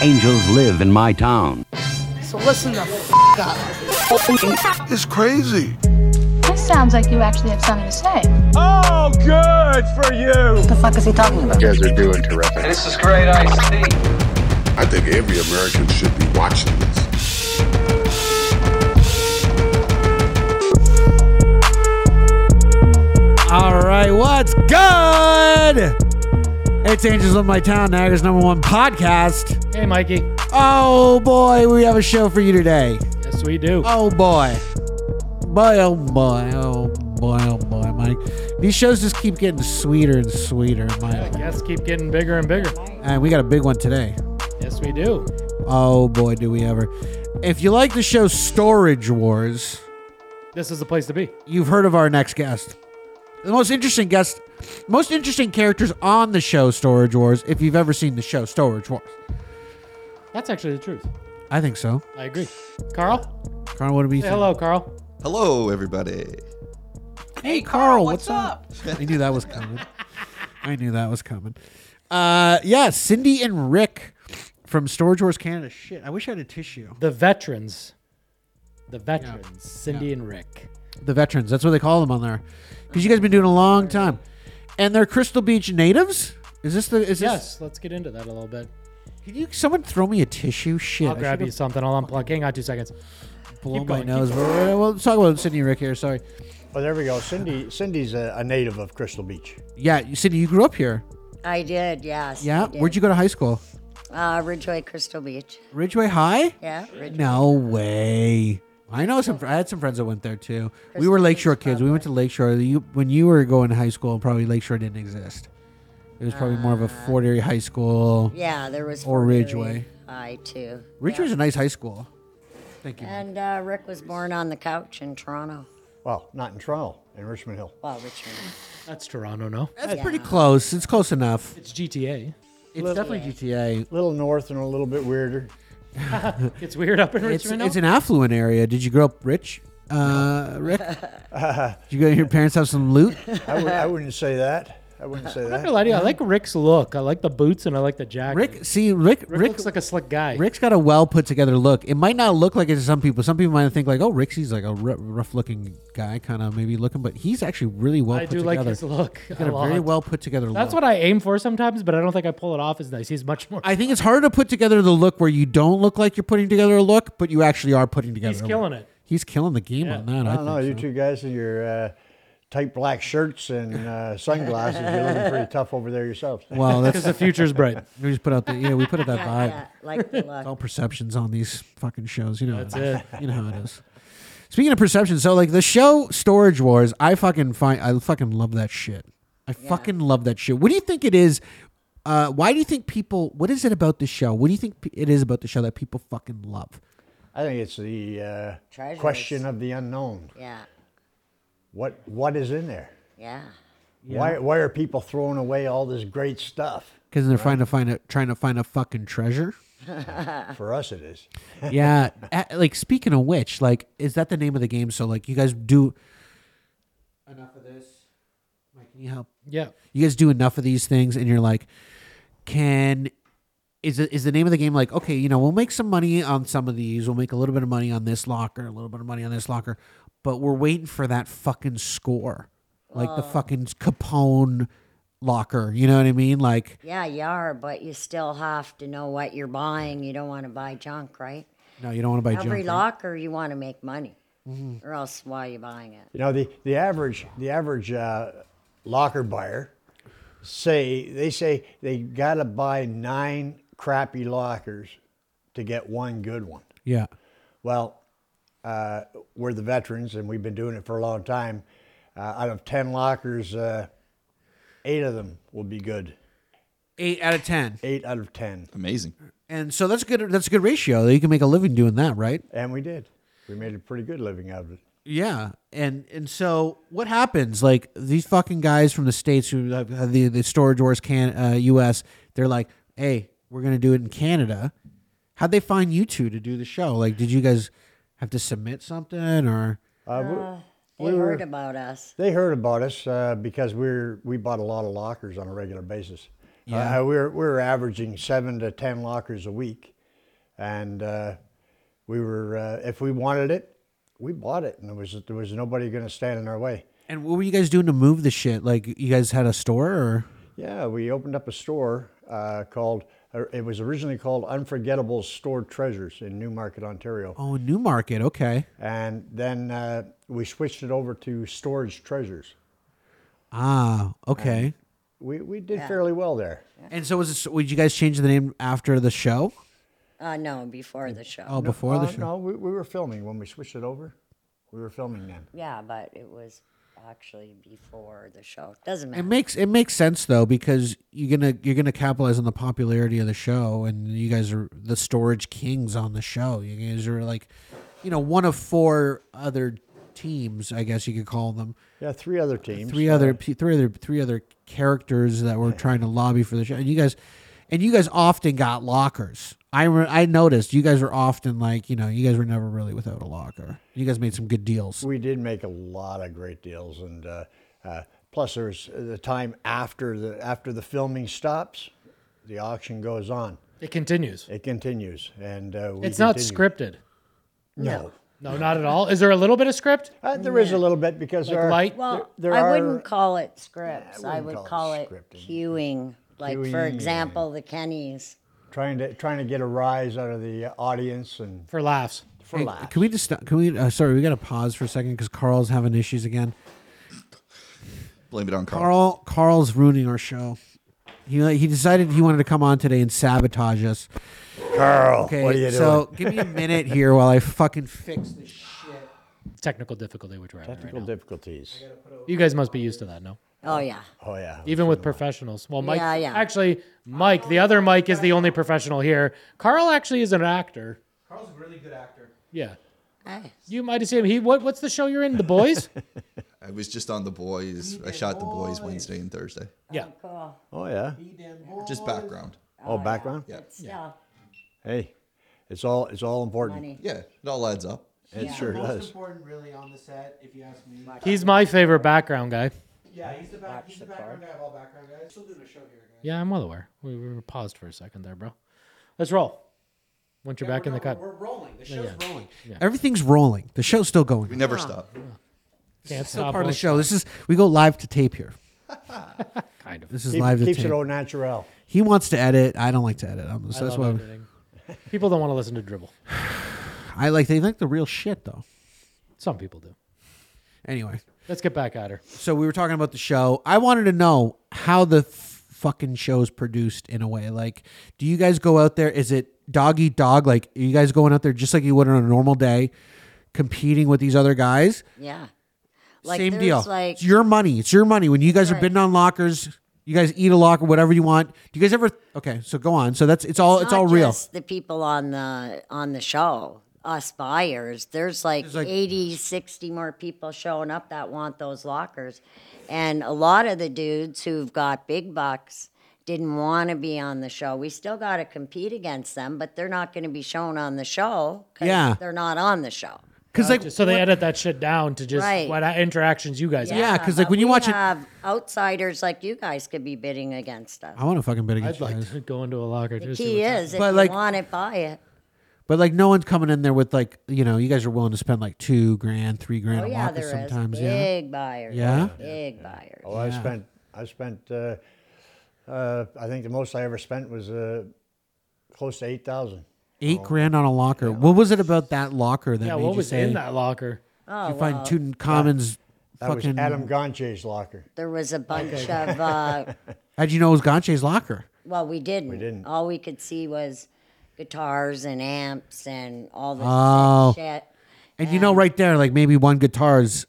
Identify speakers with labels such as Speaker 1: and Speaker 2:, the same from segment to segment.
Speaker 1: Angels live in my town.
Speaker 2: So listen the f up.
Speaker 3: It's crazy.
Speaker 4: That sounds like you actually have something to say.
Speaker 5: Oh, good for you.
Speaker 6: What the fuck is he talking about?
Speaker 7: You guys are doing terrific.
Speaker 8: This is great iced tea.
Speaker 3: I think every American should be watching this.
Speaker 9: All right, what's good? It's Angels of My Town, Niagara's number one podcast.
Speaker 10: Hey, Mikey.
Speaker 9: Oh boy, we have a show for you today.
Speaker 10: Yes, we do.
Speaker 9: Oh boy. Boy, oh boy, oh boy, oh boy, Mike. These shows just keep getting sweeter and sweeter, Mike.
Speaker 10: Guests keep getting bigger and bigger.
Speaker 9: And we got a big one today.
Speaker 10: Yes, we do.
Speaker 9: Oh boy, do we ever. If you like the show Storage Wars,
Speaker 10: This is the place to be.
Speaker 9: you've heard of our next guest. The most interesting guest, most interesting characters on the show Storage Wars, if you've ever seen the show Storage Wars.
Speaker 10: That's actually the truth.
Speaker 9: I think so.
Speaker 10: I agree. Carl?
Speaker 9: Carl, what do we
Speaker 10: Say
Speaker 9: think?
Speaker 10: hello, Carl.
Speaker 11: Hello, everybody.
Speaker 9: Hey, Carl, what's, up? I knew that was coming. I knew that was coming. Uh, yeah, Cindy and Rick from Storage Wars Canada. Shit, I wish I had a tissue.
Speaker 10: The veterans. The veterans. Cindy and Rick.
Speaker 9: The veterans, that's what they call them on there, because you guys been doing a long time, and they're Crystal Beach natives. Is this the? Is
Speaker 10: Yes, let's get into that a little bit.
Speaker 9: This, can you someone throw me a tissue? Shit,
Speaker 10: I'll
Speaker 9: I
Speaker 10: grab
Speaker 9: should've
Speaker 10: you something. I'll unplug. Hang on two seconds.
Speaker 9: blown
Speaker 10: Keep
Speaker 9: my
Speaker 10: going,
Speaker 9: nose. But uh, well, let's talk about Cindy and Rick here. Sorry.
Speaker 12: Oh, there we go. Cindy, Cindy's a, a native of Crystal Beach.
Speaker 9: Yeah, Cindy, you grew up here.
Speaker 6: I did, yes.
Speaker 9: Yeah. Where'd you go to high school?
Speaker 6: Uh, Ridgeway, Crystal Beach.
Speaker 9: Ridgeway High.
Speaker 6: Yeah, Ridgeway.
Speaker 9: No way. I know some. I had some friends that went there too. We were Lakeshore kids. We went to Lakeshore. You, when you were going to high school, probably Lakeshore didn't exist. It was probably more of a Fort Erie high school.
Speaker 6: Uh, Yeah, there was.
Speaker 9: Or
Speaker 6: Fort Erie
Speaker 9: Ridgeway.
Speaker 6: High too.
Speaker 9: Ridgeway's a nice high school. Thank you.
Speaker 6: And uh, Rick was born on the couch in Toronto.
Speaker 12: Well, not in Toronto, in Richmond Hill.
Speaker 6: Well, Richmond.
Speaker 10: That's Toronto, no?
Speaker 9: That's pretty close. It's close enough.
Speaker 10: It's GTA.
Speaker 9: It's definitely GTA.
Speaker 12: A little north and a little bit weirder.
Speaker 10: It's weird up in
Speaker 9: It's,
Speaker 10: Richmond. no?
Speaker 9: it's an affluent area. Did you grow up rich, uh, Rick? Did you go your parents have some loot?
Speaker 12: I, would, I wouldn't say that. I wouldn't say
Speaker 10: I'm not gonna
Speaker 12: that.
Speaker 10: lie to you. I like Rick's look. I like the boots and I like the jacket.
Speaker 9: Rick, see, Rick,
Speaker 10: Rick,
Speaker 9: Rick,
Speaker 10: looks like a slick guy.
Speaker 9: Rick's got a well put together look. It might not look like it to some people. Some people might think like, oh, Rick's he's like a rough looking guy, kind of maybe looking, but he's actually really well
Speaker 10: I
Speaker 9: put
Speaker 10: do
Speaker 9: together.
Speaker 10: like his look.
Speaker 9: He's got
Speaker 10: a
Speaker 9: a very
Speaker 10: lot.
Speaker 9: well put together look.
Speaker 10: That's what I aim for sometimes, but I don't think I pull it off as nice. He's much more.
Speaker 9: I think it's harder to put together the look where you don't look like you're putting together a look, but you actually are putting together.
Speaker 10: He's
Speaker 9: a look.
Speaker 10: killing it.
Speaker 9: He's killing the game on that. I,
Speaker 12: I don't know.
Speaker 9: think
Speaker 12: You
Speaker 9: so.
Speaker 12: two guys in your uh, tight black shirts and uh, sunglasses, you're looking pretty tough over there yourselves.
Speaker 9: Well, that's
Speaker 10: Because the future's bright.
Speaker 9: we just put out the yeah we put out that vibe.
Speaker 6: Yeah, like the
Speaker 9: all
Speaker 6: look.
Speaker 9: perceptions on these fucking shows. You know,
Speaker 10: That's
Speaker 9: how it is.
Speaker 10: it.
Speaker 9: You know how it is. Speaking of perceptions, so like the show Storage Wars, I fucking find I fucking love that shit. I fucking love that shit. What do you think it is? Uh, why do you think people? What is it about the show? What do you think pe- it is about the show that people fucking love?
Speaker 12: I think it's the uh,
Speaker 6: Treasures.
Speaker 12: question of the unknown.
Speaker 6: Yeah,
Speaker 12: What What is in there?
Speaker 6: yeah.
Speaker 12: Why, why are people throwing away all this great stuff?
Speaker 9: Because they're trying to find a trying to find a fucking treasure.
Speaker 12: For us, it is.
Speaker 9: yeah. A- like speaking of which, like is that the name of the game? So like you guys do enough of this. Mike, can you help?
Speaker 10: Yeah.
Speaker 9: you guys do enough of these things and you're like can is it is the name of the game like okay you know we'll make some money on some of these we'll make a little bit of money on this locker a little bit of money on this locker but we're waiting for that fucking score like the fucking capone locker you know what i mean like
Speaker 6: Yeah, you are, but you still have to know what you're buying. You don't want to buy junk, right?
Speaker 9: no you don't want to buy
Speaker 6: Every
Speaker 9: junk Mm-hmm. right?
Speaker 6: locker, you want to make money, or else why are you buying it?
Speaker 12: You know, the, the average the average uh, locker buyer say they say they gotta buy nine crappy lockers to get one good one.
Speaker 9: yeah
Speaker 12: Well, uh, we're the veterans and we've been doing it for a long time. Uh, out of ten lockers, uh, eight of them will be good.
Speaker 9: eight out of ten
Speaker 12: Eight out of ten,
Speaker 11: Amazing.
Speaker 9: and so that's a good that's a good ratio you can make a living doing that right
Speaker 12: and we did. We made a pretty good living out of it.
Speaker 9: Yeah, and and so what happens? Like these fucking guys from the states who have the the storage wars can uh, U.S. They're like, hey, we're gonna do it in Canada. How'd they find you two to do the show? Like, did you guys have to submit something or?
Speaker 12: Uh, we-
Speaker 6: They heard about us.
Speaker 12: They heard about us uh, because we're we bought a lot of lockers on a regular basis,
Speaker 9: Yeah.
Speaker 12: Uh, we were, we were averaging seven to 10 lockers a week. And uh, we were, uh, if we wanted it, we bought it. And there was, there was nobody going to stand in our way.
Speaker 9: And what were you guys doing to move the shit? Like you guys had a store or
Speaker 12: Yeah, we opened up a store uh, called, uh, it was originally called Unforgettable Store Treasures in Newmarket, Ontario.
Speaker 9: oh Newmarket? Okay.
Speaker 12: And then uh, we switched it over to Storage Treasures.
Speaker 9: Ah,
Speaker 12: Um,
Speaker 9: okay.
Speaker 12: We, we did fairly well there.
Speaker 9: And so was this, would you guys change the name after the show?
Speaker 6: Uh, no, before the show.
Speaker 9: Oh, before
Speaker 12: Uh,
Speaker 9: the show.
Speaker 12: No, we, we were filming when we switched it over. We were filming then.
Speaker 6: Yeah, but it was actually before the show. Doesn't
Speaker 9: It
Speaker 6: matter.
Speaker 9: makes it makes sense though because you're gonna you're gonna capitalize on the popularity of the show, and you guys are the storage kings on the show. You guys are like, you know, one of four other teams, I guess you could call them.
Speaker 12: Yeah, three other teams.
Speaker 9: Three other pe- three other three other characters that were trying to lobby for the show, and you guys, and you guys often got lockers. I re- I noticed you guys were often like you know you guys were never really without a locker. You guys made some good deals.
Speaker 12: We did make a lot of great deals, and uh, uh, plus there's the time after the after the filming stops, the auction goes on.
Speaker 10: It continues.
Speaker 12: It continues, and uh, we
Speaker 10: It's not
Speaker 12: continue.
Speaker 10: scripted.
Speaker 12: No,
Speaker 10: No, not at all. Is there a little bit of script?
Speaker 12: uh, there is a little bit because
Speaker 10: Like
Speaker 12: there are,
Speaker 10: light?
Speaker 6: Well,
Speaker 12: there, there
Speaker 6: I
Speaker 12: are,
Speaker 6: wouldn't call it scripts. I,
Speaker 12: wouldn't
Speaker 6: would
Speaker 12: call it
Speaker 6: call it,
Speaker 12: scripting.
Speaker 6: cueing. Like, for
Speaker 12: Cueing.
Speaker 6: example, the Kennys.
Speaker 12: trying to trying to get a rise out of the uh, audience and
Speaker 10: For laughs.
Speaker 12: for
Speaker 9: Hey,
Speaker 12: laughs.
Speaker 9: Can we just stop- can we? Uh, sorry, we got to pause for a second because Carl's having issues again.
Speaker 7: Blame it on Carl.
Speaker 9: Carl Carl's ruining our show. He he decided he wanted to come on today and sabotage us.
Speaker 12: Carl,
Speaker 9: Okay,
Speaker 12: what are you
Speaker 9: so
Speaker 12: doing?
Speaker 9: give me a minute here while I fucking fix this. Shit.
Speaker 10: Technical difficulty, which we're having right
Speaker 12: Technical
Speaker 10: now.
Speaker 12: difficulties.
Speaker 10: You guys must be used to that, no?
Speaker 6: Oh, yeah.
Speaker 12: Oh yeah.
Speaker 10: Even with professionals. Well, Mike.
Speaker 6: Yeah, yeah.
Speaker 10: Actually, Mike, the other Mike, is the only professional here. Carl actually is an actor.
Speaker 8: Carl's a really good actor.
Speaker 10: Yeah.
Speaker 6: Nice.
Speaker 10: You might have seen him. He what? What's the show you're in? The Boys.
Speaker 7: I was just on the boys. I shot the boys Wednesday and Thursday.
Speaker 10: yeah.
Speaker 6: Cool.
Speaker 12: Oh yeah.
Speaker 7: Just background.
Speaker 12: Oh, background.
Speaker 7: Yeah.
Speaker 6: But still,
Speaker 12: Hey, it's all it's all important.
Speaker 6: money.
Speaker 7: Yeah. It all adds up.
Speaker 12: It sure does.
Speaker 8: important, really, on the set, if you ask me.
Speaker 10: He's my favorite background guy.
Speaker 8: yeah, he's the, back, he's the background guy of all background guys. Still doing a show here, guys.
Speaker 10: Yeah, I'm well aware. We, we were paused for a second there, bro. Let's roll. Once you're back in the cut.
Speaker 8: We're rolling. The show's rolling.
Speaker 9: Everything's rolling. The show's still going.
Speaker 7: We never stop.
Speaker 10: Can't
Speaker 9: Still
Speaker 10: stop.
Speaker 9: part of the
Speaker 10: won't
Speaker 9: show. This is we go live to tape here.
Speaker 10: Kind of.
Speaker 9: This is
Speaker 12: Keep-
Speaker 9: live to
Speaker 12: keeps
Speaker 9: tape.
Speaker 12: it au naturel.
Speaker 9: He wants to edit. I don't like to edit. I'm,
Speaker 10: I
Speaker 9: so that's why
Speaker 10: love editing. People don't want to listen to dribble.
Speaker 9: I like they like the real shit though.
Speaker 10: Some people do.
Speaker 9: Anyway,
Speaker 10: Let's get back at her.
Speaker 9: so we were talking about the show. I wanted to know how the f- fucking show's produced in a way. Like, do you guys go out there? Is it dog eat dog? Like, are you guys going out there just like you would on a normal day, competing with these other guys?
Speaker 6: Yeah. Like,
Speaker 9: Same
Speaker 6: there's,
Speaker 9: deal.
Speaker 6: Like,
Speaker 9: it's your money. It's your money. When you guys are bidding on lockers, you guys eat a locker, whatever you want. Do you guys ever? Okay, so go on. So that's it's all Oh, it's,
Speaker 6: not
Speaker 9: all real.
Speaker 6: just the people on the on the show, us buyers. There's like,
Speaker 9: like-
Speaker 6: 80, 60 more people showing up that want those lockers. And a lot of the dudes who've got big bucks didn't want to be on the show. We still got to compete against them, but they're not going to be shown on the show 'cause
Speaker 9: Yeah.
Speaker 6: they're not on the show.
Speaker 9: Because like
Speaker 10: So they edit that shit down to just
Speaker 6: Right.
Speaker 10: what interactions you guys
Speaker 9: Yeah,
Speaker 10: have.
Speaker 9: 'cause, like,
Speaker 6: but
Speaker 9: when you
Speaker 6: Uh, we
Speaker 9: watch it-
Speaker 6: have outsiders like you guys could be bidding against us.
Speaker 9: I want to fucking bet against
Speaker 10: I'd
Speaker 9: you
Speaker 10: like
Speaker 9: guys.
Speaker 10: to go into a locker.
Speaker 6: The
Speaker 10: Just see
Speaker 6: key
Speaker 10: what's
Speaker 6: is, if
Speaker 9: But,
Speaker 6: you
Speaker 9: like-
Speaker 6: want it, buy it.
Speaker 9: But like no one's coming in there with like you know you guys are willing to spend like two grand, three grand
Speaker 6: Oh
Speaker 9: a
Speaker 6: yeah,
Speaker 9: locker
Speaker 6: there is
Speaker 9: sometimes. Yeah.
Speaker 6: big buyers.
Speaker 9: Yeah?
Speaker 6: big buyers.
Speaker 12: Well, I spent, I spent, uh, uh, I think the most I ever spent was uh, close to eight thousand.
Speaker 9: Eight grand on a locker. What was it about that locker that
Speaker 10: Oh, Yeah,
Speaker 9: made
Speaker 10: what
Speaker 9: you
Speaker 10: was
Speaker 9: say
Speaker 10: in that locker?
Speaker 6: Oh,
Speaker 9: you
Speaker 6: well,
Speaker 9: find Tutankhamun's
Speaker 12: That
Speaker 9: fucking?
Speaker 12: was Adam Ganche's locker.
Speaker 6: there was a bunch of. Uh,
Speaker 9: How'd you know it was Ganche's locker?
Speaker 6: well, we didn't. We
Speaker 12: didn't.
Speaker 6: All we could see was guitars and amps and all this
Speaker 9: Oh.
Speaker 6: shit,
Speaker 9: And you know right there, like maybe one guitar's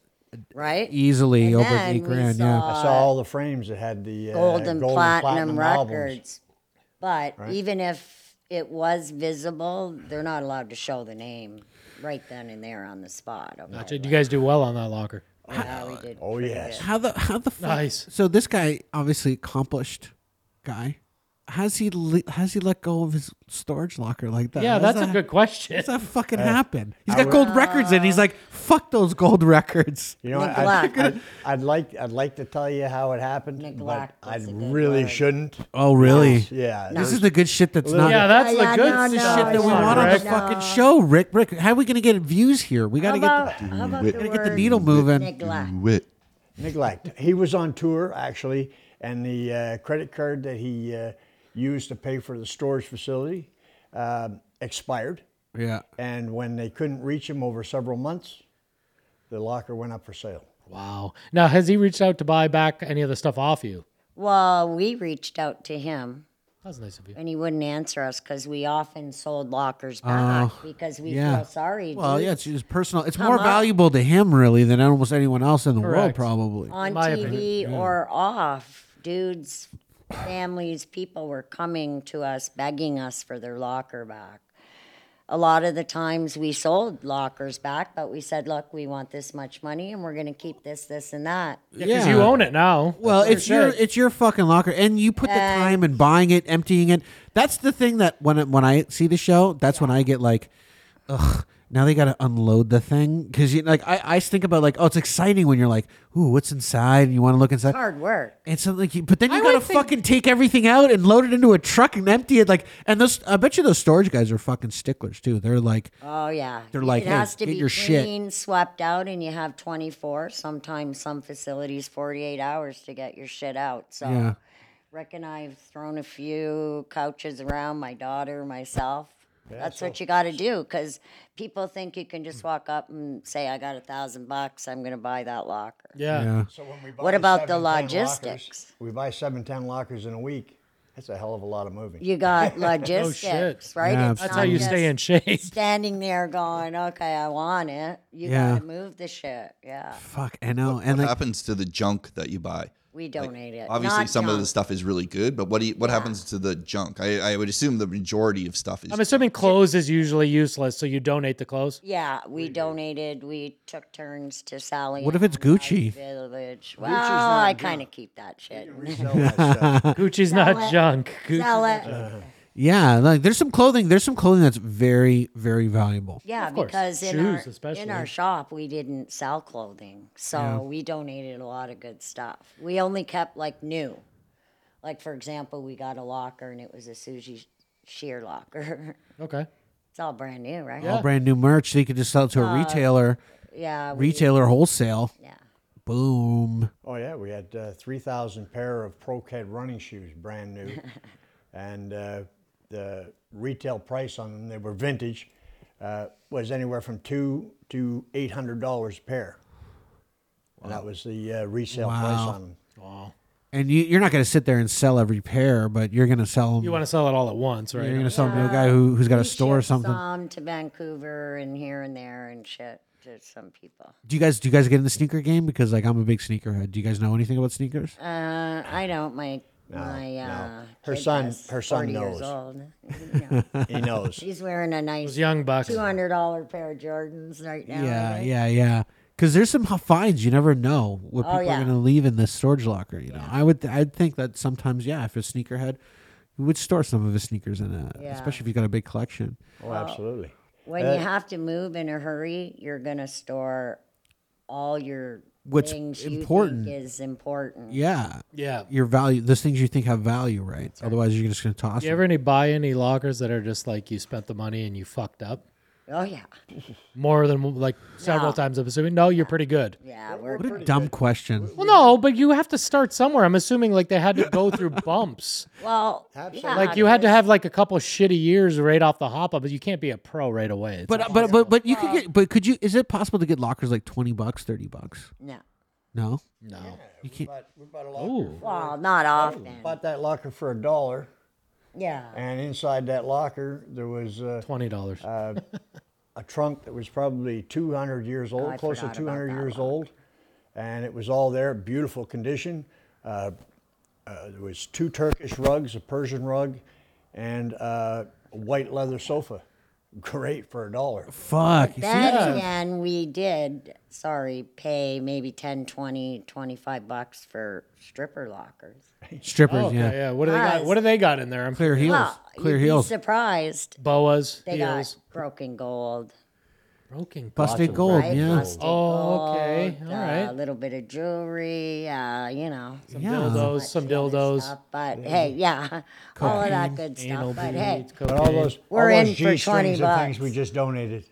Speaker 6: right?
Speaker 9: easily
Speaker 6: And
Speaker 9: over
Speaker 6: then
Speaker 9: eight
Speaker 6: we
Speaker 9: grand.
Speaker 6: saw
Speaker 9: Yeah.
Speaker 12: I saw all the frames that had the uh,
Speaker 6: Gold and platinum,
Speaker 12: albums.
Speaker 6: records. But even if it was visible, they're not allowed to show the name right then and there on the spot. Okay?
Speaker 10: Gotcha. You guys do well on that locker.
Speaker 6: Yeah, we did.
Speaker 12: Oh yes,
Speaker 9: How the how the fuck?
Speaker 10: Nice.
Speaker 9: So this guy obviously accomplished guy. How's he? le- How's he let go of his storage locker like that?
Speaker 10: Yeah,
Speaker 9: How's
Speaker 10: that's a
Speaker 9: that-
Speaker 10: good question.
Speaker 9: How's that fucking happen? He's
Speaker 12: I
Speaker 9: got
Speaker 12: would-
Speaker 9: gold records in. He's like, fuck those gold records.
Speaker 12: You know, what,
Speaker 6: Neglect.
Speaker 12: I'd, I'd, I'd like I'd like to tell you how it happened,
Speaker 6: Neglect
Speaker 12: but I
Speaker 6: is a good
Speaker 12: really
Speaker 6: word.
Speaker 12: shouldn't.
Speaker 9: Oh, really?
Speaker 12: Yeah,
Speaker 9: This
Speaker 12: there's-
Speaker 9: is the good shit that's not.
Speaker 10: yeah, that's
Speaker 6: Yeah,
Speaker 10: the good
Speaker 6: no,
Speaker 10: stuff.
Speaker 6: no,
Speaker 9: the shit that we
Speaker 6: Yeah,
Speaker 9: want on the
Speaker 10: Rick.
Speaker 6: no.
Speaker 9: fucking show, Rick. Rick, how are we gonna get views here? We gotta
Speaker 6: How about,
Speaker 9: get.
Speaker 6: how about
Speaker 7: Wait.
Speaker 6: the
Speaker 7: Gotta
Speaker 9: get the
Speaker 6: word
Speaker 9: needle moving.
Speaker 6: Neglect.
Speaker 7: Wit.
Speaker 12: neglect. He was on tour actually, and the uh, credit card that he uh, used to pay for the storage facility um expired.
Speaker 9: Yeah.
Speaker 12: And when they couldn't reach him over several months, the locker went up for sale.
Speaker 10: Wow. Now, has he reached out to buy back any of the stuff off you?
Speaker 6: Well, we reached out to him
Speaker 10: That was nice of you.
Speaker 6: and he wouldn't answer us because we often sold lockers back because we
Speaker 9: Oh, yeah.
Speaker 6: feel sorry.
Speaker 9: Well,
Speaker 6: dude.
Speaker 9: yeah, it's just personal. It's more
Speaker 6: up.
Speaker 9: valuable to him really than almost anyone else in the world,
Speaker 10: Correct.
Speaker 9: probably.
Speaker 6: on
Speaker 10: my
Speaker 6: TV
Speaker 10: opinion,
Speaker 6: or off, dudes, families, people were coming to us begging us for their locker back. A lot of the times we sold lockers back, but we said, look, we want this much money and we're going to keep this, this, and that.
Speaker 10: Yeah, because you own it now.
Speaker 9: Well, it's your
Speaker 10: shit.
Speaker 9: it's your fucking locker, and you put the
Speaker 6: And-
Speaker 9: time in buying it, emptying it. That's the thing that when it, when I see the show, that's when I get like, ugh. Now they got to unload the thing because you like I, I just think about like oh it's exciting when you're like ooh what's inside and you want to look inside
Speaker 6: Hard work.
Speaker 9: and so like you, but then you got to fucking take everything out and load it into a truck and empty it like and those I bet you those storage guys are fucking sticklers too they're like
Speaker 6: Oh, yeah.
Speaker 9: They're like,
Speaker 6: it
Speaker 9: "Hey,
Speaker 6: has to
Speaker 9: get
Speaker 6: be
Speaker 9: your shit."
Speaker 6: clean, swept out, and you have 24, sometimes some facilities, 48 hours to get your shit out. So.
Speaker 9: Yeah.
Speaker 6: Rick and I've thrown a few couches around my daughter, myself. That's what you got to do because people think you can just walk up and say, I got a thousand bucks, I'm going to buy that locker.
Speaker 10: yeah.
Speaker 9: yeah
Speaker 12: So when we buy
Speaker 6: What about the
Speaker 12: 710
Speaker 6: logistics?
Speaker 12: Lockers, we buy seven ten lockers in a week. That's a hell of a lot of moving.
Speaker 6: You
Speaker 7: Oh,
Speaker 6: got logistics, right?
Speaker 9: Yeah,
Speaker 6: It's
Speaker 10: That's
Speaker 6: not
Speaker 10: how you
Speaker 6: just
Speaker 10: stay in shape.
Speaker 6: Standing there going, okay, I want it. You
Speaker 9: Yeah.
Speaker 6: got to move the shit. Yeah.
Speaker 9: fuck I know
Speaker 7: What
Speaker 9: and like
Speaker 7: happens to the junk that you buy?
Speaker 6: We donate it.
Speaker 7: Obviously,
Speaker 6: Not
Speaker 7: some of the
Speaker 6: junk.
Speaker 7: stuff is really good, but what do you, what happens to the junk? I, I would assume the majority of stuff is.
Speaker 10: I'm assuming clothes is usually useless, so you donate the clothes.
Speaker 6: Yeah, we donated. We took turns to Sally.
Speaker 9: What if
Speaker 6: and
Speaker 9: it's
Speaker 6: I
Speaker 9: Gucci?
Speaker 6: Village. Well, I kind of keep that shit.
Speaker 12: Sell that stuff.
Speaker 10: Gucci's not
Speaker 6: it.
Speaker 10: junk. Gucci's
Speaker 6: Sell it.
Speaker 9: yeah like there's some clothing there's some clothing that's very very valuable
Speaker 6: Yeah,
Speaker 10: course.
Speaker 6: because in
Speaker 10: Shoes
Speaker 6: our in
Speaker 10: especially.
Speaker 6: our shop we didn't sell clothing, so we donated a lot of good stuff. We only kept like new, like for example, we got a locker and it was a Suji sheer locker.
Speaker 10: Okay.
Speaker 6: it's all brand new, right?
Speaker 9: all brand new merch so you could just sell it to a retailer
Speaker 6: Uh, Yeah, we,
Speaker 9: retailer wholesale
Speaker 6: yeah.
Speaker 9: boom
Speaker 12: Oh yeah, we had uh, three thousand pair of Procad running shoes, brand new, and uh, the retail price on them, they were vintage, uh, was anywhere from two to eight hundred dollars a pair. And that was the uh, resale price
Speaker 9: Wow.
Speaker 12: on them.
Speaker 9: and you, you're not going to sit there and sell every pair but you're going to sell them
Speaker 10: You want to sell it all at once, right?
Speaker 9: you're going to sell 'em to a guy who, who's got a
Speaker 6: We
Speaker 9: store or
Speaker 6: shipped
Speaker 9: something
Speaker 6: Some to Vancouver and here and there and shit to some people.
Speaker 9: do you guys do you guys get in the sneaker game because like i'm a big sneakerhead do you guys know anything about sneakers
Speaker 6: Uh, I don't. My my uh,
Speaker 12: Her
Speaker 6: kid
Speaker 12: son-
Speaker 6: was
Speaker 12: her son
Speaker 6: 40 years
Speaker 12: knows.
Speaker 6: old. You know,
Speaker 12: He knows.
Speaker 6: he's wearing a nice
Speaker 10: Those young bucks.
Speaker 6: two hundred dollar pair of Jordans right now. I
Speaker 9: yeah
Speaker 6: think.
Speaker 9: yeah yeah because there's some h- finds you never know what people
Speaker 6: Oh, yeah.
Speaker 9: are going to leave in this storage locker you know i would i'd think that sometimes yeah if a sneakerhead you would store some of his sneakers in a
Speaker 6: Yeah.
Speaker 9: especially if you've got a big collection
Speaker 12: Oh, absolutely.
Speaker 6: When you have to move in a hurry, you're gonna store all your
Speaker 9: What's
Speaker 6: things you
Speaker 9: important.
Speaker 6: think is important.
Speaker 9: yeah
Speaker 10: Yeah.
Speaker 9: your value those things you think have value right, otherwise you're just going to toss
Speaker 10: You
Speaker 9: them.
Speaker 10: ever any buy any lockers that are just like you spent the money and you fucked up
Speaker 6: Oh yeah,
Speaker 10: more than like several
Speaker 6: No.
Speaker 10: times? I'm assuming. No, you're pretty good.
Speaker 6: yeah. We're
Speaker 9: what a dumb question
Speaker 10: Well, no, but you have to start somewhere. I'm assuming like they had to go through bumps.
Speaker 6: well. yeah,
Speaker 10: Like you had to
Speaker 6: there's-
Speaker 10: have like a couple shitty years right off the hop, but you can't be a pro right away. It's
Speaker 9: but but but but you could get but could you is it possible to get lockers like 20 bucks 30 bucks
Speaker 6: no.
Speaker 9: no
Speaker 10: no.
Speaker 9: you can't
Speaker 12: We bought a locker.
Speaker 6: Well, not often.
Speaker 12: Bought that locker for a dollar,
Speaker 6: yeah.
Speaker 12: and inside that locker there was uh,
Speaker 10: Twenty dollars.
Speaker 12: a trunk that was probably 200 years old,
Speaker 6: Oh, I
Speaker 12: close to
Speaker 6: forgot about
Speaker 12: 200
Speaker 6: that
Speaker 12: years
Speaker 6: one.
Speaker 12: old, and it was all there, beautiful condition. Uh, uh, there was two Turkish rugs, a Persian rug, and uh, a white leather sofa. great for a dollar.
Speaker 9: Fuck. you see
Speaker 6: Then
Speaker 9: that?
Speaker 6: again, we did, sorry, pay maybe 10, 20, 25 bucks for stripper lockers.
Speaker 9: Strippers,
Speaker 10: Oh, okay,
Speaker 9: yeah.
Speaker 10: yeah. What do they got?
Speaker 6: Guys.
Speaker 10: What do they got in there? I'm
Speaker 9: Clear heels.
Speaker 6: Well,
Speaker 9: Clear
Speaker 6: you'd
Speaker 9: heels.
Speaker 6: be surprised.
Speaker 10: boas,
Speaker 6: They
Speaker 10: heels,
Speaker 6: got broken gold,
Speaker 10: broken.
Speaker 9: Busted
Speaker 12: of
Speaker 9: gold,
Speaker 6: right?
Speaker 9: yeah.
Speaker 6: Busted
Speaker 10: Oh, okay.
Speaker 6: gold,
Speaker 10: All right.
Speaker 6: A little bit of jewelry, uh, you know.
Speaker 10: Some
Speaker 9: Yeah.
Speaker 10: dildos,
Speaker 6: much
Speaker 10: some
Speaker 6: the other
Speaker 10: dildos,
Speaker 6: stuff, But hey, yeah, all of that good
Speaker 10: anal
Speaker 6: stuff. But hey,
Speaker 10: beads,
Speaker 12: But all
Speaker 10: cocaine.
Speaker 12: those
Speaker 6: We're
Speaker 12: all
Speaker 6: in
Speaker 12: those
Speaker 6: for
Speaker 12: G-strings
Speaker 6: 20
Speaker 12: and things
Speaker 6: bucks.
Speaker 12: we just donated.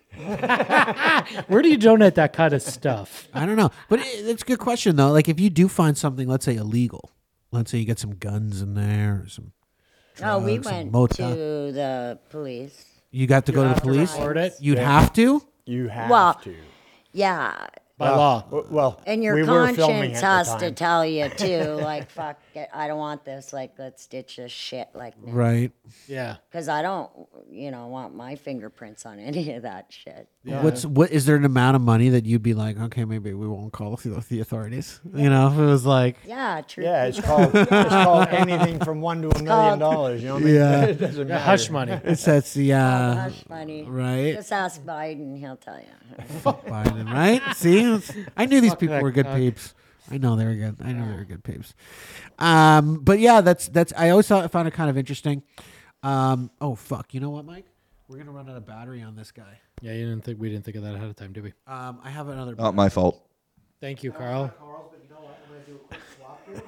Speaker 10: Where do you donate that kind of stuff?
Speaker 9: I don't know, but it, it's a good question though. Like if you do find something, let's say illegal, let's say you get some guns in there, or some
Speaker 6: no, we
Speaker 9: drugs, some
Speaker 6: went
Speaker 9: motel.
Speaker 6: to the police.
Speaker 9: you got to go to the police.
Speaker 10: Report it
Speaker 9: You'd have to.
Speaker 12: You have
Speaker 6: Well,
Speaker 12: to.
Speaker 6: Yeah,
Speaker 10: by
Speaker 9: Ah.
Speaker 10: law.
Speaker 12: W- Well,
Speaker 6: and your
Speaker 12: we were filming
Speaker 6: conscience
Speaker 12: at
Speaker 6: has
Speaker 12: the
Speaker 6: to
Speaker 12: time.
Speaker 6: tell you too. Like, fuck, it, I don't want this. Like, let's ditch this shit. Like,
Speaker 9: Right.
Speaker 10: Yeah.
Speaker 6: because I don't, you know, want my fingerprints on any of that shit.
Speaker 9: What's what is there an amount of money that you'd be like, okay, maybe we won't call the, the authorities? You know, if it was like,
Speaker 6: Yeah, true.
Speaker 12: Yeah, it's called it's called anything from one to a million
Speaker 6: called-
Speaker 12: dollars. You know what I mean?
Speaker 9: Yeah.
Speaker 12: it doesn't matter.
Speaker 10: Hush money.
Speaker 9: it's that's the uh,
Speaker 6: Hush money.
Speaker 9: right.
Speaker 6: Just ask Biden, he'll tell you.
Speaker 9: Biden, right? See, It's- I knew these people
Speaker 10: that
Speaker 9: were good
Speaker 10: cock.
Speaker 9: peeps. I know they were good. I know they were good peeps. Um, but yeah, that's that's. I always thought I found it kind of interesting. Um, oh fuck, you know what, Mike? We're gonna run out of battery on this guy.
Speaker 10: Yeah, you didn't think we didn't think of that ahead of time, did we?
Speaker 9: Um, I have another.
Speaker 7: Not my fault.
Speaker 10: Thank you, Carl.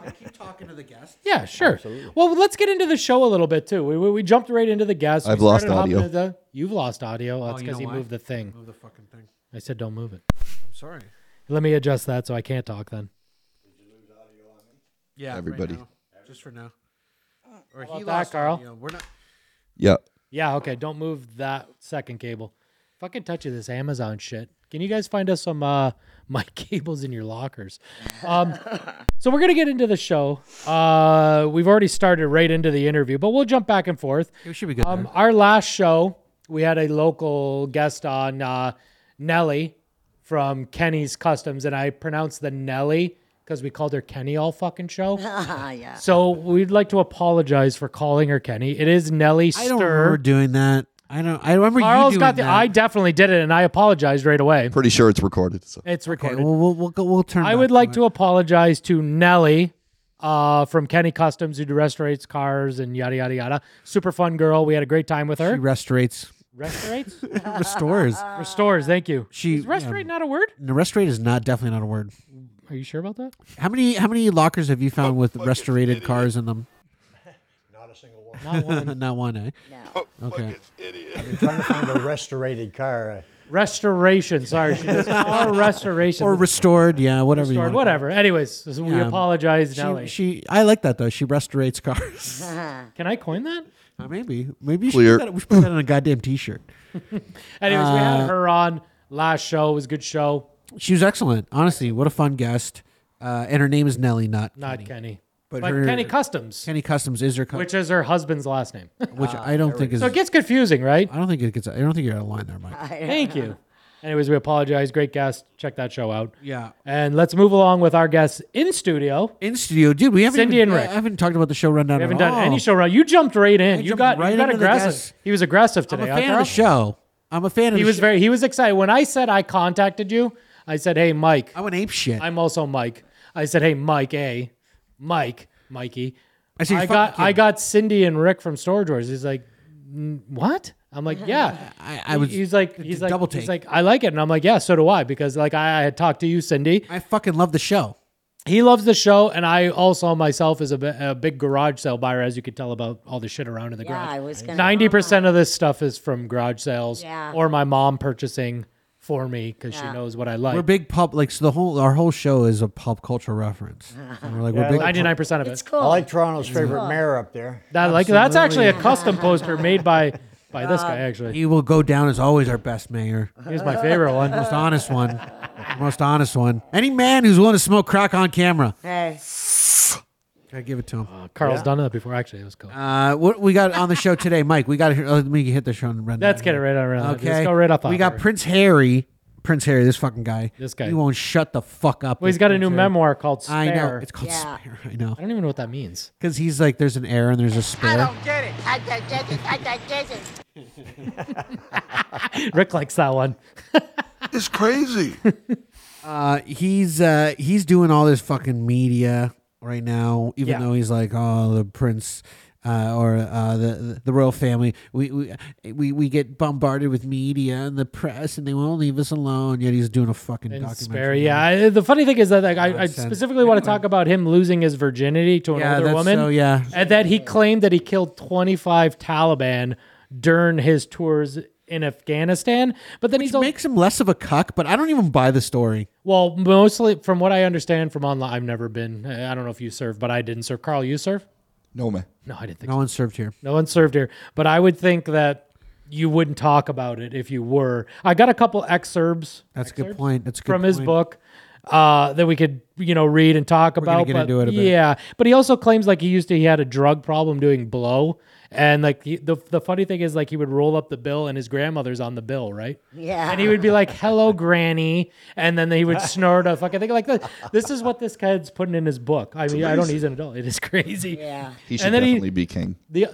Speaker 9: I keep talking to the guest.
Speaker 10: Yeah, sure. Well, let's get into the show a little bit too. We, we, we jumped right into the guests.
Speaker 7: I've
Speaker 10: We
Speaker 7: lost
Speaker 10: started hopping
Speaker 7: audio.
Speaker 10: into the- you've lost audio. That's
Speaker 9: Oh, you
Speaker 10: because
Speaker 9: know
Speaker 10: he
Speaker 9: why?
Speaker 10: moved the thing.
Speaker 9: Move the fucking thing.
Speaker 10: I said don't move it.
Speaker 9: I'm sorry.
Speaker 10: Let me adjust that so I can't talk then.
Speaker 9: Yeah, right
Speaker 7: Everybody.
Speaker 9: now. Just for now. Or
Speaker 10: about that, Carl?
Speaker 9: audio. We're not.
Speaker 7: Yeah.
Speaker 10: Yeah, okay. Don't move that second cable. Fucking touch of this Amazon shit. Can you guys find us some uh my cables in your lockers? Um so we're gonna get into the show. Uh we've already started right into the interview, but we'll jump back and forth.
Speaker 9: We should be good.
Speaker 10: Um our last show, we had a local guest on uh Nelly from Kenny's Customs, and I pronounced the Nelly because we called her Kenny all fucking show.
Speaker 6: Ah, yeah.
Speaker 10: So we'd like to apologize for calling her Kenny. It is Nelly Stir.
Speaker 9: I don't remember doing that. I don't. I remember you
Speaker 10: Carl's
Speaker 9: doing
Speaker 10: got the.
Speaker 9: that.
Speaker 10: I definitely did it, and I apologized right away.
Speaker 7: Pretty sure it's recorded. So.
Speaker 10: It's
Speaker 9: Okay,
Speaker 10: recorded.
Speaker 9: well, we'll we'll, go, we'll turn.
Speaker 10: I
Speaker 9: back
Speaker 10: would like
Speaker 9: it.
Speaker 10: to apologize to Nelly uh, from Kenny Customs, who restaurates cars and yada yada yada. Super fun girl. We had a great time with
Speaker 9: She
Speaker 10: her.
Speaker 9: restaurates,
Speaker 10: Restaurates,
Speaker 9: restores.
Speaker 10: restores. Thank you.
Speaker 9: She-
Speaker 10: is restaurate not a word.
Speaker 9: No, restorate is not definitely not a word.
Speaker 10: Are you sure about that?
Speaker 9: How many how many lockers have you found with restorated cars in them?
Speaker 12: Not a single one.
Speaker 10: Not one.
Speaker 9: not one, eh?
Speaker 7: Oh.
Speaker 6: No.
Speaker 9: Okay.
Speaker 12: I'm trying to find a restorated car. uh,
Speaker 10: restoration. Sorry, she does car restoration.
Speaker 9: Or restored, yeah, whatever. you wanna
Speaker 10: Restored,
Speaker 9: call
Speaker 10: whatever. Anyways, so we
Speaker 9: Yeah. it.
Speaker 10: apologize, Nelly.
Speaker 9: She, she, I like that though. She restorates cars.
Speaker 10: Can I coin that?
Speaker 9: Uh, maybe, maybe she
Speaker 7: Clear.
Speaker 9: put that, we should put that on a goddamn t-shirt.
Speaker 10: Anyways, we
Speaker 9: Uh,
Speaker 10: had her on last show. It was a good show.
Speaker 9: She was excellent, honestly. What a fun guest. Uh, and her name is Nellie, not
Speaker 10: Not
Speaker 9: Kenny.
Speaker 10: Kenny.
Speaker 9: But
Speaker 10: But,
Speaker 9: her-
Speaker 10: Kenny Customs,
Speaker 9: Kenny Customs is her, co- which,
Speaker 10: which uh, is her husband's last name.
Speaker 9: I don't think is.
Speaker 10: so Ah. it gets confusing, right?
Speaker 9: I don't think it gets. I don't think you're out of line there, Mike.
Speaker 10: Thank you. Anyways, we apologize. Great guest. Check that show out.
Speaker 9: Yeah.
Speaker 10: And let's move along with our guests in studio.
Speaker 9: In studio, dude, we haven't
Speaker 10: Cindy
Speaker 9: even,
Speaker 10: and Rick.
Speaker 9: I haven't talked about the show rundown.
Speaker 10: We haven't
Speaker 9: at
Speaker 10: done any
Speaker 9: all.
Speaker 10: show around. You jumped right in. you
Speaker 9: jumped
Speaker 10: got
Speaker 9: right
Speaker 10: you got
Speaker 9: into the
Speaker 10: aggressive.
Speaker 9: guests.
Speaker 10: He was aggressive
Speaker 9: I'm
Speaker 10: today.
Speaker 9: a
Speaker 10: huh,
Speaker 9: fan of the
Speaker 10: Carl?
Speaker 9: show. I'm a fan of
Speaker 10: He
Speaker 9: the
Speaker 10: was
Speaker 9: show.
Speaker 10: very he was excited. When I said I contacted you, I said, Hey Mike,
Speaker 9: I went ape shit.
Speaker 10: I'm also Mike. I said, "Hey, Mike A, Mike, Mikey."
Speaker 9: I said,
Speaker 10: I
Speaker 9: "Fuck
Speaker 10: got
Speaker 9: you."
Speaker 10: I got Cindy and Rick from Storage Wars. He's like, "N- "What?" I'm like, "Yeah."
Speaker 9: I- I was-
Speaker 10: He's like, he's like,
Speaker 9: double take.
Speaker 10: he's like, I like it, and I'm like, "Yeah, so do I," because like I, I had talked to you, Cindy.
Speaker 9: I fucking love the show.
Speaker 10: He loves the show, and I also myself is a, bi- a big garage sale buyer, as you could tell about all the shit around in the
Speaker 6: Yeah, I
Speaker 10: garage.
Speaker 6: was going to.
Speaker 10: Ninety percent of this stuff is from garage sales,
Speaker 6: Yeah.
Speaker 10: or my mom purchasing for me because she knows what I like.
Speaker 9: We're big pop like so the whole our whole show is a pop culture reference. And we're like we're big
Speaker 10: Ninety nine percent of it.
Speaker 6: It's cool.
Speaker 12: I like Toronto's favorite
Speaker 6: cool.
Speaker 12: mayor up there.
Speaker 10: That like that's actually a custom poster made by by this
Speaker 6: Uh,
Speaker 10: guy actually.
Speaker 9: He will go down as always our best mayor.
Speaker 10: Here's my favorite one.
Speaker 9: Most honest one. Most honest one. Any man who's willing to smoke crack on camera.
Speaker 6: Hey,
Speaker 9: I give it to him.
Speaker 10: Carl's done that before actually. It was cool.
Speaker 9: Uh, what we got on the show today, Mike? We got to let me hit the show and run.
Speaker 10: Let's get it right on around.
Speaker 9: Okay.
Speaker 10: Let's go right up on
Speaker 9: We got
Speaker 10: there.
Speaker 9: Prince Harry. Prince Harry, this fucking guy.
Speaker 10: This guy.
Speaker 9: He won't shut the fuck up.
Speaker 10: well, he's
Speaker 9: This
Speaker 10: got a
Speaker 9: Prince
Speaker 10: new
Speaker 9: Harry.
Speaker 10: memoir called Spare.
Speaker 9: I know. It's called
Speaker 6: Yeah.
Speaker 9: Spare. I know.
Speaker 10: I don't even know what that means.
Speaker 9: Because he's like, there's an air and there's a spare.
Speaker 5: Get it.
Speaker 10: Rick likes that one.
Speaker 3: It's crazy.
Speaker 9: Uh, he's uh, he's doing all this fucking media right now, even
Speaker 10: Yeah.
Speaker 9: though he's like, oh, the prince. Uh, or uh, the the royal family, we, we we we get bombarded with media and the press, and they won't leave us alone. Yet he's doing a fucking
Speaker 10: And spare,
Speaker 9: documentary.
Speaker 10: yeah. I- The funny thing is that like, I, I
Speaker 9: Nonsense.
Speaker 10: specifically want to talk about him losing his virginity to an
Speaker 9: Yeah,
Speaker 10: older
Speaker 9: that's
Speaker 10: woman.
Speaker 9: so- yeah.
Speaker 10: And that he claimed that he killed 25 Taliban during his tours in Afghanistan. But then he's
Speaker 9: Which
Speaker 10: al-
Speaker 9: makes him less of a cuck, but I don't even buy the story.
Speaker 10: well, mostly from what I understand from online. I've never been. I I don't know if you serve, but I didn't serve. Carl, you serve?
Speaker 7: No man.
Speaker 10: No, I didn't think.
Speaker 9: No one served here.
Speaker 10: No one served here. But I would think that you wouldn't talk about it if you were. I got a couple excerpts
Speaker 9: That's a good point. That's a good
Speaker 10: from his
Speaker 9: point.
Speaker 10: book uh, that we could you know read and talk
Speaker 9: gonna
Speaker 10: about.
Speaker 9: get
Speaker 10: but
Speaker 9: into it a bit.
Speaker 10: Yeah, but he also claims like he used to he had a drug problem doing blow, and like he, the the funny thing is like he would roll up the bill and his grandmother's on the bill, right?
Speaker 6: Yeah.
Speaker 10: and he would be like, "Hello, Granny," and then he would snort a fucking thing like this. This is what this kid's putting in his book. I mean, I don't. He's an adult. It is crazy.
Speaker 6: Yeah.
Speaker 7: He should
Speaker 10: And then he-
Speaker 7: definitely be king.
Speaker 10: The,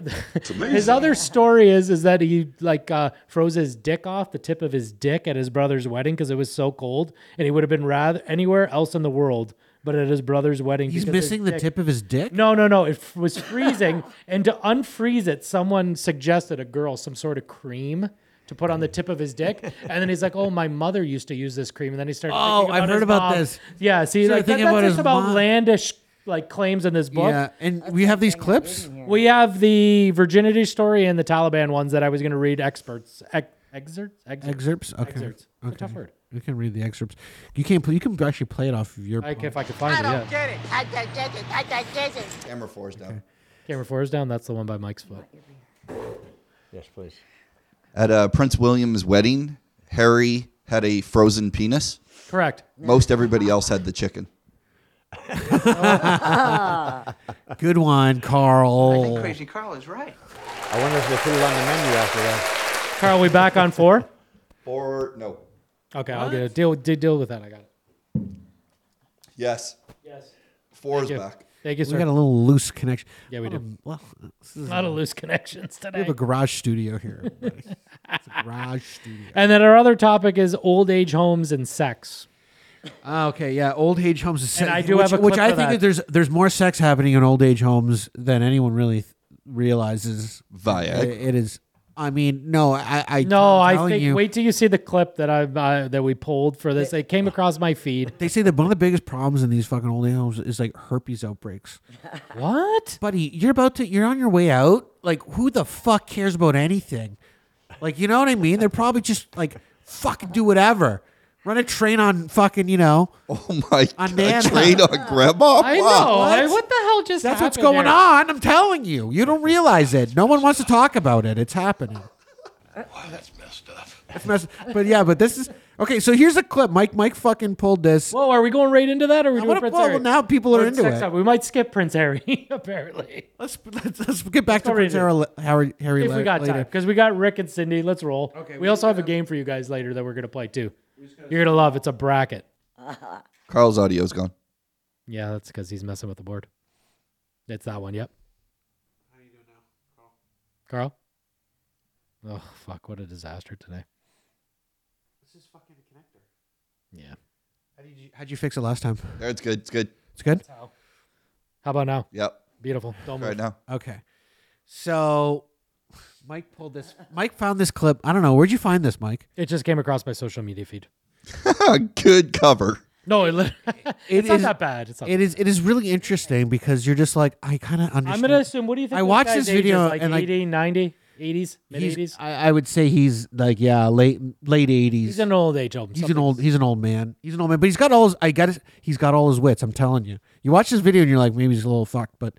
Speaker 10: his other story is is that he like uh, froze his dick off the tip of his dick at his brother's wedding because it was so cold, and he would have been rather anywhere else in the world, but at his brother's wedding,
Speaker 9: He's
Speaker 10: because his
Speaker 9: missing the
Speaker 10: dick-
Speaker 9: tip of his dick.
Speaker 10: No, no, no. It f- was freezing, and to unfreeze it, someone suggested a girl some sort of cream. To put on the tip of his dick, and then he's like, "Oh, my mother used to use this cream," and then he started.
Speaker 9: Oh,
Speaker 10: thinking
Speaker 9: I've
Speaker 10: about
Speaker 9: heard
Speaker 10: his
Speaker 9: about
Speaker 10: mom.
Speaker 9: this.
Speaker 10: Yeah, see,
Speaker 9: Started
Speaker 10: like that,
Speaker 9: thinking
Speaker 10: that's
Speaker 9: about
Speaker 10: just
Speaker 9: his
Speaker 10: about
Speaker 9: mom.
Speaker 10: landish like claims in this book.
Speaker 9: Yeah, and we have these clips.
Speaker 10: We have the virginity story and the Taliban ones that I was going to read experts ex- excerpts excerpts.
Speaker 9: Excerpts. Okay.
Speaker 10: Excerpts. It's a
Speaker 9: Okay.
Speaker 10: tough word.
Speaker 9: We can read the excerpts. You can't. Play, you can actually play it off of your.
Speaker 10: I can, if
Speaker 9: phone.
Speaker 10: I could find it. Yeah.
Speaker 7: Camera four is down.
Speaker 10: Camera four is down. That's the one by Mike's foot.
Speaker 12: Yes, please.
Speaker 7: At uh, Prince William's wedding, Harry had a frozen penis.
Speaker 10: Correct.
Speaker 7: Most everybody else had the chicken.
Speaker 9: Good one, Carl.
Speaker 8: Crazy Carl is right.
Speaker 12: I wonder if they put it on the menu after that.
Speaker 10: Carl, we back on four.
Speaker 7: Or no.
Speaker 10: Okay, I'll get a deal. de- Deal with that. I got it.
Speaker 7: Yes.
Speaker 10: Yes.
Speaker 7: Four is
Speaker 10: you.
Speaker 7: back.
Speaker 10: Thank you,
Speaker 9: We got a
Speaker 10: sir.
Speaker 9: little loose connection.
Speaker 10: Yeah, we
Speaker 9: What
Speaker 10: do.
Speaker 9: a- well, this
Speaker 10: A
Speaker 9: is
Speaker 10: lot of loose connections
Speaker 9: we
Speaker 10: today.
Speaker 9: have a garage studio here. everybody. it's a garage studio.
Speaker 10: And then our other topic is old age homes and sex.
Speaker 9: Ah, okay, yeah. Old age homes is
Speaker 10: And I do have a
Speaker 9: which
Speaker 10: clip
Speaker 9: I
Speaker 10: for
Speaker 9: think
Speaker 10: that.
Speaker 9: that there's there's more sex happening in old age homes than anyone really th- realizes.
Speaker 7: Viagra.
Speaker 9: It- it is. I mean, no, I, I
Speaker 10: No,
Speaker 9: I'm
Speaker 10: I
Speaker 9: telling
Speaker 10: think.
Speaker 9: you,
Speaker 10: Wait till you see the clip that I uh, that we pulled for this. It came across my feed.
Speaker 9: They say that one of the biggest problems in these fucking old age homes is like herpes outbreaks.
Speaker 10: What?
Speaker 9: buddy, you're about to, you're on your way out. Like, who the fuck cares about anything? Like, you know what I mean? They're probably just like, fuck, do whatever. Run a train on fucking, you know.
Speaker 7: Oh my god.
Speaker 9: man.
Speaker 7: Trade on grandma?
Speaker 10: I know.
Speaker 7: Wow.
Speaker 10: I- what the hell just
Speaker 9: That's what's
Speaker 10: happened
Speaker 9: going
Speaker 10: there?
Speaker 9: on. I'm telling you. You don't realize it. No one wants to talk about it. It's happening. that's messed up. It's messed But yeah, but this is, okay, so here's a clip. Mike, Mike fucking pulled this.
Speaker 10: Whoa, are we going right into that? Or are we
Speaker 9: I
Speaker 10: doing
Speaker 9: wanna-
Speaker 10: Prince
Speaker 9: well,
Speaker 10: Harry?
Speaker 9: now people are
Speaker 10: Or
Speaker 9: into
Speaker 10: sex
Speaker 9: it.
Speaker 10: up. We might skip Prince Harry, apparently.
Speaker 9: Let's, let's, let's get back
Speaker 10: go
Speaker 9: to Prince
Speaker 10: read
Speaker 9: Harry, Harry, Harry
Speaker 10: If we
Speaker 9: la-
Speaker 10: got
Speaker 9: later.
Speaker 10: time. Because we got Rick and Cindy. Let's roll. Okay. We, also have a game for you guys later that we're going to play too. You're going to love It's a bracket.
Speaker 7: Carl's audio's gone.
Speaker 10: Yeah, that's because he's messing with the board. It's that one. Yep. How you doing now, Carl? Carl? Oh, fuck. What a disaster today. This is fucking a connector. Yeah.
Speaker 9: How'd you fix it last time?
Speaker 7: There, it's good. It's good.
Speaker 9: It's good?
Speaker 10: How about now?
Speaker 7: Yep.
Speaker 10: Beautiful. Don't move.
Speaker 7: Right now.
Speaker 9: Okay. So Mike pulled this. Mike found this clip. I don't know. Where'd you find this, Mike?
Speaker 10: It just came across my social media feed.
Speaker 7: good cover.
Speaker 10: No, it, lit- it's not
Speaker 9: is-
Speaker 10: that bad. It's not
Speaker 9: It is it is really interesting because you're just like I kind of understand.
Speaker 10: I'm gonna assume. What do you think?
Speaker 9: I
Speaker 10: this
Speaker 9: watched
Speaker 10: guy's
Speaker 9: this
Speaker 10: age is,
Speaker 9: video
Speaker 10: like
Speaker 9: and, like-
Speaker 10: 80, 90, 80s, mid
Speaker 9: He's-
Speaker 10: 80s.
Speaker 9: I, I would say he's like yeah, late late 80s.
Speaker 10: He's an old age home.
Speaker 9: He's an old he's an old man. He's an old man, but he's got all his I got his, he's got all his wits, I'm telling you. You watch this video and you're like maybe he's a little fucked, but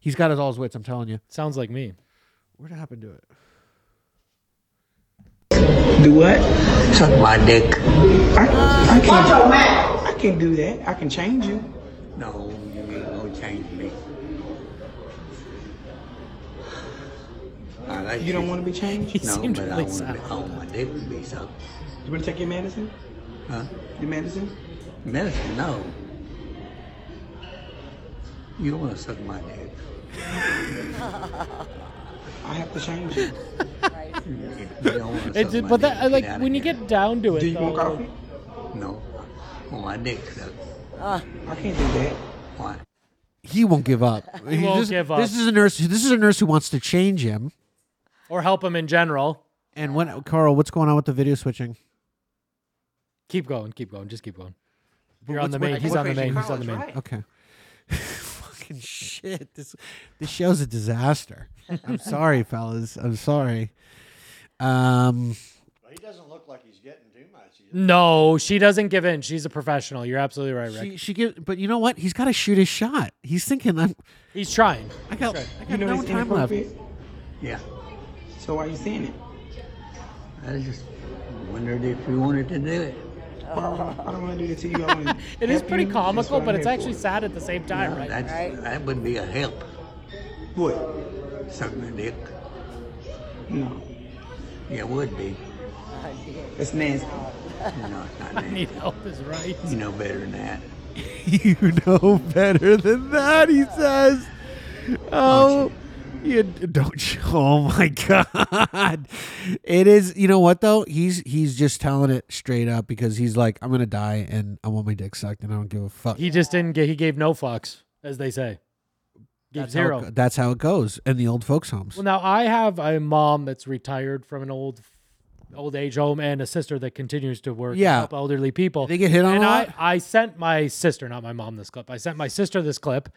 Speaker 9: he's got his all his wits, I'm telling you.
Speaker 10: Sounds like me.
Speaker 9: What happened to it?
Speaker 5: Do what?
Speaker 11: Suck my dick.
Speaker 5: I, I can't. I can do that. I can change you.
Speaker 11: No, you ain't gonna change me. I like
Speaker 5: You don't want to be changed.
Speaker 10: He
Speaker 11: No,
Speaker 10: seemed
Speaker 11: but
Speaker 10: really
Speaker 11: I want to be.
Speaker 10: sad.
Speaker 11: I want my dick to be sucked.
Speaker 5: You want to take your medicine?
Speaker 11: Huh?
Speaker 5: Your medicine?
Speaker 11: Medicine? No. You don't want to suck my dick.
Speaker 5: I have to change you.
Speaker 10: It did, but that I like when you get down to it.
Speaker 5: Do you want
Speaker 10: though,
Speaker 5: coffee?
Speaker 11: No. Oh, my dick sucks.
Speaker 6: Ah.
Speaker 5: I can't do that.
Speaker 11: Why?
Speaker 9: He won't give up.
Speaker 10: He won't
Speaker 9: this,
Speaker 10: give up.
Speaker 9: This is a nurse. This is a nurse who wants to change him.
Speaker 10: or help him in general.
Speaker 9: And when Carl, what's going on with the video switching?
Speaker 10: Keep going, keep going, just keep going.
Speaker 9: But
Speaker 10: You're on
Speaker 9: what's-
Speaker 10: the main.
Speaker 9: what-
Speaker 10: He's on the
Speaker 9: what-
Speaker 10: main. He's on the main.
Speaker 9: Okay. Fucking shit. This this show's a disaster. I'm sorry, fellas. I'm sorry. Um.
Speaker 12: He doesn't look like he's getting too much.
Speaker 10: No, she doesn't give in. She's a professional. You're absolutely right, Rick.
Speaker 9: She, she gives, but you know what? He's got to shoot his shot. He's thinking, I'm,
Speaker 10: He's trying.
Speaker 9: I got, I got
Speaker 5: You know
Speaker 9: no
Speaker 5: it's
Speaker 9: time left.
Speaker 5: inappropriate.
Speaker 11: Yeah.
Speaker 5: So why you saying it?
Speaker 11: I just wondered if you wanted to do it.
Speaker 5: I don't want to do that to you. I wanna
Speaker 10: It is
Speaker 5: help
Speaker 10: pretty
Speaker 5: you. That's what
Speaker 10: comical,
Speaker 5: I'm
Speaker 10: but
Speaker 5: here
Speaker 10: it's actually
Speaker 5: for.
Speaker 10: sad at the same time, right?
Speaker 11: That's,
Speaker 6: Right.
Speaker 11: That would be a help.
Speaker 5: What?
Speaker 11: Suck my dick.
Speaker 5: No,
Speaker 11: Yeah, it would be.
Speaker 5: that's nasty.
Speaker 11: No, it's not
Speaker 10: Need
Speaker 11: that.
Speaker 10: help is right.
Speaker 11: You know better than that.
Speaker 9: you know better than that, he says. Oh, you don't. You, oh my God! It is. You know what though? He's he's just telling it straight up because he's like, I'm gonna die and I want my dick sucked and I don't give a fuck.
Speaker 10: He just didn't get. He gave no fucks, as they say. Gave
Speaker 9: that's
Speaker 10: zero.
Speaker 9: How it, that's how it goes in the old folks' homes.
Speaker 10: Well, now I have a mom that's retired from an old old age home and a sister that continues to work and
Speaker 9: Yeah.
Speaker 10: help elderly people.
Speaker 9: They get hit on
Speaker 10: And
Speaker 9: a
Speaker 10: I,
Speaker 9: lot?
Speaker 10: I sent my sister, not my mom, this clip. I sent my sister this clip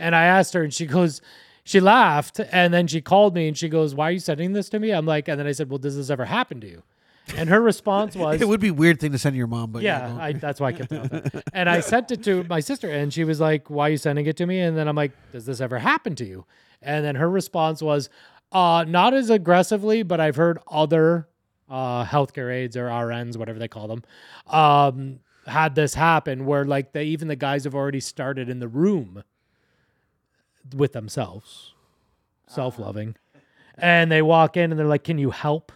Speaker 10: and I asked her and she goes, she laughed and then she called me and she goes, Why are you sending this to me? I'm like, and then I said, Well, does this ever happen to you? And her response was,
Speaker 9: it would be a weird thing to send to your mom, but
Speaker 10: yeah,
Speaker 9: don't-
Speaker 10: I, that's why I kept it out there. And I sent it to my sister, and she was like, "Why are you sending it to me?" And then I'm like, "Does this ever happen to you?" And then her response was, "Uh, not as aggressively, but I've heard other uh, healthcare aides or RNs, whatever they call them, um, had this happen where like they even the guys have already started in the room with themselves, self-loving,
Speaker 9: Ah.
Speaker 10: and they walk in and they're like, "Can you help?"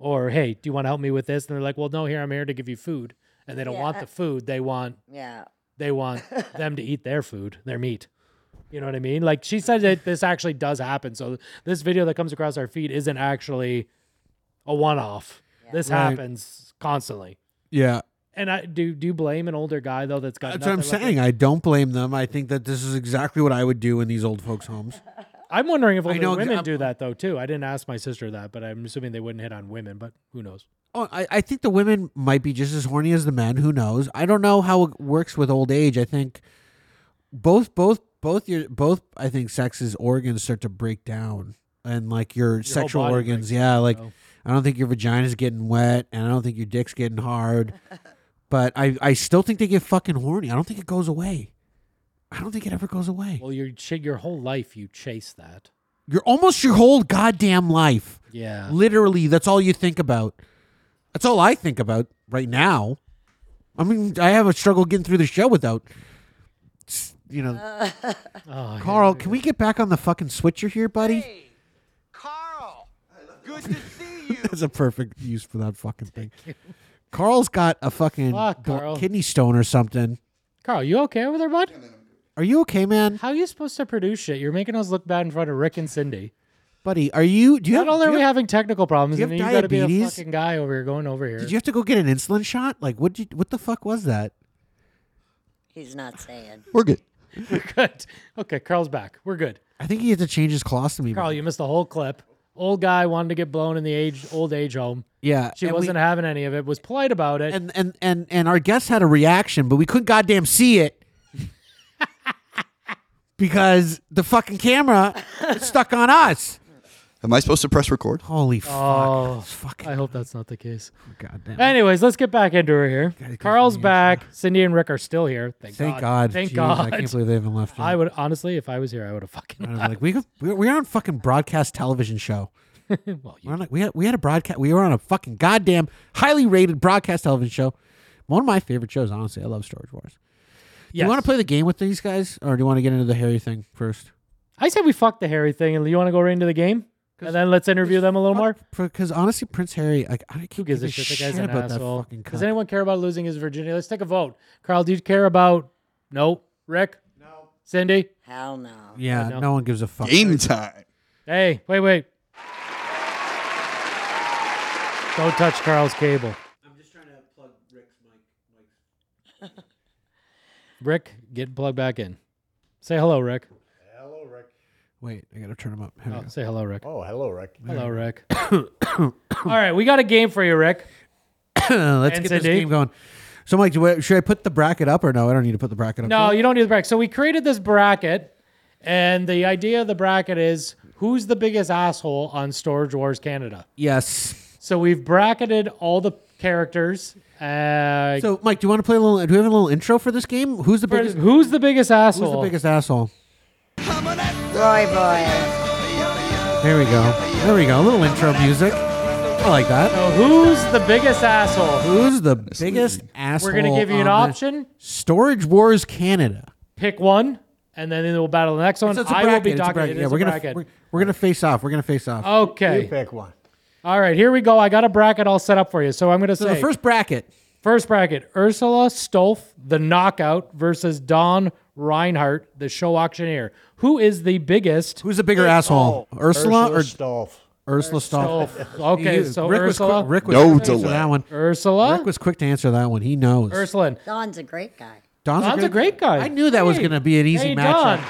Speaker 10: or hey, do you want to help me with this? And they're like, well, no, here I'm here to give you food, and they don't want the food. They want
Speaker 6: Yeah.
Speaker 10: they want them to eat their food, their meat. You know what I mean? Like she said that this actually does happen. So this video that comes across our feed isn't actually a one-off. This
Speaker 9: Right.
Speaker 10: happens constantly.
Speaker 9: yeah.
Speaker 10: And I do do you blame an older guy though that's got
Speaker 9: That's what I'm
Speaker 10: nothing left-
Speaker 9: saying. I don't blame them. I think that this is exactly what I would do in these old folks' homes.
Speaker 10: I'm wondering if
Speaker 9: I
Speaker 10: older
Speaker 9: know exa-
Speaker 10: women
Speaker 9: I'm-
Speaker 10: do that though too. I didn't ask my sister that, but I'm assuming they wouldn't hit on women, but who knows?
Speaker 9: Oh, I, I think the women might be just as horny as the men. Who knows? I don't know how it works with old age. I think both both both your both I think sexes organs start to break down and like your,
Speaker 10: whole
Speaker 9: sexual
Speaker 10: body
Speaker 9: organs.
Speaker 10: breaks
Speaker 9: Yeah,
Speaker 10: down,
Speaker 9: like
Speaker 10: so.
Speaker 9: I don't think your vagina's getting wet and I don't think your dick's getting hard. but I I still think they get fucking horny. I don't think it goes away. I don't think it ever goes away.
Speaker 10: Well, your ch- your whole life you chase that.
Speaker 9: You're almost your whole goddamn life.
Speaker 10: Yeah.
Speaker 9: Literally, that's all you think about. That's all I think about right now. I mean, I have a struggle getting through the show without, s- you know.
Speaker 10: Oh, yeah.
Speaker 9: Carl, can we get back on the fucking switcher here, buddy?
Speaker 12: Oh,
Speaker 9: Carl, good to see you. That's a perfect use for that fucking thing. Carl's got a fucking
Speaker 10: Fuck,
Speaker 9: bl-
Speaker 10: Carl.
Speaker 9: kidney stone or something.
Speaker 10: Carl, you okay over there, bud?
Speaker 9: Are you okay, man,
Speaker 10: How are you supposed to produce shit? You're making us look bad in front of Rick and Cindy.
Speaker 9: buddy? Are you? Do you
Speaker 10: Not
Speaker 9: have?
Speaker 10: only
Speaker 9: do
Speaker 10: are
Speaker 9: you
Speaker 10: we
Speaker 9: have-
Speaker 10: having technical problems,
Speaker 9: do you
Speaker 10: and then
Speaker 9: have
Speaker 10: you got to be a
Speaker 9: diabetes?
Speaker 10: fucking guy over here going over here.
Speaker 9: did you have to go get an insulin shot? Like, what? Did you, what the fuck was that?
Speaker 6: He's not saying.
Speaker 7: We're good.
Speaker 10: good. Okay, Carl's back. We're good.
Speaker 9: I think he had to change his colostomy.
Speaker 10: Carl, you missed the whole clip. Old guy wanted to get blown in the age old age home.
Speaker 9: Yeah,
Speaker 10: She
Speaker 9: and we-
Speaker 10: wasn't having any of it. Was polite about it.
Speaker 9: and and and and our guest had a reaction, but we couldn't goddamn see it because the fucking camera is stuck on us.
Speaker 7: Am I supposed to press record?
Speaker 9: Holy
Speaker 10: Oh,
Speaker 9: fuck! It's fucking
Speaker 10: I hope that's not the case.
Speaker 9: goddamn.
Speaker 10: Anyways, let's get back into her here. Carl's back. Cindy and Rick are still here. Thank,
Speaker 9: Thank
Speaker 10: God.
Speaker 9: God.
Speaker 10: Thank
Speaker 9: Jeez,
Speaker 10: God.
Speaker 9: I can't believe they haven't left.
Speaker 10: I
Speaker 9: yet.
Speaker 10: would honestly, if I was here, I would have fucking.
Speaker 9: I was like, we we- we're on fucking broadcast television show.
Speaker 10: Well, you
Speaker 9: We're on a, we had we had a broadcast. We were on a fucking goddamn highly rated broadcast television show. One of my favorite shows, honestly. I love Storage Wars. Do You want to play the game with these guys, or do you want to get into the hairy thing first?
Speaker 10: I said we fuck the Harry thing, and you want to go right into the game, and then let's interview them a little more.
Speaker 9: Because honestly, Prince Harry, like I can't
Speaker 10: Who gives
Speaker 9: give
Speaker 10: a shit? The guy's an
Speaker 9: about
Speaker 10: asshole.
Speaker 9: that fucking
Speaker 10: Does
Speaker 9: cunt.
Speaker 10: anyone care about losing his virginity? Let's take a vote. Carl, do you care about? No. Rick. No. Cindy.
Speaker 6: Hell no.
Speaker 9: yeah,
Speaker 10: no.
Speaker 9: no. one gives a fuck.
Speaker 7: Game time.
Speaker 10: Hey, wait, wait. Don't touch Carl's cable.
Speaker 8: I'm just trying to plug Rick's mic.
Speaker 10: Rick, get plugged back in. Say hello, Rick.
Speaker 12: Hello, Rick.
Speaker 9: Wait, I gotta turn him up. Here we
Speaker 10: Oh,
Speaker 9: go.
Speaker 10: say hello, Rick.
Speaker 12: Oh, hello, Rick.
Speaker 10: Hello, Rick. All right, we got a game for you, Rick.
Speaker 9: Let's get this
Speaker 10: NCD.
Speaker 9: game going. So, Mike, do I, should I put the bracket up or no? I don't need to put the bracket up.
Speaker 10: No,
Speaker 9: do I?
Speaker 10: you don't need the bracket. So we created this bracket, and the idea of the bracket is who's the biggest asshole on Storage Wars Canada.
Speaker 9: Yes.
Speaker 10: So we've bracketed all the characters. Uh,
Speaker 9: So, Mike, do you want to play a little? Do we have a little intro for this game? Who's the
Speaker 10: for-
Speaker 9: biggest?
Speaker 10: who's the biggest asshole?
Speaker 9: Who's the biggest asshole?
Speaker 6: Roy boy.
Speaker 9: There we go. There we go. A little intro music. I like that.
Speaker 10: So who's the biggest asshole?
Speaker 9: Who's the biggest asshole?
Speaker 10: We're gonna give you an
Speaker 9: on the-
Speaker 10: option.
Speaker 9: Storage Wars Canada.
Speaker 10: Pick one, and then we'll battle the next one.
Speaker 9: So it's a
Speaker 10: I will
Speaker 9: bracket,
Speaker 10: be
Speaker 9: it's a
Speaker 10: talking.
Speaker 9: bracket.
Speaker 10: It
Speaker 9: Yeah,
Speaker 10: is
Speaker 9: we're
Speaker 10: a
Speaker 9: gonna
Speaker 10: bracket. Oh,
Speaker 9: we're, we're gonna face off. We're gonna face off.
Speaker 10: Okay.
Speaker 12: You pick one.
Speaker 10: All right, here we go. I got a bracket all set up for you. So I'm going to
Speaker 9: so
Speaker 10: say
Speaker 9: the first bracket.
Speaker 10: first bracket Ursula Stolf, the knockout, versus Don Reinhardt, the show auctioneer. Who is the biggest?
Speaker 9: Who's the bigger asshole,
Speaker 7: oh,
Speaker 9: Ursula, or
Speaker 12: Stolf?
Speaker 9: Ursula Stoff?
Speaker 10: Stolf. Okay,
Speaker 9: He-
Speaker 10: so
Speaker 9: Rick
Speaker 10: Ursula.
Speaker 9: was quick, Rick was
Speaker 7: No
Speaker 9: quick to answer
Speaker 7: delay.
Speaker 9: that one.
Speaker 10: Ursula.
Speaker 9: Rick was quick to answer that one. He knows.
Speaker 10: Ursula.
Speaker 6: Don's a great guy.
Speaker 9: Don's,
Speaker 10: Don's a great guy.
Speaker 9: I knew that was
Speaker 10: Hey.
Speaker 9: going to be an easy
Speaker 10: hey,
Speaker 9: matchup.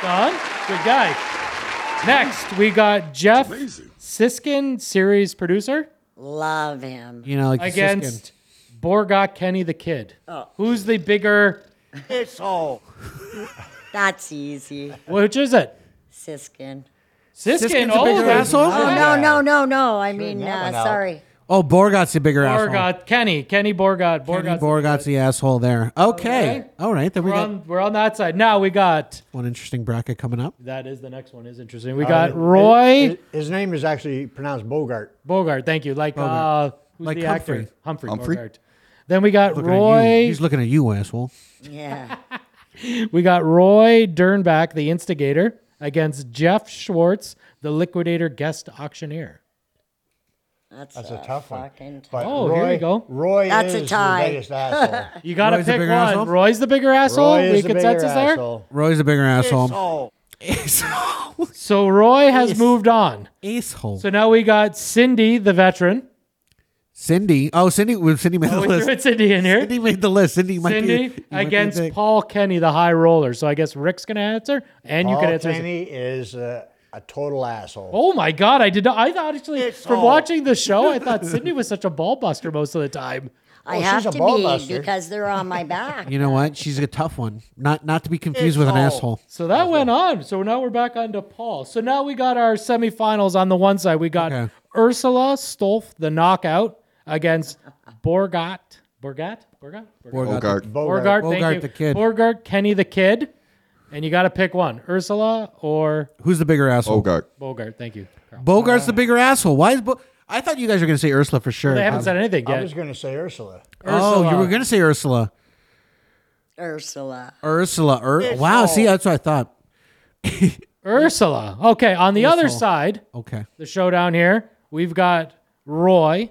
Speaker 10: Don. Don, good guy. Next, we got Jeff Siskin, series producer,
Speaker 6: Love him.
Speaker 9: You know, like
Speaker 10: against Borgat Kenny the Kid. Who's the bigger?
Speaker 6: That's easy.
Speaker 10: Which is it?
Speaker 6: Siskin.
Speaker 10: Siskin,
Speaker 9: Siskin's a
Speaker 10: oh,
Speaker 9: bigger
Speaker 10: that's
Speaker 9: asshole?
Speaker 6: Oh, no, no, no, no. I mean,
Speaker 12: that one
Speaker 6: uh,
Speaker 12: out.
Speaker 6: sorry.
Speaker 9: Oh, Borgat's the bigger asshole.
Speaker 10: Borgat, Kenny, Kenny Borgat,
Speaker 9: Kenny
Speaker 10: Borgat.
Speaker 9: Borgat's the asshole there. Okay.
Speaker 10: Okay.
Speaker 9: All right. Then we
Speaker 10: We're
Speaker 9: got
Speaker 10: on, we're on that side. Now we got
Speaker 9: one interesting bracket coming up.
Speaker 10: that is the next one is interesting. We
Speaker 12: Uh,
Speaker 10: got
Speaker 12: hi-
Speaker 10: Roy
Speaker 12: hi- His name is actually pronounced Bogart.
Speaker 10: Bogart. Thank you. Like uh, who's
Speaker 9: Like
Speaker 10: the actor?
Speaker 9: Humphrey.
Speaker 10: Humphrey,
Speaker 7: Humphrey?
Speaker 10: Bogart. Then we got
Speaker 9: Looking at you.
Speaker 10: Roy.
Speaker 9: He's looking at you, asshole.
Speaker 6: Yeah.
Speaker 10: We got Roy Dernback, the instigator, against Jeff Schwartz, the liquidator guest auctioneer.
Speaker 6: That's,
Speaker 12: That's a tough one.
Speaker 6: fucking tough.
Speaker 12: But
Speaker 10: Oh,
Speaker 12: Roy,
Speaker 10: here we go.
Speaker 12: Roy
Speaker 6: That's a
Speaker 12: is
Speaker 6: tie.
Speaker 12: the biggest asshole.
Speaker 10: You got to
Speaker 9: Roy's the
Speaker 10: pick one.
Speaker 9: bigger asshole?
Speaker 10: Roy's the bigger asshole.
Speaker 12: Roy
Speaker 10: we
Speaker 12: is the bigger
Speaker 10: consensus there.
Speaker 12: asshole.
Speaker 9: Roy's a bigger asshole. Asshole.
Speaker 10: So Roy has moved on.
Speaker 9: Asshole.
Speaker 10: So now we got Cindy, the veteran.
Speaker 9: Cindy. Oh, Cindy. well, Cindy made
Speaker 10: Oh,
Speaker 9: the
Speaker 10: we threw
Speaker 9: list.
Speaker 10: it Cindy in here.
Speaker 9: Cindy made the list. Cindy might be-
Speaker 10: Cindy
Speaker 9: you might be
Speaker 10: against
Speaker 9: big.
Speaker 10: Paul Kenny, the high roller. So I guess Rick's gonna answer, and you
Speaker 12: Paul
Speaker 10: can answer.
Speaker 12: Kenny is uh, a total asshole.
Speaker 10: Oh my God! I did not. I thought actually from watching the show, I thought Sydney was such a ball buster most of the time.
Speaker 6: I
Speaker 12: Oh, she's
Speaker 6: have
Speaker 12: a
Speaker 6: to
Speaker 12: ball
Speaker 6: be
Speaker 12: buster.
Speaker 6: because they're on my back.
Speaker 9: You know what? She's a tough one. Not not to be confused with an asshole.
Speaker 10: So that went on. So now we're back on to Paul. So now we got our semifinals on the one side. We got
Speaker 9: Okay.
Speaker 10: Ursula Stolf, the knockout, against Borgat. Borgat? Borgat? Borgat.
Speaker 7: Bogart.
Speaker 12: Bogart.
Speaker 10: Borgart,
Speaker 9: Bogart
Speaker 10: thank you.
Speaker 9: the Kid.
Speaker 10: Borgart, Kenny the Kid. And you got to pick one Ursula or
Speaker 9: Who's the bigger asshole?
Speaker 7: Bogart.
Speaker 10: Bogart. Thank you. Carl.
Speaker 9: Bogart's the bigger asshole. Why is Bo- I thought you guys were going to say Ursula for sure.
Speaker 10: They haven't said anything
Speaker 12: I
Speaker 10: yet.
Speaker 12: was going to say Ursula.
Speaker 9: oh, you
Speaker 10: Ursula.
Speaker 9: were going to say Ursula.
Speaker 6: Ursula.
Speaker 9: Ursula. Ur- wow. See, that's what I thought.
Speaker 10: Ursula. Okay, on the other
Speaker 9: Ursula.
Speaker 10: side,
Speaker 9: Okay.
Speaker 10: the showdown here, we've got Roy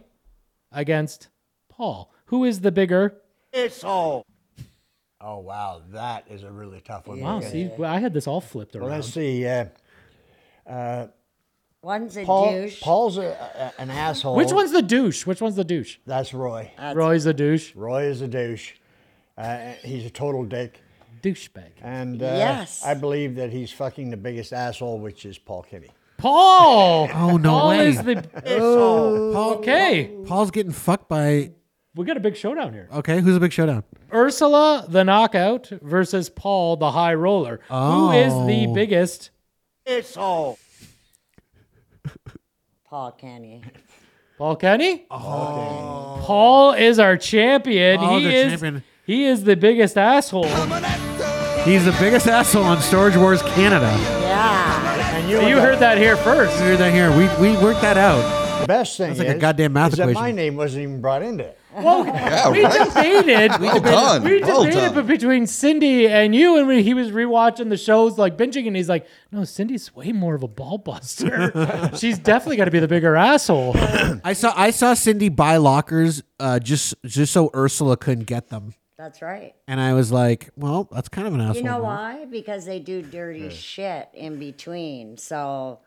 Speaker 10: against Paul. Who is the bigger?
Speaker 12: Oh, wow. That is a really tough one.
Speaker 10: Wow, see, well, I had this all flipped
Speaker 12: Well, let's
Speaker 10: around.
Speaker 12: see. Uh,
Speaker 6: One's a
Speaker 12: Paul,
Speaker 6: douche.
Speaker 12: Paul's a, a, an asshole.
Speaker 10: Which one's the douche? Which one's the douche?
Speaker 12: That's Roy.
Speaker 10: Roy's a douche.
Speaker 12: Roy is a douche. Uh, he's a total dick.
Speaker 10: Douchebag.
Speaker 12: And uh,
Speaker 6: Yes.
Speaker 12: I believe that he's fucking the biggest asshole, which is Paul Kenny.
Speaker 10: Paul.
Speaker 9: Oh, no
Speaker 10: Paul
Speaker 9: way.
Speaker 10: is the.
Speaker 12: Oh.
Speaker 9: Paul,
Speaker 10: Okay,
Speaker 9: Paul's getting fucked by.
Speaker 10: we got a big showdown here.
Speaker 9: Okay, who's a big showdown?
Speaker 10: Ursula the knockout versus Paul the high roller. Who is the
Speaker 9: Oh.
Speaker 10: biggest?
Speaker 6: Paul Kenny.
Speaker 10: Paul Kenny.
Speaker 12: Oh.
Speaker 10: Paul is our champion.
Speaker 9: Paul's
Speaker 10: he
Speaker 9: our
Speaker 10: is.
Speaker 9: Oh, champion.
Speaker 10: He is the biggest asshole.
Speaker 9: He's the biggest asshole on Storage Wars Canada.
Speaker 6: Yeah.
Speaker 12: And you,
Speaker 10: You
Speaker 12: know,
Speaker 10: heard that here first.
Speaker 9: We heard that here. We, we worked that out.
Speaker 12: The best thing
Speaker 9: That's like a
Speaker 12: is,
Speaker 9: goddamn math
Speaker 12: is that my
Speaker 9: equation.
Speaker 12: name wasn't even brought into it.
Speaker 7: Yeah,
Speaker 10: We
Speaker 7: right?
Speaker 10: debated.
Speaker 7: Well done.
Speaker 10: We
Speaker 7: Well
Speaker 10: debated
Speaker 7: done.
Speaker 10: but between Cindy and you, and when he was rewatching the shows, like binging, and he's like, "No, Cindy's way more of a ball buster. She's definitely got to be the bigger asshole."
Speaker 9: I saw I saw Cindy buy lockers uh, just just so Ursula couldn't get them,
Speaker 6: That's right.
Speaker 9: and I was like, well, that's kind of an asshole.
Speaker 6: You know
Speaker 9: move.
Speaker 6: why? Because they do dirty shit in between. So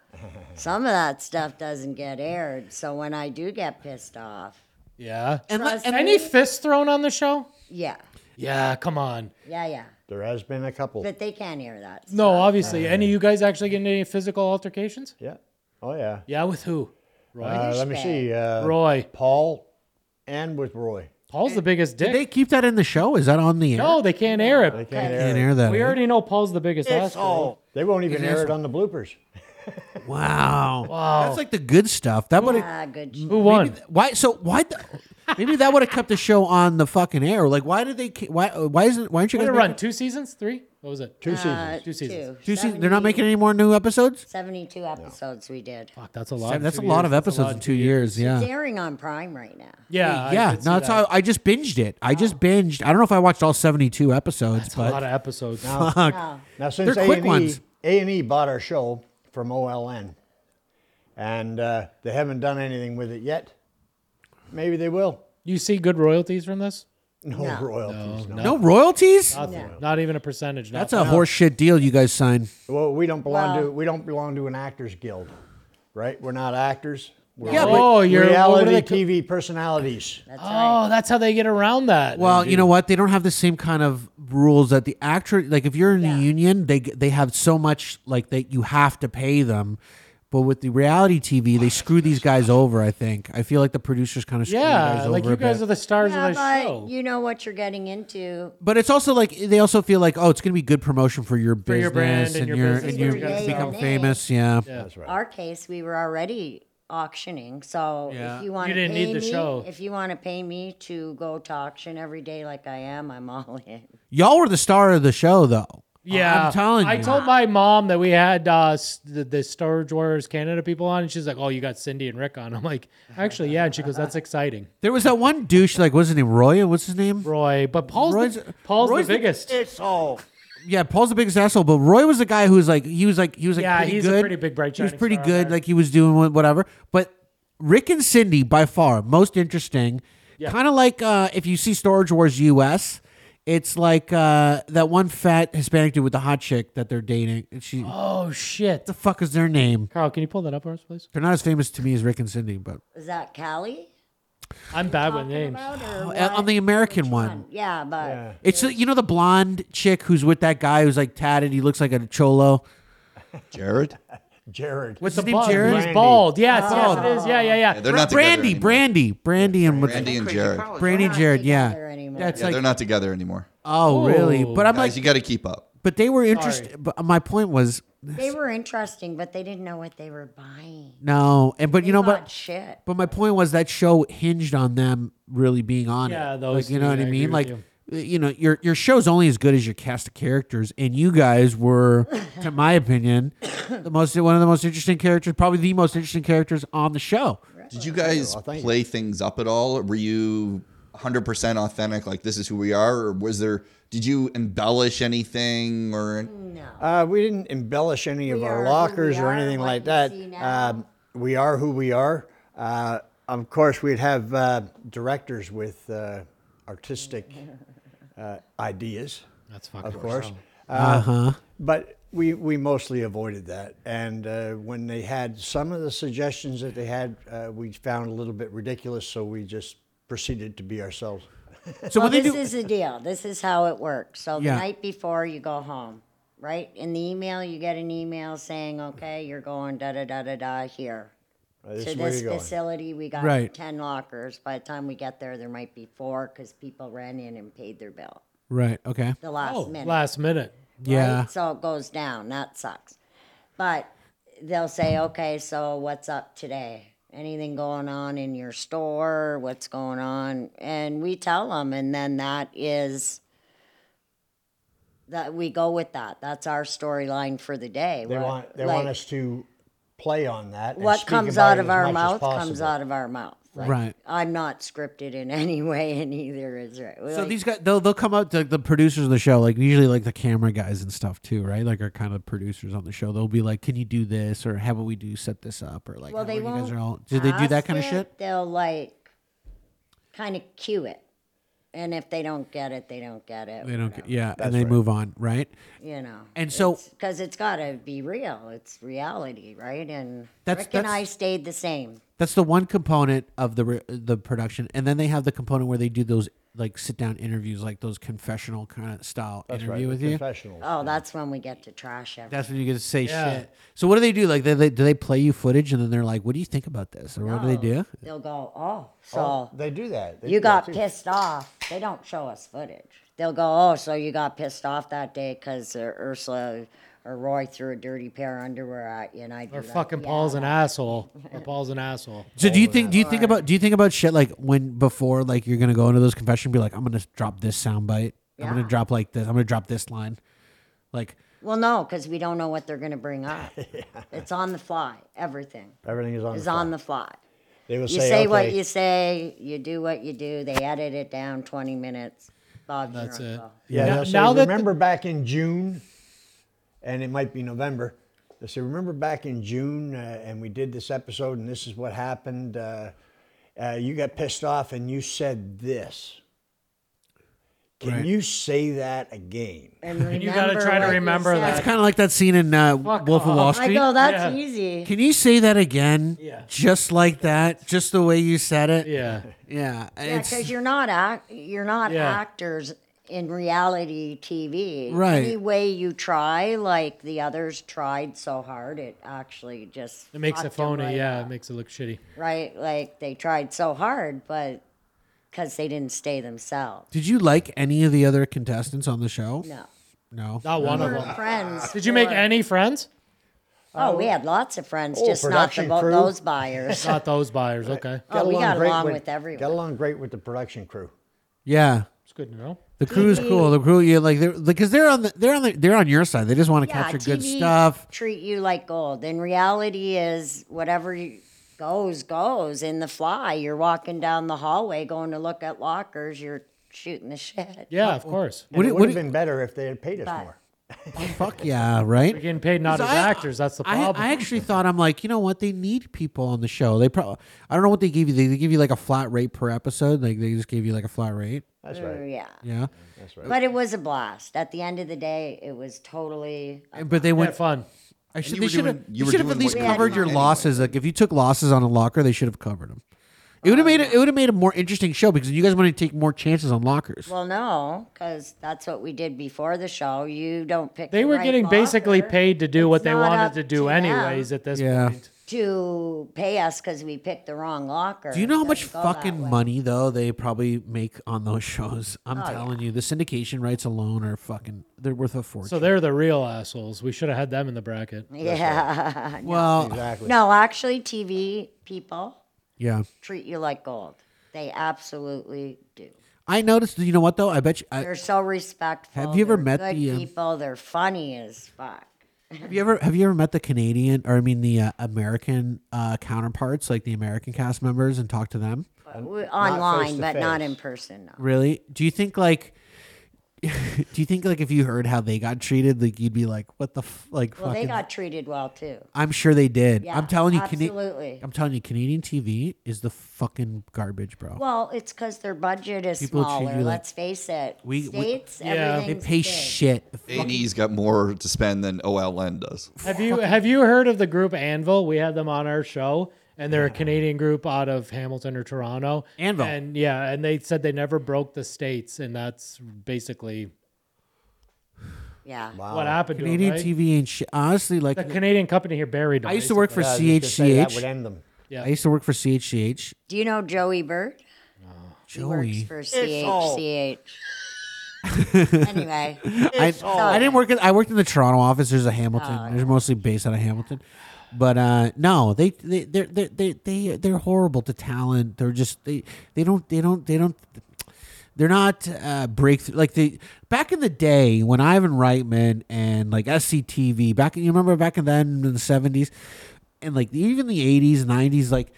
Speaker 6: Some of that stuff doesn't get aired, so when I do get pissed off,
Speaker 10: Yeah.
Speaker 6: And let-
Speaker 10: Trust
Speaker 6: and-
Speaker 10: any fists thrown on the show?
Speaker 6: yeah,
Speaker 10: Yeah, come on.
Speaker 6: yeah, yeah.
Speaker 12: There has been a couple.
Speaker 6: But they can't hear that.
Speaker 10: No, obviously. Any of you guys actually getting any physical altercations?
Speaker 12: Yeah. Oh yeah.
Speaker 10: Yeah, with who? Roy.
Speaker 12: Uh, let me see. Uh,
Speaker 10: Roy.
Speaker 12: Paul, and with Roy.
Speaker 10: Paul's the biggest dick.
Speaker 9: Did they keep that in the show? Is that on the air?
Speaker 10: no, they can't air it.
Speaker 12: They can't air.
Speaker 9: Can't
Speaker 12: it.
Speaker 9: air that.
Speaker 10: We
Speaker 9: eh?
Speaker 10: already know Paul's the biggest
Speaker 12: It's-
Speaker 10: asshole.
Speaker 12: oh, they won't even
Speaker 9: He's
Speaker 12: air it
Speaker 9: asshole.
Speaker 12: on the bloopers.
Speaker 9: Wow.
Speaker 10: Wow.
Speaker 9: That's like the good stuff. That would have
Speaker 6: Ah, good. sh-
Speaker 10: Who won?
Speaker 9: why so why the, maybe that would have kept the show on the fucking air. Like why did they ca- why uh, why isn't why aren't you
Speaker 10: What
Speaker 9: guys
Speaker 10: did it
Speaker 9: making-
Speaker 10: run? Two seasons? Three? What was it?
Speaker 12: Two
Speaker 6: uh,
Speaker 12: seasons.
Speaker 10: Two seasons.
Speaker 9: Do you see they're not making any more new episodes?
Speaker 6: 72 episodes we did.
Speaker 10: Fuck, that's a lot. in
Speaker 9: Seven- that's a
Speaker 10: two
Speaker 9: lot
Speaker 10: years.
Speaker 9: of
Speaker 10: That's a
Speaker 9: episodes
Speaker 10: lot
Speaker 9: in two years.
Speaker 6: It's
Speaker 9: Yeah.
Speaker 6: airing on Prime right now.
Speaker 10: Yeah. I
Speaker 9: yeah.
Speaker 10: could see
Speaker 9: No, that's how
Speaker 10: that.
Speaker 9: I just binged it. I just binged. I don't know if I watched all 72 episodes,
Speaker 10: That's a
Speaker 9: but
Speaker 10: lot of episodes.
Speaker 6: Oh,
Speaker 12: Now since E,
Speaker 9: They're quick
Speaker 12: A&E,
Speaker 9: ones.
Speaker 12: A&E bought our show from OLN, and uh, they haven't done anything with it yet. Maybe they will.
Speaker 10: You see good royalties from this?
Speaker 12: No,
Speaker 6: No.
Speaker 12: royalties. No.
Speaker 9: no royalties?
Speaker 10: Nothing. Not even a percentage.
Speaker 9: That's
Speaker 10: nothing.
Speaker 9: a horseshit deal you guys signed.
Speaker 12: Well, we don't belong to
Speaker 6: Well-
Speaker 12: we don't belong to an actors guild, right? We're not actors. We're
Speaker 9: Yeah, but-
Speaker 10: oh, you're what
Speaker 12: reality
Speaker 10: are they ca-
Speaker 12: TV personalities.
Speaker 6: that's right.
Speaker 10: Oh, that's how they get around that.
Speaker 9: Well, you know what? They don't have the same kind of rules that the actor. Like if you're in the union, they they have so much like that you have to pay them. But with the reality TV, they screw these guys over. I think I feel like the producers kind of screw you
Speaker 10: yeah,
Speaker 9: guys
Speaker 10: like
Speaker 9: over
Speaker 10: you
Speaker 9: a
Speaker 10: guys
Speaker 9: bit.
Speaker 10: are the stars
Speaker 6: Yeah,
Speaker 10: of the show.
Speaker 6: but you know what you're getting into.
Speaker 9: but it's also like they also feel like oh, it's gonna be good promotion for your
Speaker 10: For
Speaker 9: business
Speaker 10: your brand and your
Speaker 9: and
Speaker 10: business that
Speaker 9: you
Speaker 10: you gotta
Speaker 9: become
Speaker 6: sell.
Speaker 9: famous. Yeah.
Speaker 12: That's right.
Speaker 6: Our case, we were already auctioning. So
Speaker 9: Yeah.
Speaker 6: if you want
Speaker 10: You
Speaker 6: to
Speaker 10: didn't
Speaker 6: pay
Speaker 10: need the
Speaker 6: me,
Speaker 10: show.
Speaker 6: if you want to pay me to go to auction every day like I am, I'm all in.
Speaker 9: y'all were the star of the show though.
Speaker 10: yeah,
Speaker 9: I'm telling you.
Speaker 10: I told my mom that we had uh, s- the, the Storage Warriors Canada people on, and she's like, "Oh, you got Cindy and Rick on." I'm like, "Actually, yeah." And she goes, "That's exciting,
Speaker 9: there was that one douche like what's his name Roy? What's his name?
Speaker 10: Roy." But Paul's
Speaker 9: Roy's-
Speaker 10: the, Paul's
Speaker 9: Roy's
Speaker 10: the
Speaker 9: the-
Speaker 10: biggest.
Speaker 12: It's all
Speaker 9: Yeah, Paul's the biggest asshole, but Roy was the guy who was like he was like he was like
Speaker 10: Yeah,
Speaker 9: pretty
Speaker 10: he's a
Speaker 9: good.
Speaker 10: pretty big, bright,
Speaker 9: He was
Speaker 10: shining
Speaker 9: pretty
Speaker 10: star
Speaker 9: good,
Speaker 10: there.
Speaker 9: like he was doing wha- whatever. But Rick and Cindy by far most interesting. Kind of like uh, if you see Storage Wars US, it's like uh, that one fat Hispanic dude with the hot chick that they're dating. And she, what
Speaker 10: oh shit,
Speaker 9: the fuck is their name?
Speaker 10: Carl, can you pull that up for us, please?
Speaker 9: They're not as famous to me as Rick and Cindy, but uh,
Speaker 6: Is that Callie?
Speaker 10: I'm bad with names.
Speaker 6: About or
Speaker 9: Uh, on
Speaker 6: what?
Speaker 9: the American one.
Speaker 6: Yeah, but
Speaker 9: It's the- you know the blonde chick who's with that guy who's like tatted. He looks like a cholo.
Speaker 7: Jared.
Speaker 12: Jared.
Speaker 9: What's his
Speaker 10: Bald-
Speaker 9: name? Jared.
Speaker 10: He's bald. Yes, yes, it is. Yeah, yeah, yeah.
Speaker 7: Yeah, they're not
Speaker 9: Brandy,
Speaker 7: together.
Speaker 9: Brandy, Brandy, and what's-
Speaker 7: Brandy and Jared.
Speaker 6: Oh,
Speaker 9: Brandy and
Speaker 6: not
Speaker 9: Jared,
Speaker 6: together
Speaker 9: yeah.
Speaker 6: anymore.
Speaker 9: That's
Speaker 7: Yeah,
Speaker 9: like,
Speaker 7: they're not together anymore.
Speaker 9: oh, really? But I'm
Speaker 7: Guys,
Speaker 9: like,
Speaker 7: you got to keep up.
Speaker 9: but they were interested. But my point was,
Speaker 6: they were interesting, but they didn't know what they were buying.
Speaker 9: no. And but
Speaker 6: They
Speaker 9: you know,
Speaker 6: bought
Speaker 9: but
Speaker 6: shit.
Speaker 9: but my point was that show hinged on them really being on it.
Speaker 10: Yeah,
Speaker 9: like
Speaker 10: those
Speaker 9: you know
Speaker 10: two,
Speaker 9: what
Speaker 10: I
Speaker 9: I
Speaker 10: agree
Speaker 9: mean.
Speaker 10: with
Speaker 9: Like,
Speaker 10: you.
Speaker 9: you know, your your show's only as good as your cast of characters, and you guys were, to my opinion, the most one of the most interesting characters, probably the most interesting characters on the show.
Speaker 7: Did you guys play things up at all? Were you 100% authentic? Like this is who we are, or was there? Did you embellish anything? Or
Speaker 6: Hmm.
Speaker 12: Uh, we didn't embellish any of
Speaker 6: We are
Speaker 12: our
Speaker 6: who
Speaker 12: lockers
Speaker 6: we
Speaker 12: or
Speaker 6: are,
Speaker 12: anything
Speaker 6: what
Speaker 12: like
Speaker 6: you
Speaker 12: that.
Speaker 6: see now.
Speaker 12: Um, we are who we are. Uh, of course, we'd have uh, directors with uh, artistic uh, ideas,
Speaker 10: That's fucking
Speaker 12: of course. Uh,
Speaker 6: Oh.
Speaker 9: Uh-huh.
Speaker 12: But we, we mostly avoided that. And uh, when they had some of the suggestions that they had, uh, we found a little bit ridiculous, so we just proceeded to be ourselves.
Speaker 9: So
Speaker 6: Well,
Speaker 9: when they
Speaker 6: this
Speaker 9: do,
Speaker 6: is the deal. This is how it works. So the
Speaker 9: Yeah.
Speaker 6: night before you go home, right? In the email, you get an email saying, "Okay, you're going da da da da da here
Speaker 12: Uh, this
Speaker 6: to
Speaker 12: is where
Speaker 6: this
Speaker 12: you're going.
Speaker 6: facility. We got
Speaker 9: Right.
Speaker 6: ten lockers. By the time we get there, there might be four because people ran in and paid their bill
Speaker 9: right? Okay.
Speaker 6: the last
Speaker 10: Oh,
Speaker 6: minute.
Speaker 10: last minute.
Speaker 9: Yeah.
Speaker 6: right? So it goes down. That sucks. But they'll say, okay, so what's up today? Anything going on in your store? What's going on? And we tell them, and then that is that we go with that. That's our storyline for the day.
Speaker 12: They
Speaker 6: What-
Speaker 12: want they
Speaker 6: like,
Speaker 12: want us to play on that. and
Speaker 6: what
Speaker 12: speak
Speaker 6: comes
Speaker 12: about
Speaker 6: out
Speaker 12: it
Speaker 6: of
Speaker 12: as
Speaker 6: our
Speaker 12: much as
Speaker 6: mouth comes
Speaker 12: possible.
Speaker 6: out of our mouth. Like,
Speaker 9: Right.
Speaker 6: I'm not scripted in any way, and neither is right.
Speaker 9: So these guys, they'll they'll come out to the producers of the show, like usually like the camera guys and stuff too, right? Like are kind of producers on the show. They'll be like, "Can you do this?" or "How about we do set this up?" or like,
Speaker 6: Well,
Speaker 9: "How
Speaker 6: they
Speaker 9: about
Speaker 6: won't.
Speaker 9: you guys are all." Do they do that
Speaker 6: ask
Speaker 9: kind of
Speaker 6: it,
Speaker 9: shit?
Speaker 6: They'll like kind of cue it. And if they don't get it, they don't get it.
Speaker 9: They don't. Get, yeah, and they move on, right?
Speaker 6: you know.
Speaker 9: And so-
Speaker 6: because it's got to be real, it's reality, right? And
Speaker 9: That's-
Speaker 6: Rick and
Speaker 9: that's-
Speaker 6: I stayed the same.
Speaker 9: That's the one component of the re- the production, and then they have the component where they do those like sit down interviews, like those confessional kind of style
Speaker 6: That's
Speaker 9: interview with
Speaker 6: right, the
Speaker 9: you.
Speaker 6: Oh, that's when we get to trash everything.
Speaker 9: That's when you get to say
Speaker 6: Yeah.
Speaker 9: shit. So what do they do? Like, they, they, do they play you footage, and then they're like, "What do you think about this?" Or what do they do?
Speaker 6: They'll go, oh, so
Speaker 9: Oh,
Speaker 12: they do that. They
Speaker 6: you
Speaker 12: do that
Speaker 6: got
Speaker 12: too.
Speaker 6: pissed off. They don't show us footage. They'll go, oh, so you got pissed off that day because uh, Ursula or Roy threw a dirty pair of underwear at you, and I do
Speaker 10: Or
Speaker 6: that.
Speaker 10: fucking Paul's an asshole. Or Paul's an asshole.
Speaker 9: So do you think? Do you think about? Do you think about shit like when before like you're gonna go into those confession, be like, "I'm gonna drop this soundbite. I'm
Speaker 6: Yeah.
Speaker 9: gonna drop like this. I'm gonna drop this line." Like,
Speaker 6: Well, no, because we don't know what they're going to bring up. It's on the fly. Everything
Speaker 12: Everything is on.
Speaker 6: is
Speaker 12: the
Speaker 6: on the fly.
Speaker 12: They will
Speaker 6: You
Speaker 12: say,
Speaker 6: say, what
Speaker 12: okay.
Speaker 6: you say, you do what you do. They edit it down 20 minutes. Bob,
Speaker 10: That's it.
Speaker 12: Yeah.
Speaker 10: Now-
Speaker 12: they'll say,
Speaker 10: now that the-
Speaker 12: remember back in June, and it might be November. They say, remember back in June, uh, and we did this episode, and this is what happened. Uh, uh, you got pissed off, and you said this. Can
Speaker 9: Right.
Speaker 12: you say that again?
Speaker 6: And
Speaker 10: you gotta try to remember
Speaker 9: it's
Speaker 10: that.
Speaker 9: kind of like that scene in uh,
Speaker 10: Fuck
Speaker 9: Wolf of Wall
Speaker 10: off. I
Speaker 9: Street.
Speaker 6: go, that's easy.
Speaker 9: Can you say that again? Yeah. Just like that, just the way you said it.
Speaker 10: Yeah.
Speaker 9: Yeah.
Speaker 6: Yeah,
Speaker 9: it's-
Speaker 6: because you're not act, you're not
Speaker 9: Yeah.
Speaker 6: actors in reality TV.
Speaker 9: Right.
Speaker 6: Any way you try, like the others tried so hard, it actually just
Speaker 10: It makes it
Speaker 6: fucked 'em
Speaker 10: phony.
Speaker 6: right
Speaker 10: yeah,
Speaker 6: up,
Speaker 10: it makes it look shitty.
Speaker 6: right. Like they tried so hard, but because they didn't stay themselves.
Speaker 9: Did you like any of the other contestants on the show?
Speaker 6: No.
Speaker 9: No.
Speaker 10: Not one of
Speaker 6: We were
Speaker 10: them.
Speaker 6: friends
Speaker 10: Did you make
Speaker 6: for-
Speaker 10: any friends?
Speaker 6: Oh, we had lots of friends,
Speaker 12: Oh,
Speaker 6: just not the,
Speaker 12: production
Speaker 6: bo-
Speaker 12: crew.
Speaker 6: those buyers.
Speaker 10: Not those buyers. Okay.
Speaker 6: Oh, we got
Speaker 12: great
Speaker 6: along with everyone.
Speaker 12: Got along great with the production crew.
Speaker 9: Yeah.
Speaker 10: It's good to know.
Speaker 9: The crew is
Speaker 6: TV.
Speaker 9: cool. The crew, yeah, like they're because they're on the they're on the they're on your side. They just want to
Speaker 6: Yeah,
Speaker 9: capture good
Speaker 6: TV
Speaker 9: stuff.
Speaker 6: Treat you like gold. And reality is whatever you- goes goes. In the fly, you're walking down the hallway going to look at lockers. You're shooting the shit.
Speaker 10: Yeah, of course.
Speaker 12: And it would have been better if they had paid us
Speaker 6: But-
Speaker 12: more.
Speaker 9: Fuck yeah, right?
Speaker 10: We're getting paid not
Speaker 9: So
Speaker 10: as
Speaker 9: I-
Speaker 10: actors. That's the
Speaker 9: I,
Speaker 10: problem.
Speaker 9: I actually thought I'm like, you know what? They need people on the show. They probably I don't know what they give you. They, they give you like a flat rate per episode. Like they just give you like a flat rate.
Speaker 12: That's
Speaker 6: Oh,
Speaker 12: right.
Speaker 6: yeah.
Speaker 9: Yeah.
Speaker 12: That's right.
Speaker 6: But it was a blast. At the end of the day, it was totally.
Speaker 9: And- But they
Speaker 10: We
Speaker 9: went
Speaker 10: had fun.
Speaker 9: I should.
Speaker 7: you
Speaker 9: They
Speaker 7: were
Speaker 9: should
Speaker 7: doing-
Speaker 9: have.
Speaker 7: you
Speaker 9: You
Speaker 7: were
Speaker 9: should have
Speaker 7: doing
Speaker 9: at least
Speaker 6: what you
Speaker 9: covered
Speaker 6: could
Speaker 9: your
Speaker 6: anyway.
Speaker 9: losses. Like if you took losses on a locker, they should have covered them. It would have made it. It would have made a more interesting show because you guys wanted to take more chances on lockers.
Speaker 6: Well, no, because that's what we did before the show. You don't pick.
Speaker 10: They
Speaker 6: the
Speaker 10: were
Speaker 6: right
Speaker 10: getting basically
Speaker 6: locker
Speaker 10: paid to do
Speaker 6: It's
Speaker 10: what they
Speaker 6: not
Speaker 10: wanted
Speaker 6: up
Speaker 10: to
Speaker 6: to
Speaker 10: do,
Speaker 6: them.
Speaker 10: anyways. At this
Speaker 9: Yeah.
Speaker 10: point,
Speaker 6: to pay us because we picked the wrong locker.
Speaker 9: Do you know how
Speaker 6: It
Speaker 9: much
Speaker 6: doesn't go that
Speaker 9: fucking
Speaker 6: way.
Speaker 9: money though they probably make on those shows? I'm
Speaker 6: Oh,
Speaker 9: telling you, the syndication rights alone are fucking. They're worth a fortune.
Speaker 10: so they're the real assholes. We should have had them in the bracket.
Speaker 6: Yeah.
Speaker 9: well,
Speaker 12: Exactly.
Speaker 6: no, actually, TV people
Speaker 9: yeah.
Speaker 6: treat you like gold. They absolutely do.
Speaker 9: I noticed. You know what though? I bet you. I,
Speaker 6: They're so respectful.
Speaker 9: Uh, Have you ever
Speaker 6: They're
Speaker 9: met
Speaker 6: good
Speaker 9: the, um,
Speaker 6: people? They're funny as fuck.
Speaker 9: have you ever have you ever met the Canadian or I mean the uh, American uh, counterparts, like the American cast members, and talked to them?
Speaker 6: We- Online,
Speaker 12: face to
Speaker 6: but not
Speaker 12: face.
Speaker 6: in person. No.
Speaker 9: Really? Do you think like do you think like if you heard how they got treated, like you'd be like, what the f-? like?
Speaker 6: Well, they
Speaker 9: fucking-
Speaker 6: got treated well too.
Speaker 9: I'm sure they did.
Speaker 6: Yeah,
Speaker 9: I'm telling you,
Speaker 6: absolutely.
Speaker 9: I'm telling you, Canadian TV is the fucking garbage, bro.
Speaker 6: Well, it's because their budget is
Speaker 9: People treat
Speaker 6: smaller.
Speaker 9: you like-
Speaker 6: Let's face it.
Speaker 9: We- we-
Speaker 6: States,
Speaker 10: Yeah.
Speaker 9: they
Speaker 6: everything's
Speaker 9: pay
Speaker 6: big.
Speaker 9: shit.
Speaker 7: AD's got more to spend than OLN does.
Speaker 10: Have you have you heard of the group Anvil? We had them on our show, and they're a Canadian group out of Hamilton or Toronto.
Speaker 9: Anvil.
Speaker 10: and yeah, and they said they never broke the states, and that's basically
Speaker 6: Yeah.
Speaker 10: what happened.
Speaker 9: Uh, Canadian
Speaker 10: to them, right?
Speaker 9: TV ain't shit. Honestly, like
Speaker 10: The Canadian company here buried. Them,
Speaker 9: I used to work for
Speaker 10: basically.
Speaker 12: I was just gonna say That
Speaker 9: CHCH.
Speaker 12: would end them.
Speaker 9: I used to work for CHCH.
Speaker 6: Do you know Joey Bird? Works
Speaker 9: Joey,
Speaker 6: for
Speaker 12: all-
Speaker 6: CHCH. anyway,
Speaker 9: I, I didn't work. In, I worked in the Toronto office. There's a Hamilton.
Speaker 6: Oh,
Speaker 9: There's mostly based out of Hamilton, but uh, no, they they they're, they they they they're horrible to talent. They're just they they don't they don't they don't. They're not uh, breakthrough like they back in the day when Ivan Reitman and like SCTV back. You remember back in then in the seventies, and like even the eighties, nineties, like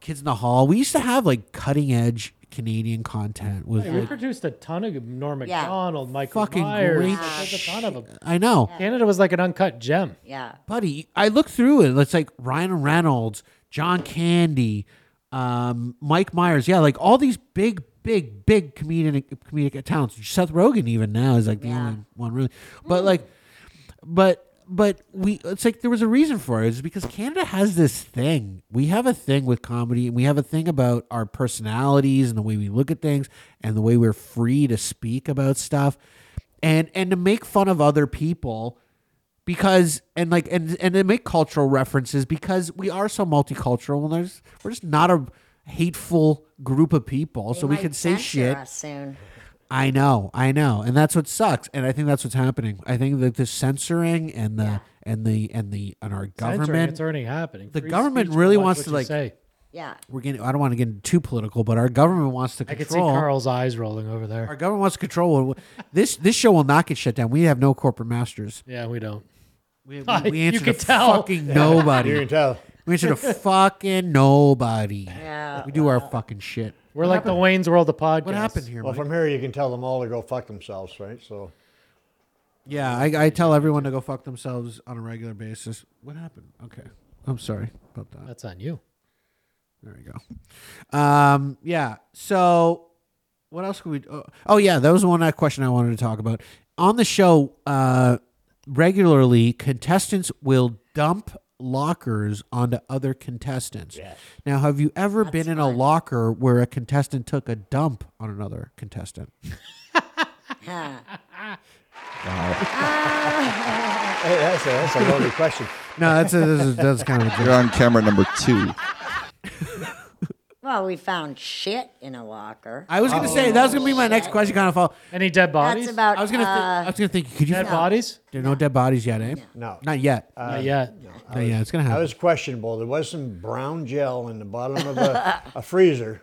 Speaker 9: Kids in the Hall. We used to have like cutting edge Canadian content with
Speaker 10: Hey, we
Speaker 9: like,
Speaker 10: produced a ton of Norm
Speaker 6: Yeah.
Speaker 10: Macdonald, Michael
Speaker 9: fucking
Speaker 10: Myers.
Speaker 9: great.
Speaker 10: like, there's a ton of 'em.
Speaker 9: I know.
Speaker 10: Canada was like an uncut gem.
Speaker 6: yeah.
Speaker 9: buddy, I looked through it. It's like Ryan Reynolds, John Candy, um, Mike Myers. Yeah, like all these big big, big comedic comedic talents. Seth Rogen even now is like the only one really. But like, but but we it's like there was a reason for it. It's because Canada has this thing. We have a thing with comedy, and we have a thing about our personalities and the way we look at things, and the way we're free to speak about stuff, and and to make fun of other people because and like and and they make cultural references because we are so multicultural and there's we're just not a hateful group of people so we
Speaker 6: might
Speaker 9: can say
Speaker 6: censor
Speaker 9: shit
Speaker 6: us soon.
Speaker 9: i know i know and that's what sucks and i think that's what's happening i think that the censoring and the and the and the and our
Speaker 10: Censoring,
Speaker 9: government
Speaker 10: it's already happening.
Speaker 9: the
Speaker 10: Free
Speaker 9: government
Speaker 10: speech,
Speaker 9: really
Speaker 10: watch
Speaker 9: wants
Speaker 10: what
Speaker 9: to
Speaker 10: you
Speaker 9: like
Speaker 10: say.
Speaker 6: Yeah.
Speaker 9: we're getting i don't want to get too political but our government wants to
Speaker 10: I could see
Speaker 9: control
Speaker 10: Carl's eyes rolling over there.
Speaker 9: our government wants to control this this show will not get shut down we have no corporate masters
Speaker 10: Yeah, we don't.
Speaker 9: We,
Speaker 10: we
Speaker 9: we answer
Speaker 10: you could
Speaker 9: to
Speaker 10: tell.
Speaker 9: fucking nobody.
Speaker 10: You can tell.
Speaker 9: We answer to fucking nobody.
Speaker 6: Yeah,
Speaker 9: we do our fucking shit.
Speaker 10: We're like the Wayne's World of podcast.
Speaker 9: What happened here?
Speaker 12: Well,
Speaker 9: Mike?
Speaker 12: from here you can tell them all to go fuck themselves, right? So
Speaker 9: yeah, I, I tell everyone to go fuck themselves on a regular basis. What happened? Okay, I'm sorry about that.
Speaker 10: That's on you.
Speaker 9: There we go. Um, yeah. So, what else could we? Oh, oh, yeah, that was one uh, question I wanted to talk about on the show. Uh, regularly, contestants will dump lockers onto other contestants. Now, have you ever been in a locker where a contestant took a dump on another contestant?
Speaker 12: Hey, that's a, that's a loaded question.
Speaker 9: No, that's a, that's, a, that's kind of a
Speaker 7: You're on camera number two.
Speaker 6: Well, we found shit in a locker.
Speaker 9: I was gonna say that was gonna be my next question. Kind of fall.
Speaker 10: Any dead bodies?
Speaker 6: That's about.
Speaker 9: I was gonna. thi-
Speaker 6: uh,
Speaker 9: I was gonna think. Could you?
Speaker 10: dead bodies?
Speaker 9: There are no dead bodies yet, eh?
Speaker 12: No. Uh,
Speaker 9: Not yet.
Speaker 10: Not yet.
Speaker 9: Not yet. It's gonna happen.
Speaker 12: I was questionable. There was some brown gel in the bottom of a, a freezer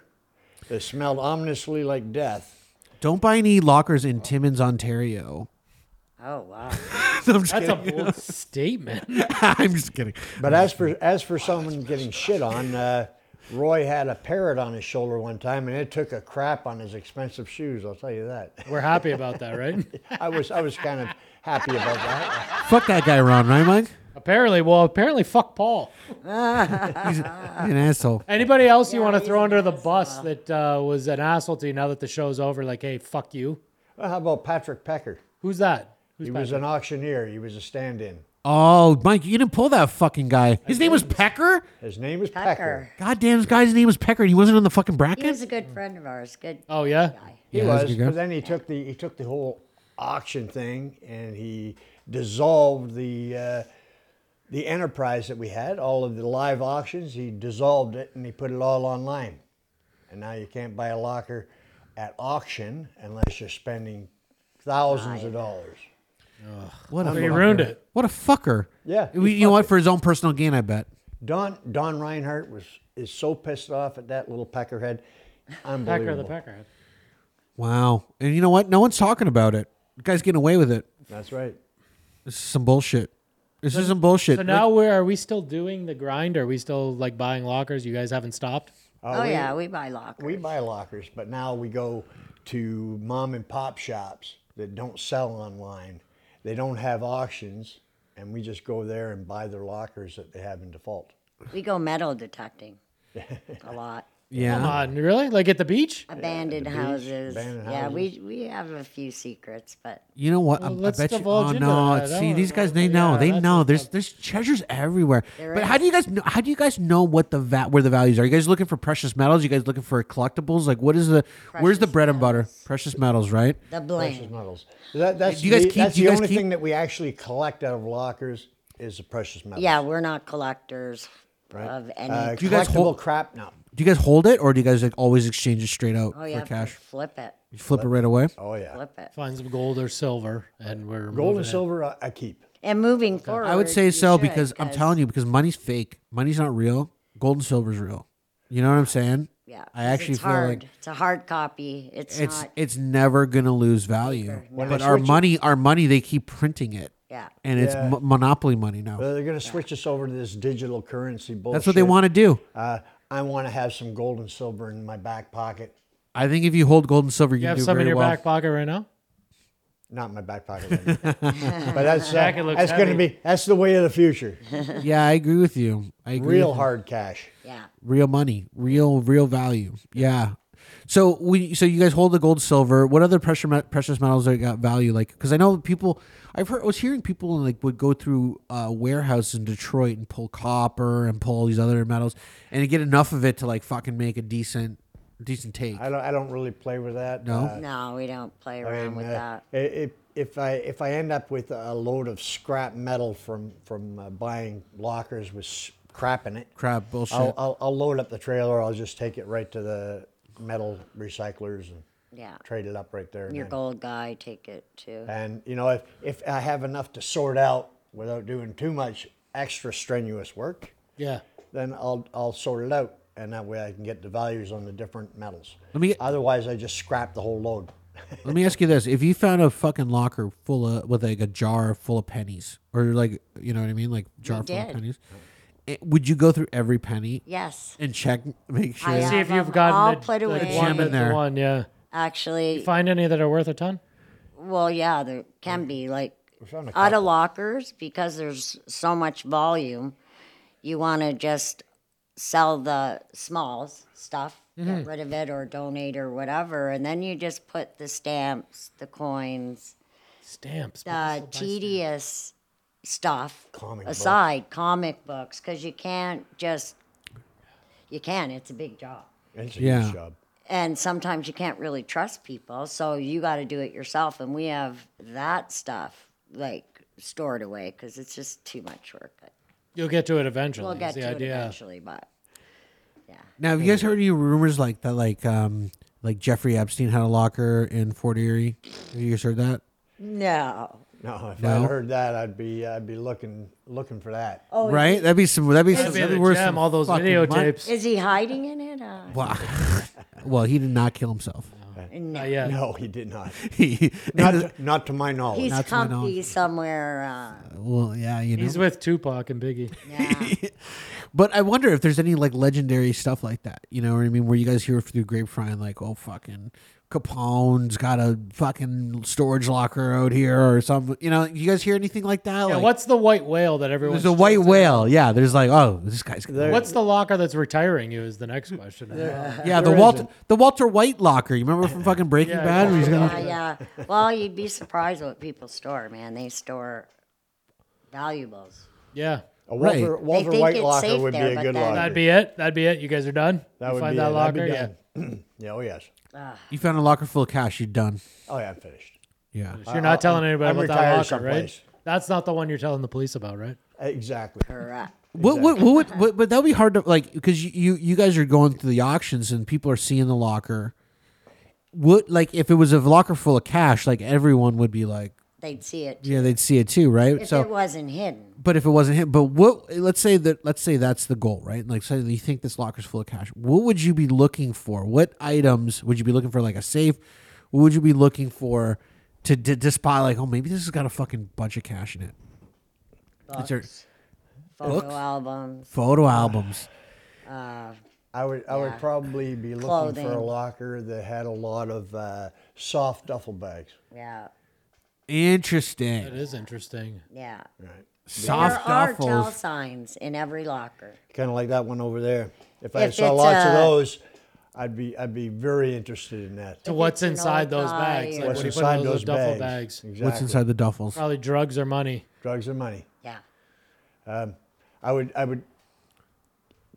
Speaker 12: that smelled ominously like death.
Speaker 9: Don't buy any lockers in Timmins, Ontario.
Speaker 6: oh wow.
Speaker 9: I'm, just
Speaker 10: That's
Speaker 9: kidding.
Speaker 10: a bold statement.
Speaker 9: I'm just kidding.
Speaker 12: But as for as for someone getting shit on, uh, Roy had a parrot on his shoulder one time, and it took a crap on his expensive shoes. I'll tell you that.
Speaker 10: We're happy about that, right?
Speaker 12: I was I was kind of happy about that.
Speaker 9: Fuck that guy, Ron. Right, Mike?
Speaker 10: apparently, well, apparently, fuck Paul.
Speaker 9: He's an asshole.
Speaker 10: Anybody else you want to throw under the bus that uh, was an asshole to you now that the show's over? Like, hey, fuck you.
Speaker 12: Well, how about Patrick Pecker?
Speaker 10: Who's that? Who's
Speaker 12: He was
Speaker 10: Patrick?
Speaker 12: an auctioneer. He was a stand-in.
Speaker 9: Oh, Mike, you didn't pull that fucking guy. His name was Pecker.
Speaker 12: His name was Pecker.
Speaker 6: Pecker.
Speaker 9: Goddamn, this guy's name was Pecker, and he wasn't on the fucking
Speaker 6: He
Speaker 9: bracket.
Speaker 6: was a good friend of ours. Good.
Speaker 10: Oh yeah.
Speaker 12: He
Speaker 9: Yeah, that's a
Speaker 12: was,
Speaker 9: good guy.
Speaker 12: but then he took the he took the whole auction thing and he dissolved the uh, the enterprise that we had, all of the live auctions. He dissolved it and he put it all online, and now you can't buy a locker at auction unless you're spending thousands of dollars.
Speaker 9: What a
Speaker 10: So he
Speaker 9: fucker.
Speaker 10: ruined it.
Speaker 9: What a fucker.
Speaker 12: Yeah,
Speaker 9: We-
Speaker 12: he
Speaker 9: you know what? For his own personal gain, I bet.
Speaker 12: Don Don Reinhardt was is so pissed off at that little
Speaker 10: Pecker
Speaker 12: peckerhead.
Speaker 10: the
Speaker 12: Unbelievable.
Speaker 10: Peckerhead.
Speaker 9: Wow. And you know what? No one's talking about it. The guy's getting away with it.
Speaker 12: That's right.
Speaker 9: This is some bullshit. This is some bullshit.
Speaker 10: So now where are we still doing the grind? Are we still like buying lockers? You guys haven't stopped?
Speaker 6: Oh, yeah, we buy lockers.
Speaker 12: We buy lockers, but now we go to mom and pop shops that don't sell online. They don't have auctions, and we just go there and buy their lockers that they have in default.
Speaker 6: We go metal detecting. a lot.
Speaker 9: yeah.
Speaker 10: Come on, really? Like at the beach?
Speaker 6: Abandoned houses.
Speaker 12: abandoned
Speaker 6: yeah,
Speaker 12: houses.
Speaker 6: we we have a few secrets, but
Speaker 9: You know what? I- I,
Speaker 10: let's
Speaker 9: bet you.
Speaker 10: divulge
Speaker 9: Oh
Speaker 10: into
Speaker 9: no!
Speaker 10: that. I
Speaker 9: See,
Speaker 10: don't-
Speaker 9: these guys
Speaker 10: I
Speaker 9: they
Speaker 10: don't-
Speaker 9: know.
Speaker 10: yeah,
Speaker 9: they
Speaker 10: that's
Speaker 9: know.
Speaker 10: what's
Speaker 9: There's
Speaker 10: up.
Speaker 9: there's treasures everywhere.
Speaker 6: There
Speaker 9: but how
Speaker 6: is.
Speaker 9: do you guys know? How do you guys know what the va- where the values are? you guys looking for precious metals? you guys looking for collectibles? Like what is the where's the
Speaker 6: Precious
Speaker 9: bread and butter? Precious metals, right?
Speaker 6: the
Speaker 12: Precious
Speaker 6: bling.
Speaker 12: metals. That, that's
Speaker 9: Do you guys
Speaker 12: the,
Speaker 9: keep-
Speaker 12: that's
Speaker 9: do you
Speaker 12: the
Speaker 9: guys
Speaker 12: only
Speaker 9: keep-
Speaker 12: thing that we actually collect out of lockers is the precious metals.
Speaker 6: Yeah, we're not collectors
Speaker 12: Right.
Speaker 6: of any.
Speaker 12: Uh,
Speaker 9: you guys
Speaker 12: collectible
Speaker 9: hold-
Speaker 12: crap? No.
Speaker 9: Do you guys hold it or do you guys like always exchange it straight out
Speaker 6: oh yeah,
Speaker 9: for cash?
Speaker 6: flip it,
Speaker 9: You flip it right away.
Speaker 12: Oh yeah.
Speaker 6: flip it.
Speaker 10: Find some gold or silver and we're
Speaker 12: Gold
Speaker 10: moving
Speaker 12: and
Speaker 10: it.
Speaker 12: silver I, I keep.
Speaker 6: And moving forward,
Speaker 9: I would say
Speaker 6: you
Speaker 9: so
Speaker 6: should,
Speaker 9: because I'm telling you because money's fake. Money's not real. Gold and silver's real. You know what I'm saying?
Speaker 6: Yeah,
Speaker 9: I
Speaker 6: 'cause
Speaker 9: actually
Speaker 6: it's
Speaker 9: feel
Speaker 6: hard.
Speaker 9: like
Speaker 6: it's a hard copy. It's,
Speaker 9: it's
Speaker 6: not.
Speaker 9: it's never gonna lose value.
Speaker 12: When
Speaker 9: But
Speaker 12: they
Speaker 9: our
Speaker 12: switch it-
Speaker 9: money, our money, they keep printing it.
Speaker 6: yeah,
Speaker 9: and it's
Speaker 12: Yeah.
Speaker 9: mo- monopoly money now.
Speaker 12: Uh, They're going to switch us over to this digital currency bullshit.
Speaker 9: That's what they want to do.
Speaker 12: Uh, I want to have some gold and silver in my back pocket.
Speaker 9: I think if you hold gold and silver, you,
Speaker 10: You
Speaker 9: can
Speaker 10: have
Speaker 9: do
Speaker 10: some
Speaker 9: very
Speaker 10: in your
Speaker 9: well.
Speaker 10: back pocket right now?
Speaker 12: Not in my back pocket. right now. but that's uh,
Speaker 10: Jacket looks
Speaker 12: that's going to
Speaker 10: heavy.
Speaker 12: be that's the way of the future.
Speaker 9: Yeah, I agree with you. I agree
Speaker 12: Real
Speaker 9: with you.
Speaker 12: hard cash.
Speaker 6: yeah.
Speaker 9: real money, real real value. Yeah, So we, so you guys hold the gold, silver. What other precious me- precious metals that got value? Like, because I know people, I've heard, I was hearing people like would go through uh, warehouses in Detroit and pull copper and pull all these other metals, and to get enough of it to like fucking make a decent, decent take.
Speaker 12: I don't, I don't really play with that.
Speaker 9: No?
Speaker 6: No, we don't play
Speaker 12: Uh, I
Speaker 6: around
Speaker 12: mean,
Speaker 6: with
Speaker 12: uh,
Speaker 6: that.
Speaker 12: i- If, if I if I end up with a load of scrap metal from from uh, buying lockers with s- crap in it,
Speaker 9: Crap bullshit.
Speaker 12: I'll, I'll, I'll load up the trailer. I'll just take it right to the metal recyclers and
Speaker 6: Yeah.
Speaker 12: trade it up right there.
Speaker 6: Your
Speaker 12: then.
Speaker 6: gold guy, take it too.
Speaker 12: And you know, if if I have enough to sort out without doing too much extra strenuous work,
Speaker 10: Yeah.
Speaker 12: then I'll I'll sort it out, and that way I can get the values on the different metals.
Speaker 9: Let me-
Speaker 12: Otherwise, I just scrap the whole load.
Speaker 9: Let me ask you this: If you found a fucking locker full of with like a jar full of pennies, or like you know what I mean, like jar full of
Speaker 6: did.
Speaker 9: pennies, eh, would you go through every penny?
Speaker 6: Yes.
Speaker 9: And check, make sure.
Speaker 6: I
Speaker 10: See if
Speaker 6: have
Speaker 10: you've
Speaker 6: them
Speaker 10: gotten
Speaker 6: all
Speaker 10: the-
Speaker 6: put
Speaker 10: the
Speaker 6: away.
Speaker 10: one
Speaker 9: Gem in
Speaker 10: that's the
Speaker 9: there.
Speaker 10: one, yeah.
Speaker 6: Actually,
Speaker 10: Find any that are worth a ton?
Speaker 6: well, yeah, there can be like
Speaker 12: found a
Speaker 6: out of lockers because there's so much volume. You want to just sell the smalls stuff,
Speaker 12: Mm-hmm.
Speaker 6: get rid of it, or donate or whatever, and then you just put the stamps, the coins,
Speaker 10: Stamps. but
Speaker 6: the
Speaker 10: this will buy
Speaker 6: tedious stuff
Speaker 12: Comic books.
Speaker 6: aside, comic books, because you can't just you can. It's a big job.
Speaker 12: It's a
Speaker 9: Yeah.
Speaker 12: huge job.
Speaker 6: and sometimes you can't really trust people so you got to do it yourself and we have that stuff like stored away because it's just too much work
Speaker 10: You'll get to it eventually.
Speaker 6: we'll
Speaker 10: is
Speaker 6: get
Speaker 10: the
Speaker 6: to it
Speaker 10: idea.
Speaker 6: eventually but
Speaker 9: Now, have you guys heard any rumors like that? Like, um, like Jeffrey Epstein had a locker in Fort Erie. Have you guys heard that?
Speaker 6: no
Speaker 12: No, if
Speaker 9: No?
Speaker 12: I heard that, I'd be I'd be looking looking for that.
Speaker 6: oh
Speaker 9: right? That'd be some. That'd be
Speaker 10: That'd
Speaker 9: some.
Speaker 10: be
Speaker 9: That'd
Speaker 10: the
Speaker 9: be worth
Speaker 10: gem,
Speaker 9: some
Speaker 10: all those
Speaker 9: fucking money.
Speaker 10: videotapes.
Speaker 6: is he hiding in it uh,
Speaker 9: Wow. well, he did not kill himself.
Speaker 10: Not yet.
Speaker 12: No, he did not.
Speaker 9: He,
Speaker 12: Not to, not to my knowledge.
Speaker 6: he's
Speaker 9: That's my
Speaker 6: comfy
Speaker 9: knowledge.
Speaker 6: somewhere uh,
Speaker 9: well, yeah, you know.
Speaker 10: He's with Tupac and Biggie.
Speaker 6: yeah.
Speaker 9: But I wonder if there's any like legendary stuff like that. You know what I mean? Where you guys hear through grapevine, like, oh fucking Capone's got a fucking storage locker out here or something. You know, you guys hear anything like that?
Speaker 10: Yeah,
Speaker 9: Like,
Speaker 10: what's the white whale that everyone's
Speaker 9: there's a white
Speaker 10: chasing?
Speaker 9: whale. Yeah, there's like, oh, this guy's.
Speaker 10: What's the locker that's retiring you is the next question.
Speaker 9: yeah, the
Speaker 12: there
Speaker 9: Walter,
Speaker 12: isn't.
Speaker 9: the Walter White locker. You remember from fucking Breaking
Speaker 10: Yeah,
Speaker 9: Bad? Where he's gonna,
Speaker 6: yeah yeah well you'd be surprised what people store man they store valuables
Speaker 10: Yeah.
Speaker 12: a Walter,
Speaker 9: Right.
Speaker 12: Walter
Speaker 6: think
Speaker 12: White
Speaker 6: it's
Speaker 12: locker
Speaker 6: safe
Speaker 12: would
Speaker 6: there,
Speaker 12: be a
Speaker 6: but
Speaker 12: good
Speaker 6: then-
Speaker 12: locker.
Speaker 10: That'd be it. That'd be it. You guys are done.
Speaker 12: That
Speaker 10: You
Speaker 12: would
Speaker 10: find
Speaker 12: be
Speaker 10: that
Speaker 12: it.
Speaker 10: locker.
Speaker 12: That'd be
Speaker 10: yeah.
Speaker 12: done. yeah. Oh yes.
Speaker 9: you found a locker full of cash. You're done.
Speaker 12: Oh yeah. I'm finished.
Speaker 9: Yeah.
Speaker 10: You're not telling anybody
Speaker 12: I'm
Speaker 10: about that
Speaker 12: retired
Speaker 10: locker, right?
Speaker 12: someplace.
Speaker 10: That's not the one you're telling the police about, right?
Speaker 12: Exactly.
Speaker 6: correct
Speaker 9: What, what, what, would what, but that would be hard to like because you, you you guys are going through the auctions and people are seeing the locker. What like if it was a locker full of cash, like everyone would be like,
Speaker 6: they'd see it
Speaker 9: yeah, they'd see it too, right?
Speaker 6: if
Speaker 9: so,
Speaker 6: it wasn't hidden
Speaker 9: but if it wasn't him, but what? Let's say that let's say that's the goal, right? Like, say that you think this locker's full of cash. What would you be looking for? What items would you be looking for? Like a safe? What would you be looking for to d- to spot? Like, oh, maybe this has got a fucking bunch of cash in it. It's your
Speaker 6: photo
Speaker 9: Books?
Speaker 6: albums
Speaker 9: photo albums.
Speaker 12: I would I would probably be looking for a
Speaker 6: Clothing.
Speaker 12: locker that had a lot of uh, soft duffel bags.
Speaker 6: yeah
Speaker 10: It
Speaker 9: Interesting.
Speaker 10: is interesting.
Speaker 6: yeah
Speaker 9: Soft
Speaker 6: there are tell
Speaker 9: duffels.
Speaker 6: signs in every locker.
Speaker 12: Kind of like that one over there. If I
Speaker 6: If
Speaker 12: saw
Speaker 6: it's
Speaker 12: lots
Speaker 6: a-
Speaker 12: of those, I'd be I'd be very interested in that.
Speaker 10: To what's
Speaker 6: an
Speaker 10: inside
Speaker 6: old
Speaker 10: those
Speaker 6: guy
Speaker 10: bags? Like
Speaker 6: or-
Speaker 10: what
Speaker 12: What's
Speaker 10: do you put
Speaker 12: inside
Speaker 10: in those
Speaker 12: those
Speaker 10: duffel
Speaker 12: bags?
Speaker 10: bags?
Speaker 12: Exactly.
Speaker 9: What's inside the duffels?
Speaker 10: Probably drugs or money.
Speaker 12: Drugs and money.
Speaker 6: Yeah.
Speaker 12: I would I would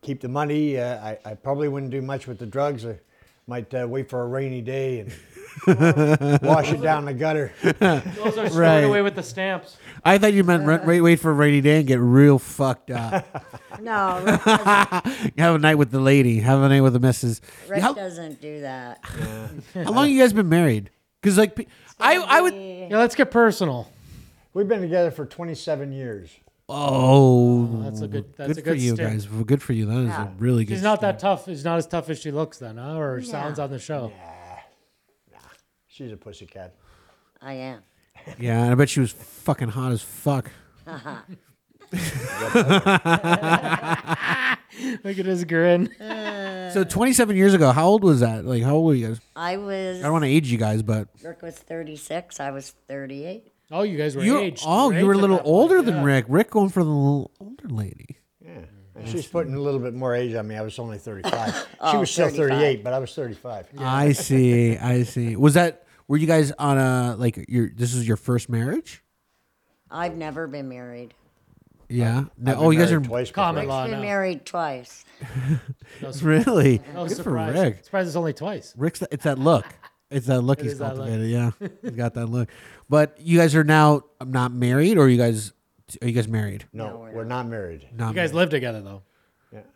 Speaker 12: keep the money. Uh, I I probably wouldn't do much with the drugs. I might uh, wait for a rainy day and uh, wash it down the gutter.
Speaker 10: Those are stored
Speaker 9: Right. away
Speaker 10: away with the stamps.
Speaker 9: I thought you meant rent, wait, wait for a rainy day and get real fucked up.
Speaker 6: No, Rick,
Speaker 9: Have a night with the lady. Have a night with the missus.
Speaker 6: Rick
Speaker 9: How,
Speaker 6: doesn't do that.
Speaker 9: how long you guys been married? Because like, pe- I I would.
Speaker 10: Yeah, let's get personal.
Speaker 12: We've been together for 27 years.
Speaker 9: Oh,
Speaker 10: That's a good. That's
Speaker 9: good
Speaker 10: a good
Speaker 9: for you
Speaker 10: stint.
Speaker 9: guys. Well, good for you. That is a really good.
Speaker 10: She's not that tough. She's not as tough as she looks then, huh? Or sounds on the show.
Speaker 12: She's a pussycat.
Speaker 6: I am.
Speaker 9: stint. Yeah, and I bet she was fucking hot as fuck.
Speaker 10: Look at his grin.
Speaker 9: So 27 years ago, how old was that? Like, how old were you guys?
Speaker 6: I
Speaker 9: I
Speaker 6: was.
Speaker 9: don't want to age you guys, but
Speaker 6: Rick was 36. I was 38.
Speaker 10: Oh, you guys were
Speaker 9: you.
Speaker 10: aged.
Speaker 9: Oh,
Speaker 10: We're
Speaker 9: you were a
Speaker 10: aged at
Speaker 9: little
Speaker 10: that point,
Speaker 9: older than
Speaker 10: yeah.
Speaker 9: Rick. Rick going for the little older lady.
Speaker 12: Yeah. She was putting a little bit more age on me. I was only 35. she
Speaker 9: Oh,
Speaker 12: was still
Speaker 9: 35.
Speaker 12: 38, but I was 35.
Speaker 9: I see. I see. Was that? Were you guys on a like your? This is your first marriage?
Speaker 6: I've never been married.
Speaker 9: Yeah. No,
Speaker 12: Uh, I've
Speaker 9: oh,
Speaker 12: been
Speaker 9: you guys are
Speaker 12: married twice
Speaker 10: Common law
Speaker 6: I've been
Speaker 10: now.
Speaker 6: married twice.
Speaker 10: No sur-
Speaker 9: really.
Speaker 10: No
Speaker 9: Good
Speaker 10: surprise.
Speaker 9: for Rick.
Speaker 10: Surprise, it's only twice.
Speaker 9: Rick's. It's that look. It's that look
Speaker 10: It
Speaker 9: he's
Speaker 10: is that look.
Speaker 9: cultivated. Yeah, he's got that look. But you guys are now um, not married, or you guys are you guys married?
Speaker 12: No, we're, not married.
Speaker 9: Not
Speaker 10: You guys live together though.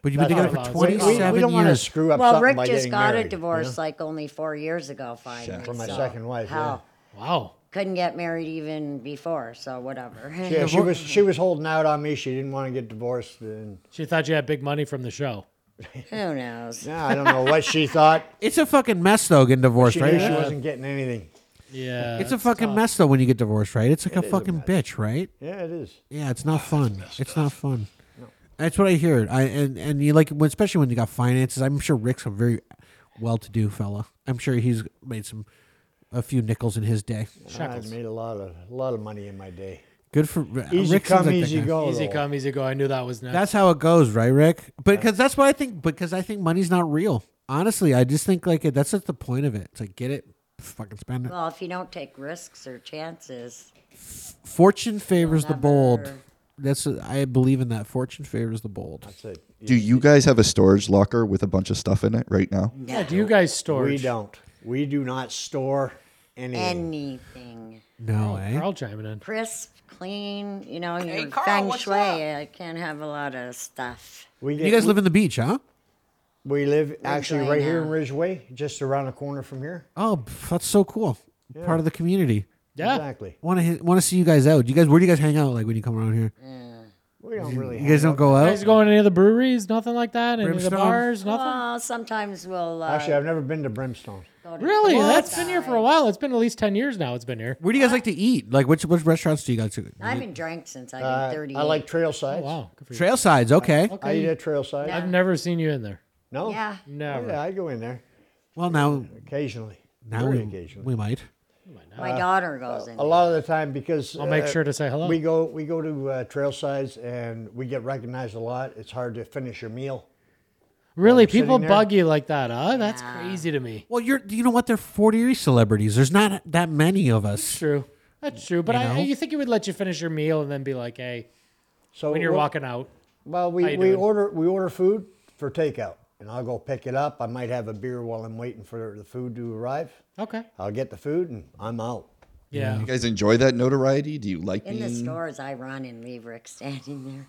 Speaker 9: But you've been
Speaker 12: That's
Speaker 9: together
Speaker 12: not
Speaker 9: for
Speaker 12: allowed. We- we-
Speaker 9: 27
Speaker 12: We don't want to
Speaker 9: years.
Speaker 12: screw up
Speaker 6: well,
Speaker 12: something
Speaker 6: Rick
Speaker 12: by
Speaker 6: just
Speaker 12: getting
Speaker 6: got
Speaker 12: married,
Speaker 6: a
Speaker 12: you
Speaker 6: divorce
Speaker 12: know?
Speaker 6: like only four years ago, finally.
Speaker 12: From my
Speaker 6: so
Speaker 12: second wife, yeah.
Speaker 6: Hell,
Speaker 10: Wow.
Speaker 6: couldn't get married even before, so whatever.
Speaker 12: Yeah, she was she was holding out on me. She didn't want to get divorced, and
Speaker 10: She thought you had big money from the show.
Speaker 6: Who knows?
Speaker 12: yeah, I don't know what she thought.
Speaker 9: It's a fucking mess though getting divorced,
Speaker 12: She
Speaker 9: right?
Speaker 12: knew she wasn't getting anything.
Speaker 10: Yeah.
Speaker 9: it's a fucking mess though when you get divorced, right? It's like a fucking bitch, right?
Speaker 12: Yeah, it is.
Speaker 9: Yeah, it's
Speaker 12: Ah,
Speaker 9: not fun. It's not fun. That's what I hear. I and and you like when- especially when you got finances. I'm sure Rick's a very well-to-do fella. I'm sure he's made some a few nickels in his day.
Speaker 10: Shekels.
Speaker 12: I made a lot of a lot of money in my day.
Speaker 9: Good for uh,
Speaker 12: Easy
Speaker 9: Rick seems
Speaker 12: come,
Speaker 9: like that
Speaker 12: easy
Speaker 9: guy.
Speaker 12: go.
Speaker 10: Easy
Speaker 12: though.
Speaker 10: come, easy go. I knew that was next.
Speaker 9: That's how it goes, right, Rick? But because that's what I think. Because I think money's not real. Honestly, I just think like that's just the point of it. It's like get it, fucking spend it.
Speaker 6: Well, if you don't take risks or chances,
Speaker 9: Fortune favors the bold.
Speaker 6: never-
Speaker 9: That's I believe in that. Fortune favors the bold.
Speaker 12: That's it.
Speaker 7: Do you guys have a storage locker with a bunch of stuff in it right now?
Speaker 10: yeah, do you guys store?
Speaker 12: We don't. We do not store anything.
Speaker 6: anything
Speaker 9: No, eh?
Speaker 10: Carl chiming in.
Speaker 6: crisp, clean, you know, your
Speaker 2: Carl,
Speaker 6: feng
Speaker 2: what's
Speaker 6: shui.
Speaker 2: up?
Speaker 6: I can't have a lot of stuff.
Speaker 12: We get,
Speaker 9: You guys
Speaker 12: we,
Speaker 9: live in the beach, huh?
Speaker 12: we live actually
Speaker 6: Ridgeway
Speaker 12: right here in
Speaker 6: now.
Speaker 12: Ridgeway, just around the corner from here.
Speaker 9: Oh, pff, that's so cool. Part of the community.
Speaker 10: Yeah.
Speaker 12: Exactly.
Speaker 9: Want to want to see you guys out? You guys, where do you guys hang out? Like when you come around here,
Speaker 12: We don't really.
Speaker 9: you guys
Speaker 12: hang
Speaker 9: don't go
Speaker 10: You
Speaker 9: out.
Speaker 10: guys going to any of the breweries? Nothing like that? Any of the
Speaker 9: Oh. Brimstone?
Speaker 10: bars? Nothing?
Speaker 6: Well, sometimes we'll. Uh,
Speaker 12: out. Actually, I've never been to Brimstone.
Speaker 6: go to
Speaker 10: Really?
Speaker 6: Florida.
Speaker 10: That's been here for a while. It's been at least 10 years now. It's been here.
Speaker 9: Where do you guys like to eat? Like which which restaurants do you guys?
Speaker 6: I haven't drank since I've
Speaker 12: Uh,
Speaker 6: been 38.
Speaker 12: I like trailsides.
Speaker 10: Oh, wow. Good for you.
Speaker 9: Trail sides, okay.
Speaker 12: I eat at trailside.
Speaker 10: I've never seen you in there.
Speaker 12: No.
Speaker 6: Yeah.
Speaker 10: Never.
Speaker 12: Yeah, I go in there
Speaker 9: Well, now
Speaker 12: occasionally.
Speaker 9: now
Speaker 12: very
Speaker 9: we,
Speaker 12: occasionally.
Speaker 9: we might.
Speaker 6: My daughter goes in.
Speaker 12: a lot of the time because uh,
Speaker 10: I'll
Speaker 9: uh,
Speaker 10: make sure to say hello.
Speaker 12: We go we go to uh, trailsides and we get recognized a lot. It's hard to finish your meal.
Speaker 10: Really?
Speaker 12: we're sitting
Speaker 10: People
Speaker 12: there.
Speaker 10: bug you like that, huh? That's crazy to me.
Speaker 9: Well, you're you know what? They're 40 celebrities. There's not that many of
Speaker 10: That's
Speaker 9: us.
Speaker 10: true. That's true. But
Speaker 9: You
Speaker 10: I, I
Speaker 9: know?
Speaker 10: you think he would let you finish your meal and then be like, hey,
Speaker 12: So
Speaker 10: when you're
Speaker 12: we'll-
Speaker 10: walking out.
Speaker 12: well,
Speaker 10: how
Speaker 12: we,
Speaker 10: you
Speaker 12: we
Speaker 10: doing?
Speaker 12: order we order food for takeout, and I'll go pick it up. I might have a beer while I'm waiting for the food to arrive.
Speaker 10: Okay.
Speaker 12: I'll get the food and I'm out.
Speaker 10: Yeah.
Speaker 7: You guys enjoy that notoriety? Do you like
Speaker 6: in the
Speaker 12: Mm.
Speaker 7: being-
Speaker 6: stores, I run and leave Rick standing there.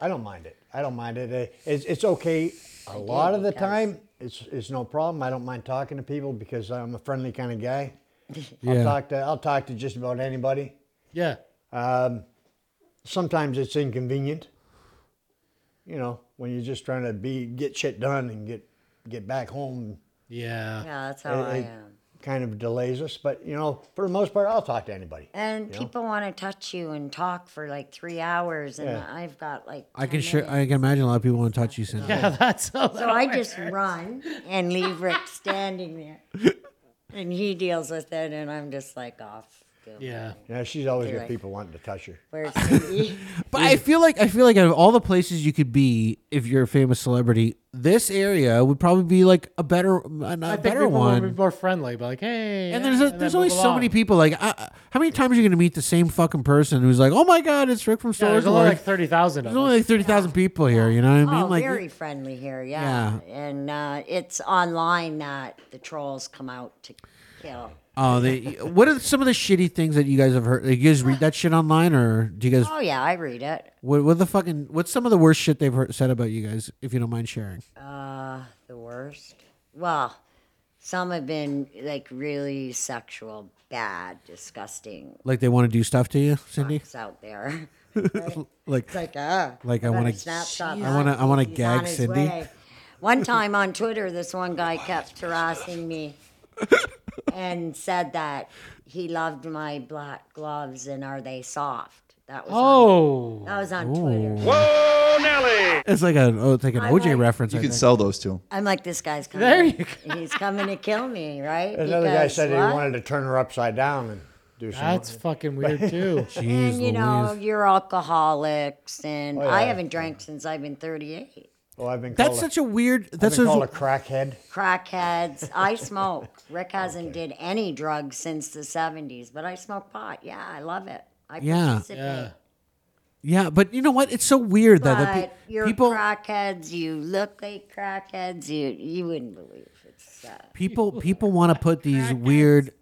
Speaker 12: I don't mind it. I don't mind it. Eh, It's, it's okay. A lot of the
Speaker 6: because-
Speaker 12: time, it's it's no problem. I don't mind talking to people because I'm a friendly kind of guy.
Speaker 9: Yeah.
Speaker 12: I'll talk to I'll talk to just about anybody.
Speaker 10: Yeah.
Speaker 12: sometimes it's inconvenient. You know, when you're just trying to be get shit done and get get back home,
Speaker 10: Yeah.
Speaker 6: Yeah, that's how
Speaker 12: It-
Speaker 6: I
Speaker 12: it-
Speaker 6: am.
Speaker 12: kind of delays us. But you know, for the most part, I'll talk to anybody.
Speaker 6: And people want to touch you and talk for like three hours, and
Speaker 12: Yeah.
Speaker 6: I've got like.
Speaker 9: I
Speaker 6: 10
Speaker 9: can sure.
Speaker 6: minutes.
Speaker 9: I can imagine a lot of people want to touch you soon.
Speaker 10: Yeah, that's how
Speaker 6: So I just run and leave Rick standing there. And he deals with it, and I'm just like off. doing
Speaker 10: Yeah.
Speaker 6: my-
Speaker 12: You know, she's always got
Speaker 6: Right.
Speaker 12: people wanting to touch her.
Speaker 6: Where's Cindy?
Speaker 9: But I feel like I feel like out of all the places you could be if you're a famous celebrity, this area would probably be like a better a,
Speaker 10: I
Speaker 9: a
Speaker 10: think
Speaker 9: better
Speaker 10: people
Speaker 9: one.
Speaker 10: would be more friendly, but like, hey.
Speaker 9: And there's
Speaker 10: yeah,
Speaker 9: a,
Speaker 10: then
Speaker 9: there's only
Speaker 10: move
Speaker 9: so
Speaker 10: along.
Speaker 9: many people. Like, I, I- how many times are you going to meet the same fucking person who's like, "Oh my god, it's Rick from
Speaker 10: Yeah,
Speaker 9: Storage
Speaker 10: there's only
Speaker 9: Wars."
Speaker 10: like 30,000 of
Speaker 9: There's only
Speaker 10: us.
Speaker 9: like thirty thousand people here. You know what I mean?
Speaker 6: oh,
Speaker 9: like,
Speaker 6: very friendly here, yeah. And uh, it's online that the trolls come out to kill.
Speaker 9: oh, they, what are some of the shitty things that you guys have heard? Like, you guys read that shit online, or do you guys?
Speaker 6: Oh yeah, I read it.
Speaker 9: What, what the fucking? What's some of the worst shit they've heard, said about you guys? If you don't mind sharing.
Speaker 6: The worst. Well, some have been like really sexual, bad, disgusting
Speaker 9: Like they want to do stuff to you, Cindy.
Speaker 6: fucks out there.
Speaker 9: Like,
Speaker 6: Like ah,
Speaker 9: Like, I
Speaker 6: better
Speaker 9: wanna-
Speaker 6: snap shot
Speaker 9: I wanna-
Speaker 6: that.
Speaker 9: I wanna
Speaker 6: He's
Speaker 9: gag
Speaker 6: on his
Speaker 9: Cindy.
Speaker 6: way. One time on Twitter, this one guy kept harassing me and said that he loved my black gloves and are they soft? That was on,
Speaker 10: Oh.
Speaker 6: that was on Twitter.
Speaker 9: it's like a oh, it's like an OJ reference.
Speaker 7: You
Speaker 9: I
Speaker 7: can
Speaker 9: think.
Speaker 7: sell those too.
Speaker 6: I'm like, this guy's coming.
Speaker 10: There you
Speaker 6: He's coming to kill me, right?
Speaker 12: Another guy
Speaker 6: Because
Speaker 12: said he
Speaker 6: what?
Speaker 12: wanted to turn her upside down, and do some.
Speaker 10: That's fucking weird too.
Speaker 6: and you know, you're alcoholics, and
Speaker 12: Oh,
Speaker 6: I
Speaker 12: yeah.
Speaker 6: haven't drank since I've been 38.
Speaker 12: Oh, I've been.
Speaker 9: That's
Speaker 12: called
Speaker 9: such a weird.
Speaker 12: I've
Speaker 9: That's
Speaker 12: been
Speaker 9: such
Speaker 12: called a crackhead.
Speaker 6: Crackheads. I smoke. Rick hasn't did any drugs since the 70s, but I smoke pot. Yeah, I love it. I
Speaker 9: Yeah.
Speaker 6: participate.
Speaker 9: yeah, but you know what? It's so weird though.
Speaker 6: But
Speaker 9: That pe-
Speaker 6: you're
Speaker 9: people
Speaker 6: crackheads. You look like crackheads. You you wouldn't believe it's. Uh,
Speaker 9: people people want to put these weird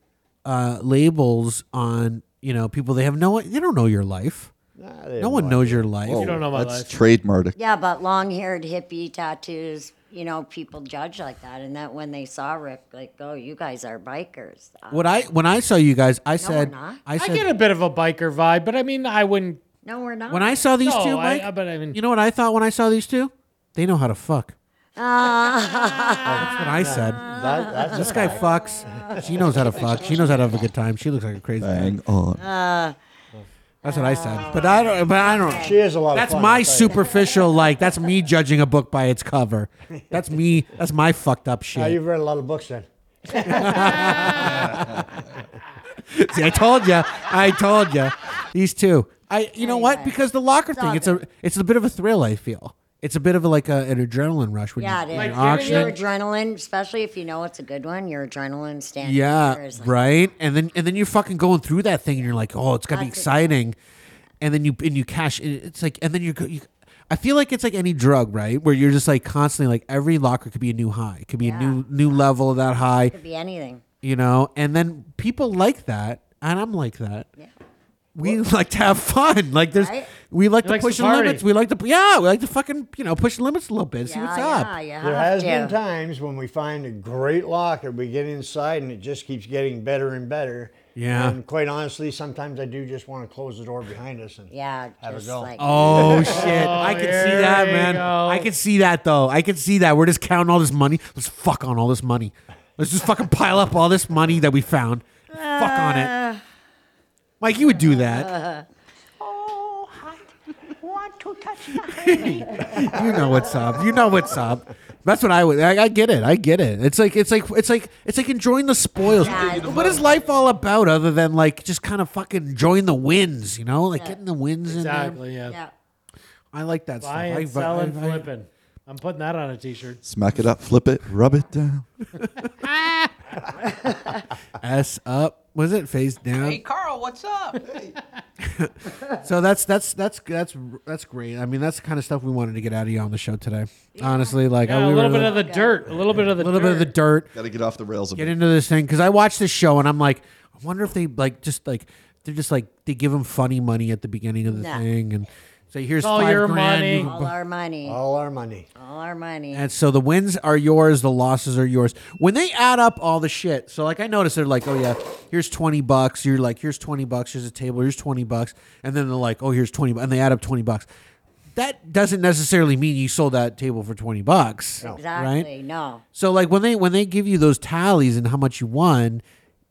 Speaker 9: uh, labels on you know people they have no they don't know your life.
Speaker 12: they
Speaker 9: no
Speaker 12: have
Speaker 9: one
Speaker 12: no
Speaker 9: knows
Speaker 12: idea.
Speaker 9: your life.
Speaker 10: You don't know my life.
Speaker 7: trademark it.
Speaker 6: yeah, but long-haired hippie tattoos. You know, people judge like that, and that when they saw Rick, like, oh, you guys are bikers. Uh,
Speaker 9: What I when I saw you guys, I said
Speaker 6: not.
Speaker 9: I
Speaker 10: I
Speaker 9: said
Speaker 10: get a bit of a biker vibe, but I mean, I wouldn't.
Speaker 6: no, we're not.
Speaker 9: when I saw these
Speaker 10: No,
Speaker 9: two, Oh,
Speaker 10: I-
Speaker 9: Mike.
Speaker 10: I- but I mean-
Speaker 9: you know what I thought when I saw these two? They know how to fuck. That's what I said.
Speaker 12: That, that's
Speaker 9: This guy fucks. She knows how to fuck. She knows how to have a good time. She looks like a crazy.
Speaker 7: Hang
Speaker 9: bitch.
Speaker 7: on.
Speaker 6: Uh,
Speaker 9: That's what I said. But I don't. But I don't.
Speaker 12: She is a lot.
Speaker 9: That's
Speaker 12: of fun,
Speaker 9: my
Speaker 12: I'll tell you.
Speaker 9: superficial. Like that's me judging a book by its cover. That's me. That's my fucked up
Speaker 12: Now
Speaker 9: shit.
Speaker 12: you've read a lot of books then.
Speaker 9: See, I told you. I told you. These two. I. You know what? Because the locker thing. It's a. It's a bit of a thrill. I feel. It's a bit of a, like a, an adrenaline rush when
Speaker 6: yeah,
Speaker 9: you,
Speaker 6: it is.
Speaker 9: when you're
Speaker 6: your
Speaker 9: auctioning.
Speaker 6: adrenaline, especially if you know it's a good one, your adrenaline stands. there
Speaker 9: Yeah,
Speaker 6: is like-
Speaker 9: right. And then and then you're fucking going through that thing, and you're like, oh, it's gonna be
Speaker 6: That's it.
Speaker 9: exciting. And then you and you cash. and It's like and then you go. You, I feel like it's like any drug, right? Where you're just like constantly like every locker could be a new high, it could be a new new level of that high,
Speaker 6: Could be anything.
Speaker 9: you know. And then people like that, and I'm like that. We like to have fun. Like there's,
Speaker 6: Right?
Speaker 9: we like to
Speaker 10: likes to
Speaker 9: push the
Speaker 10: party.
Speaker 9: limits. We like to, yeah, we like to fucking, you know, push the limits a little bit. See
Speaker 6: yeah,
Speaker 9: what's
Speaker 6: yeah,
Speaker 9: up.
Speaker 6: you
Speaker 12: There
Speaker 6: have
Speaker 12: has
Speaker 6: to.
Speaker 12: been times when we find a great locker, we get inside, and it just keeps getting better and better.
Speaker 9: Yeah.
Speaker 12: And quite honestly, sometimes I do just want to close the door behind us and
Speaker 6: Yeah,
Speaker 12: have
Speaker 6: just
Speaker 12: a go.
Speaker 6: like
Speaker 9: Oh shit! I can see
Speaker 10: there
Speaker 9: that,
Speaker 10: you
Speaker 9: man.
Speaker 10: go.
Speaker 9: I can see that though. I can see that. We're just counting all this money. Let's fuck on all this money. Let's just fucking pile up all this money that we found. Fuck on it, Mike. You would do that.
Speaker 10: Oh,
Speaker 9: you know what's up. You know what's up. That's what I would. I, I get it. I get it. It's like it's like it's like it's like enjoying the spoils.
Speaker 6: Yeah, it's-
Speaker 9: what is life all about other than like just kind of fucking enjoying the wins? You know, like
Speaker 6: Yeah.
Speaker 9: getting the wins in there.
Speaker 10: Exactly. Yeah.
Speaker 6: yeah.
Speaker 9: I like that
Speaker 10: Buying,
Speaker 9: stuff. I- I-
Speaker 10: selling,
Speaker 9: I-
Speaker 10: flipping. I'm putting that on a t-shirt.
Speaker 7: Smack it up, flip it, rub it down.
Speaker 9: S up. Was it face
Speaker 5: Hey,
Speaker 9: down?
Speaker 5: Carl, what's up?
Speaker 9: So that's that's that's that's that's great. I mean, that's the kind of stuff we wanted to get out of you on the show today. Honestly, like
Speaker 10: Yeah,
Speaker 9: I,
Speaker 10: a
Speaker 9: we
Speaker 10: little
Speaker 9: were
Speaker 10: bit of the dirt. A little bit of the.
Speaker 9: a little bit of the dirt.
Speaker 7: Got to get off the rails a
Speaker 9: Get
Speaker 7: bit.
Speaker 9: into this thing because I watched this show and I'm like, I wonder if they like just like they're just like they give them funny money at the beginning of the
Speaker 6: Nah.
Speaker 9: thing and say here's
Speaker 10: all
Speaker 9: five
Speaker 10: your
Speaker 9: grand.
Speaker 10: money.
Speaker 9: you-
Speaker 6: All our money.
Speaker 12: all our money.
Speaker 6: All our money.
Speaker 9: And so the wins are yours, the losses are yours. When they add up all the shit, so like I noticed they're like, oh yeah, here's 20 bucks. You're like, here's 20 bucks. Here's a table. Here's 20 bucks. And then they're like, oh, here's 20. bu- And they add up 20 bucks. That doesn't necessarily mean you sold that table for 20 bucks.
Speaker 6: exactly.
Speaker 9: Right?
Speaker 6: No.
Speaker 9: So like when they when they give you those tallies and how much you won,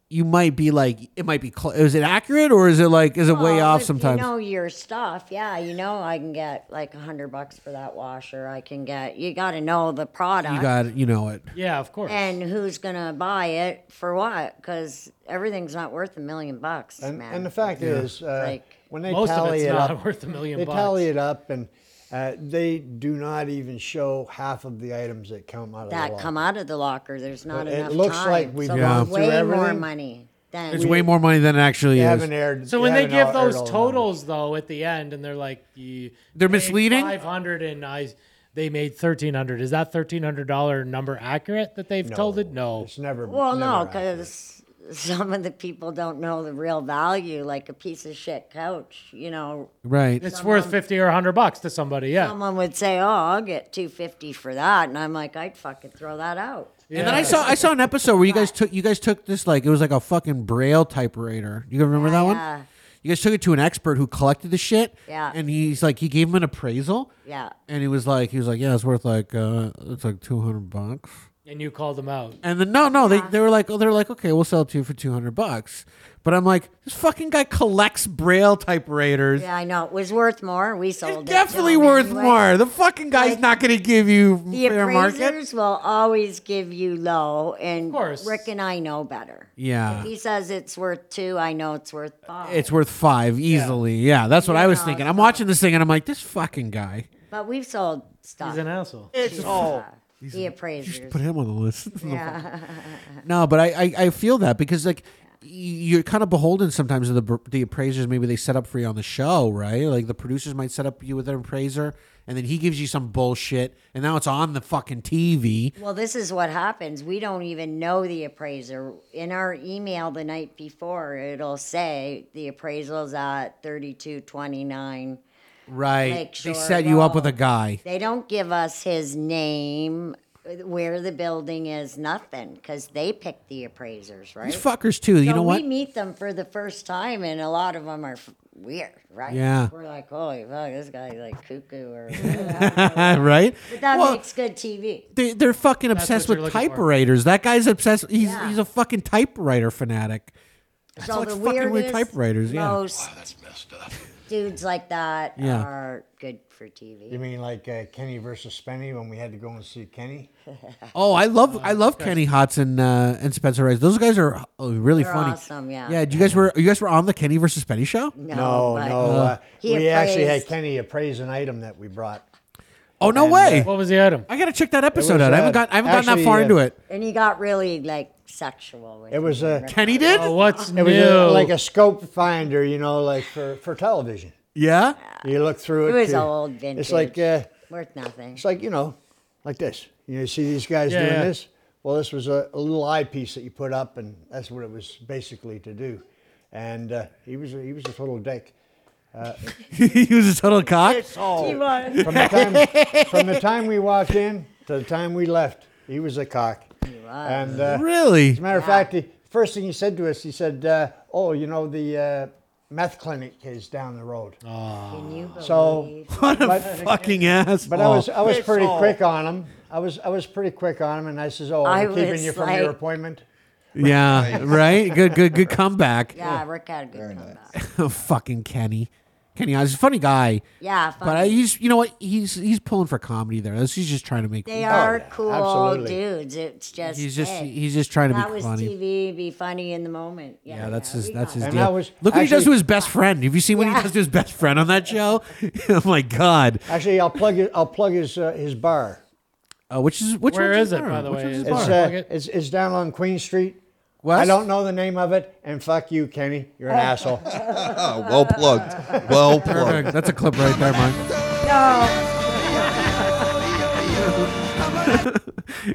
Speaker 9: you might be like, it might be, cl- is it accurate or is it like, is it way
Speaker 6: Well,
Speaker 9: off
Speaker 6: if
Speaker 9: sometimes?
Speaker 6: You know your stuff. Yeah, you know I can get like a hundred bucks for that washer. I can get. You got to know the product.
Speaker 9: you got it. You know it.
Speaker 10: Yeah, of course.
Speaker 6: and who's gonna buy it for what? Because everything's not worth a million bucks,
Speaker 12: And,
Speaker 6: man.
Speaker 12: and the fact is, uh,
Speaker 6: Like-
Speaker 12: when they
Speaker 10: Most of
Speaker 12: tally
Speaker 10: it's
Speaker 12: it
Speaker 10: not
Speaker 12: up,
Speaker 10: worth a million
Speaker 12: They
Speaker 10: bucks.
Speaker 12: tally it up, and uh, they do not even show half of the items that come out of the
Speaker 6: that
Speaker 12: locker.
Speaker 6: come out of the locker. There's not
Speaker 12: But it
Speaker 6: enough
Speaker 12: looks
Speaker 6: time.
Speaker 12: like we've
Speaker 6: so
Speaker 12: gone
Speaker 6: there's
Speaker 12: through
Speaker 6: way more
Speaker 12: everything.
Speaker 6: money than
Speaker 9: It's way more money than it actually
Speaker 12: They
Speaker 9: is.
Speaker 12: haven't aired.
Speaker 10: so when they
Speaker 12: haven't
Speaker 10: give
Speaker 12: aired
Speaker 10: those
Speaker 12: all the numbers.
Speaker 10: totals though at the end, and they're like, you,
Speaker 9: They're misleading?
Speaker 10: Five hundred and I, they made thirteen hundred. Is that thirteen hundred dollar number accurate that they've told it? No.
Speaker 12: it's never.
Speaker 6: Well, no,
Speaker 12: never accurate.
Speaker 6: because some of the people don't know the real value, like a piece of shit couch. You know,
Speaker 9: Right.
Speaker 10: It's worth fifty or hundred bucks to somebody. Yeah.
Speaker 6: someone would say, "Oh, I'll get two fifty for that," and I'm like, "I'd fucking throw that out."
Speaker 9: And then I saw I saw an episode where you guys took you guys took this like it was like a fucking braille typewriter. You remember that one?
Speaker 6: Yeah.
Speaker 9: You guys took it to an expert who collected the shit.
Speaker 6: Yeah.
Speaker 9: And he's like he gave him an appraisal.
Speaker 6: Yeah.
Speaker 9: And he was like he was like yeah it's worth like uh it's like two hundred bucks.
Speaker 10: And you called them out.
Speaker 9: And then no, no, they, they were like, oh, they're like, okay, we'll sell it to you for two hundred bucks. But I'm like, this fucking guy collects braille typewriters.
Speaker 6: Yeah, I know. It was worth more. We sold it.
Speaker 9: Definitely
Speaker 6: to 'em
Speaker 9: worth
Speaker 6: anyway.
Speaker 9: more. The fucking guy's not going to give you
Speaker 6: The
Speaker 9: fair market.
Speaker 6: appraisers will always give you low, and Rick and I know better.
Speaker 9: Yeah.
Speaker 6: If he says it's worth two, I know it's worth five.
Speaker 9: It's worth five easily. Yeah, that's what I was
Speaker 6: Yeah.
Speaker 9: thinking. I'm watching this thing and I'm like, this fucking guy.
Speaker 6: But we've sold stuff.
Speaker 12: Ah.
Speaker 10: He's an asshole.
Speaker 6: It's all the
Speaker 9: Just
Speaker 6: appraisers.
Speaker 9: Put him on the list.
Speaker 6: Yeah.
Speaker 9: No, but I, I, I feel that because like y- you're kind of beholden sometimes to the br- the appraisers. Maybe they set up for you on the show, right? Like the producers might set up you with an appraiser, and then he gives you some bullshit, and now it's on the fucking TV.
Speaker 6: Well, this is what happens. We don't even know the appraiser. In our email the night before, it'll say the appraisal's at 3229.
Speaker 9: Right.
Speaker 6: Lakeshore
Speaker 9: they set you up with a
Speaker 6: Road.
Speaker 9: guy.
Speaker 6: They don't give us his name, where the building is, nothing, because they pick the appraisers, right?
Speaker 9: These fuckers too. you
Speaker 6: So
Speaker 9: know what?
Speaker 6: We meet them for the first time, and a lot of them are f- weird, right?
Speaker 9: Yeah.
Speaker 6: We're like, holy fuck, this guy's like cuckoo or.
Speaker 9: right.
Speaker 6: But that
Speaker 9: Well,
Speaker 6: makes good TV.
Speaker 9: They, they're fucking
Speaker 6: That's
Speaker 9: obsessed
Speaker 6: what you're
Speaker 9: with
Speaker 6: looking for.
Speaker 9: typewriters. That guy's obsessed. He's
Speaker 6: Yeah.
Speaker 9: he's a fucking typewriter fanatic.
Speaker 6: so
Speaker 9: like
Speaker 6: the
Speaker 9: fucking weird
Speaker 6: weirdest,
Speaker 9: typewriters, yeah.
Speaker 6: most dudes like that
Speaker 9: Yeah.
Speaker 6: are good for TV.
Speaker 12: You mean like uh, Kenny versus Spenny when we had to go and see Kenny?
Speaker 9: Oh, I love
Speaker 12: Uh,
Speaker 9: I love Kenny Hotz and uh, and Spencer Rice. Those guys are uh, really
Speaker 6: They're
Speaker 9: funny.
Speaker 6: awesome, yeah.
Speaker 9: Yeah. You guys were you guys were on the Kenny versus Penny show?
Speaker 12: No, no.
Speaker 9: but-
Speaker 12: uh,
Speaker 9: He
Speaker 12: we actually had
Speaker 9: appraised-
Speaker 12: Kenny appraise an item that we brought.
Speaker 9: Oh no
Speaker 12: And,
Speaker 9: way!
Speaker 12: uh, What
Speaker 10: was the item?
Speaker 9: I gotta check that
Speaker 12: was,
Speaker 9: episode out. I haven't
Speaker 12: uh,
Speaker 9: got I haven't gotten that
Speaker 12: actually,
Speaker 9: far
Speaker 12: uh,
Speaker 9: into it.
Speaker 6: And he got really like sexual. With
Speaker 12: It was uh, a
Speaker 9: Kenny did.
Speaker 10: Oh, what's
Speaker 12: It was a,
Speaker 10: new?
Speaker 12: like a scope finder, you know, like for, for television.
Speaker 9: Yeah.
Speaker 12: You look through it.
Speaker 6: It was
Speaker 12: to-
Speaker 6: old vintage.
Speaker 12: It's like uh,
Speaker 6: worth nothing.
Speaker 12: it's like you know, like this. You see these guys
Speaker 10: Yeah,
Speaker 12: doing
Speaker 10: yeah.
Speaker 12: this. Well, this was a, a little eyepiece that you put up, and that's what it was basically to do. And uh, he was a, he was a total dick. Uh,
Speaker 9: he was a total cock.
Speaker 12: From the, time, from the time we walked in to the time we left, he was a cock. And uh,
Speaker 9: Really?
Speaker 12: as a matter of fact, the first thing he said to us, he said, uh, "Oh, you know the uh, meth clinic is down the road."
Speaker 6: Can you
Speaker 12: So
Speaker 9: what a fucking asshole!
Speaker 12: But I was I was pretty
Speaker 9: Asshole.
Speaker 12: quick on him. I was I was pretty quick on him, and I says, "Oh,
Speaker 6: I
Speaker 12: I'm keeping
Speaker 6: was
Speaker 12: you from
Speaker 6: like-
Speaker 12: your appointment."
Speaker 9: Yeah. Right. Good. Good. Good comeback. Oh,
Speaker 6: yeah, Rick had a good comeback.
Speaker 9: fucking Kenny. Kenny Hotz is a funny guy.
Speaker 6: Yeah,
Speaker 9: But I,
Speaker 6: funny.
Speaker 9: he's you know what he's he's pulling for comedy there. That's- He's just trying to make.
Speaker 12: Oh,
Speaker 6: They are cool
Speaker 9: absolutely.
Speaker 6: dudes. It's just
Speaker 9: He's just-
Speaker 6: hey,
Speaker 9: he's just trying to be
Speaker 6: that was
Speaker 9: funny.
Speaker 6: TV. Be funny in the moment. Yeah,
Speaker 9: Yeah, that's his.
Speaker 6: we
Speaker 9: That's
Speaker 6: got
Speaker 9: his
Speaker 6: it.
Speaker 12: And
Speaker 9: deal.
Speaker 12: that was
Speaker 9: Look what he does
Speaker 12: actually-
Speaker 9: to his best friend. Have you seen what he
Speaker 12: Yeah.
Speaker 9: does to his best friend on that show? oh my god!
Speaker 12: Actually, I'll plug it. I'll plug his uh, his bar.
Speaker 9: Uh, which is which
Speaker 10: Where
Speaker 9: one's
Speaker 10: is it, by the way?
Speaker 9: Which one's his
Speaker 12: It's,
Speaker 9: bar?
Speaker 12: uh, it's it's down on Queen Street. I
Speaker 9: West?
Speaker 12: don't know the name of it, and fuck you, Kenny. You're an asshole.
Speaker 7: Oh, well plugged. Well plugged.
Speaker 9: That's a clip right there, Mike.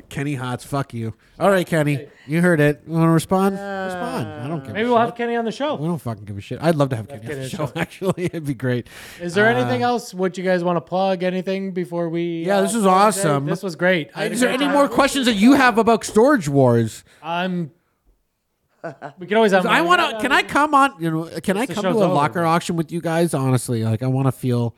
Speaker 9: Kenny Hotz, fuck you. All right, Kenny, you heard it. You want to respond?
Speaker 6: Uh,
Speaker 9: respond. I don't give. a
Speaker 10: Maybe we'll
Speaker 9: shit.
Speaker 10: have Kenny on the show.
Speaker 9: We don't fucking give a shit. I'd love to have Kenny on
Speaker 10: Kenny
Speaker 9: the
Speaker 10: on
Speaker 9: show.
Speaker 10: the
Speaker 9: Actually, it'd be great.
Speaker 10: Is there anything
Speaker 9: Uh,
Speaker 10: else? What you guys want to plug? Anything before we?
Speaker 9: Yeah,
Speaker 10: uh,
Speaker 9: this is
Speaker 10: close out?
Speaker 9: awesome.
Speaker 10: This was great. I had a
Speaker 9: Uh, Is there
Speaker 10: great
Speaker 9: any
Speaker 10: time.
Speaker 9: more questions that you have about Storage Wars?
Speaker 10: I'm. We can always. have
Speaker 9: I
Speaker 10: more.
Speaker 9: want to. Can I come on? You know, uh, can I
Speaker 10: The
Speaker 9: come to a
Speaker 10: show's over,
Speaker 9: locker auction with you guys? Honestly, like I want to feel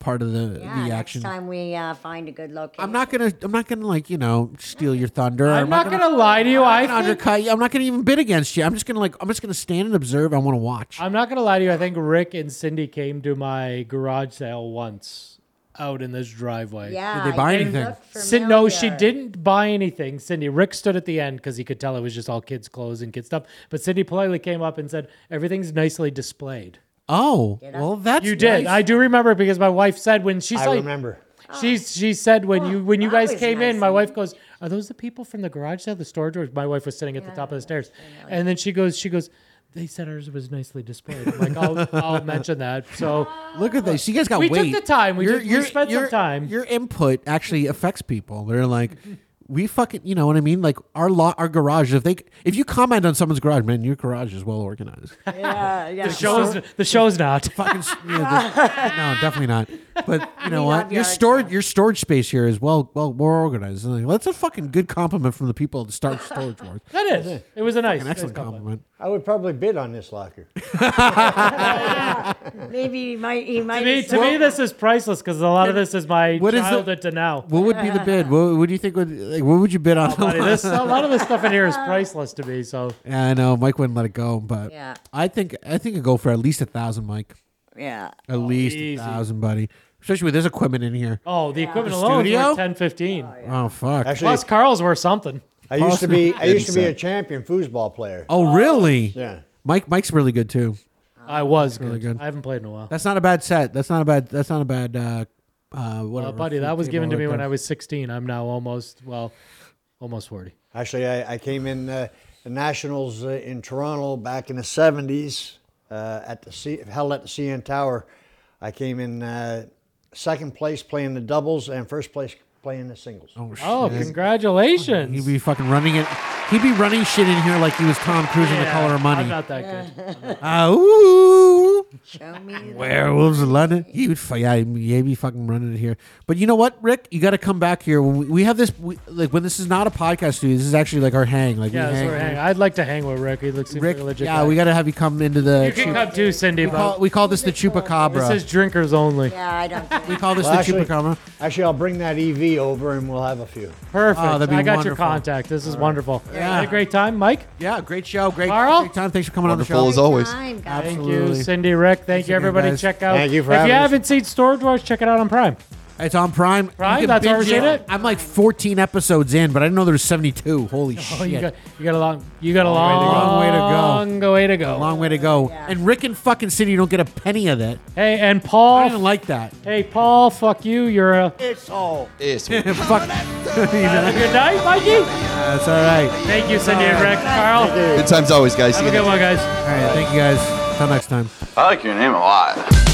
Speaker 9: part of the
Speaker 6: Yeah,
Speaker 9: the
Speaker 6: next
Speaker 9: action.
Speaker 6: time we uh, find a good location.
Speaker 9: I'm not gonna. I'm not gonna like you know steal your thunder.
Speaker 10: I'm not gonna lie to
Speaker 9: I'm
Speaker 10: you. I
Speaker 9: not gonna
Speaker 10: think-
Speaker 9: undercut you. I'm not gonna even bid against you. I'm just gonna like. I'm just gonna stand and observe. I want to watch.
Speaker 10: I'm not gonna lie to you. I think Rick and Cindy came to my garage sale once out in this driveway.
Speaker 6: Yeah,
Speaker 9: Did they buy
Speaker 6: you
Speaker 9: anything?
Speaker 6: look
Speaker 10: Cindy, no, she
Speaker 6: familiar.
Speaker 10: didn't buy anything. Cindy, Rick stood at the end because he could tell it was just all kids' clothes and kids' stuff. But Cindy politely came up and said, "Everything's nicely displayed."
Speaker 9: Oh, well, that's
Speaker 10: you did.
Speaker 9: nice.
Speaker 10: I do remember because my wife said when she
Speaker 12: I
Speaker 10: saw-
Speaker 12: remember.
Speaker 10: She she said when you when you
Speaker 9: Oh, that
Speaker 10: guys
Speaker 9: was
Speaker 10: came
Speaker 9: nice
Speaker 10: in, my wife goes, "Are those the people from the garage sale, the storage?" Or my wife was sitting at the top of the stairs, and then she goes, she goes. They said ours was nicely displayed. I'm like, I'll, I'll mention that. So
Speaker 9: Look at this. You guys got
Speaker 10: we
Speaker 9: weight.
Speaker 10: took the time. We,
Speaker 9: Your-
Speaker 10: did,
Speaker 9: your-
Speaker 10: we spent
Speaker 9: your-
Speaker 10: some time.
Speaker 9: Your input actually affects people. They're like, we fucking, you know what I mean? Like our lot, our garage. If they, if you comment on someone's garage, man, your garage is well organized.
Speaker 6: Yeah, yeah.
Speaker 10: The show's the show's not
Speaker 9: fucking. no, definitely not. But you know what?
Speaker 6: love
Speaker 9: Your
Speaker 6: yard
Speaker 9: storage, your storage space here is well, well, well organized. And like, that's a fucking good compliment from the people at the Star Storage Wars.
Speaker 10: That is. It was a nice,
Speaker 9: An excellent
Speaker 10: nice compliment.
Speaker 9: compliment.
Speaker 12: I would probably bid on this locker.
Speaker 6: Maybe he might. He might.
Speaker 10: To me,
Speaker 6: have
Speaker 10: to me
Speaker 6: said-
Speaker 10: this is priceless because a lot of this is my
Speaker 9: What is the-
Speaker 10: childhood to now.
Speaker 9: What would be the bid? What, what do you think would like? What would you bid on?
Speaker 10: Buddy, this, a lot of this stuff in here is priceless to me. So
Speaker 9: Yeah, I know Mike wouldn't let it go, but
Speaker 6: Yeah.
Speaker 9: I think I think it'd go for at least a thousand, Mike.
Speaker 6: Yeah.
Speaker 9: At least
Speaker 10: Oh, easy.
Speaker 9: a thousand, buddy. Especially with this equipment in here.
Speaker 10: Oh, the equipment
Speaker 9: The
Speaker 10: alone is
Speaker 9: studio?
Speaker 10: worth 10, 15.
Speaker 9: Oh fuck!
Speaker 12: Actually,
Speaker 10: Plus, Carl's worth something.
Speaker 12: I used to be I used to be a
Speaker 7: Awesome.
Speaker 12: champion foosball player.
Speaker 9: oh really?
Speaker 12: Yeah.
Speaker 9: Mike Mike's really good too.
Speaker 10: I was good.
Speaker 9: really good.
Speaker 10: I haven't played in a while.
Speaker 9: That's not a bad set. That's not a bad. That's not a bad. Uh, uh,
Speaker 10: Uh,
Speaker 9: whatever.
Speaker 10: buddy,
Speaker 9: food
Speaker 10: that was
Speaker 9: table
Speaker 10: given to
Speaker 9: right
Speaker 10: me when
Speaker 9: there.
Speaker 10: I was 16. I'm now almost, well, almost 40.
Speaker 12: Actually, I, I came in uh, the Nationals uh, in Toronto back in the 70s uh, at the C, held at the CN Tower. I came in uh, second place playing the doubles and first place playing the singles.
Speaker 9: Oh, shit.
Speaker 10: Oh, congratulations.
Speaker 9: he'd be fucking running it. He'd be running shit in here like he was Tom Cruise in The
Speaker 10: Yeah,
Speaker 9: Color of
Speaker 10: I'm
Speaker 9: Money.
Speaker 10: not that good.
Speaker 9: Ah, ooh.
Speaker 6: Show me. the-
Speaker 9: Werewolves of London. He would, fu- yeah, he'd be fucking running it here. But you know what, Rick? You got to come back here. When we, we have this, we, like when this is not a podcast studio, this is actually like our hang. Like
Speaker 10: Yeah,
Speaker 9: we
Speaker 10: that's
Speaker 9: hang.
Speaker 10: where I hang. I'd like to hang with Rick. He looks super
Speaker 9: Rick,
Speaker 10: legit.
Speaker 9: yeah,
Speaker 10: guy.
Speaker 9: we got to have you come into the.
Speaker 10: You can
Speaker 9: chup-
Speaker 10: come too, Cindy,
Speaker 9: we, call,
Speaker 10: but
Speaker 9: we call this the chupacabra.
Speaker 10: this is drinkers only.
Speaker 6: Yeah, I don't. Think
Speaker 9: we call this
Speaker 12: Well,
Speaker 9: the chupacabra.
Speaker 12: actually, I'll bring that EV over and we'll have a few.
Speaker 10: Perfect.
Speaker 9: Oh, that'd be
Speaker 10: I got your
Speaker 9: wonderful.
Speaker 10: contact. This is wonderful.
Speaker 9: Yeah.
Speaker 10: Had a great time, Mike.
Speaker 9: Yeah, great show, great,
Speaker 10: Carl?
Speaker 9: great time. Thanks for coming
Speaker 7: Wonderful
Speaker 9: on the
Speaker 7: as
Speaker 9: show.
Speaker 7: always.
Speaker 6: Time, guys.
Speaker 10: Thank you,
Speaker 9: Absolutely.
Speaker 10: Cindy, Rick. Thank
Speaker 9: again,
Speaker 10: you, everybody.
Speaker 9: guys.
Speaker 10: Check out.
Speaker 12: Thank you for
Speaker 10: if
Speaker 12: having
Speaker 10: you
Speaker 12: us.
Speaker 10: haven't seen Storage Wars, check it out on Prime.
Speaker 9: It's on Prime.
Speaker 10: Prime?
Speaker 9: You can
Speaker 10: That's
Speaker 9: binge
Speaker 10: already it?
Speaker 9: I'm like 14 episodes in, but I didn't know there was 72. Holy
Speaker 10: Oh,
Speaker 9: shit!
Speaker 10: you got you got a long you got a
Speaker 9: Long
Speaker 10: long
Speaker 9: way to go.
Speaker 10: way to go.
Speaker 9: a long way to go. And Rick and fucking Cindy don't get a penny of that.
Speaker 10: Hey, and
Speaker 9: I
Speaker 10: Paul.
Speaker 9: didn't like that.
Speaker 10: hey, Paul. Fuck you. You're a
Speaker 7: Yes.
Speaker 9: Fuck.
Speaker 10: good night, Mikey.
Speaker 9: That's all right.
Speaker 10: Thank you, Cindy and Rick. Carl.
Speaker 7: Good times always, guys. See
Speaker 10: Have
Speaker 7: you
Speaker 10: a
Speaker 7: next
Speaker 10: good one, guys.
Speaker 9: All right. Thank you guys. Till next time.
Speaker 13: I like your name a lot.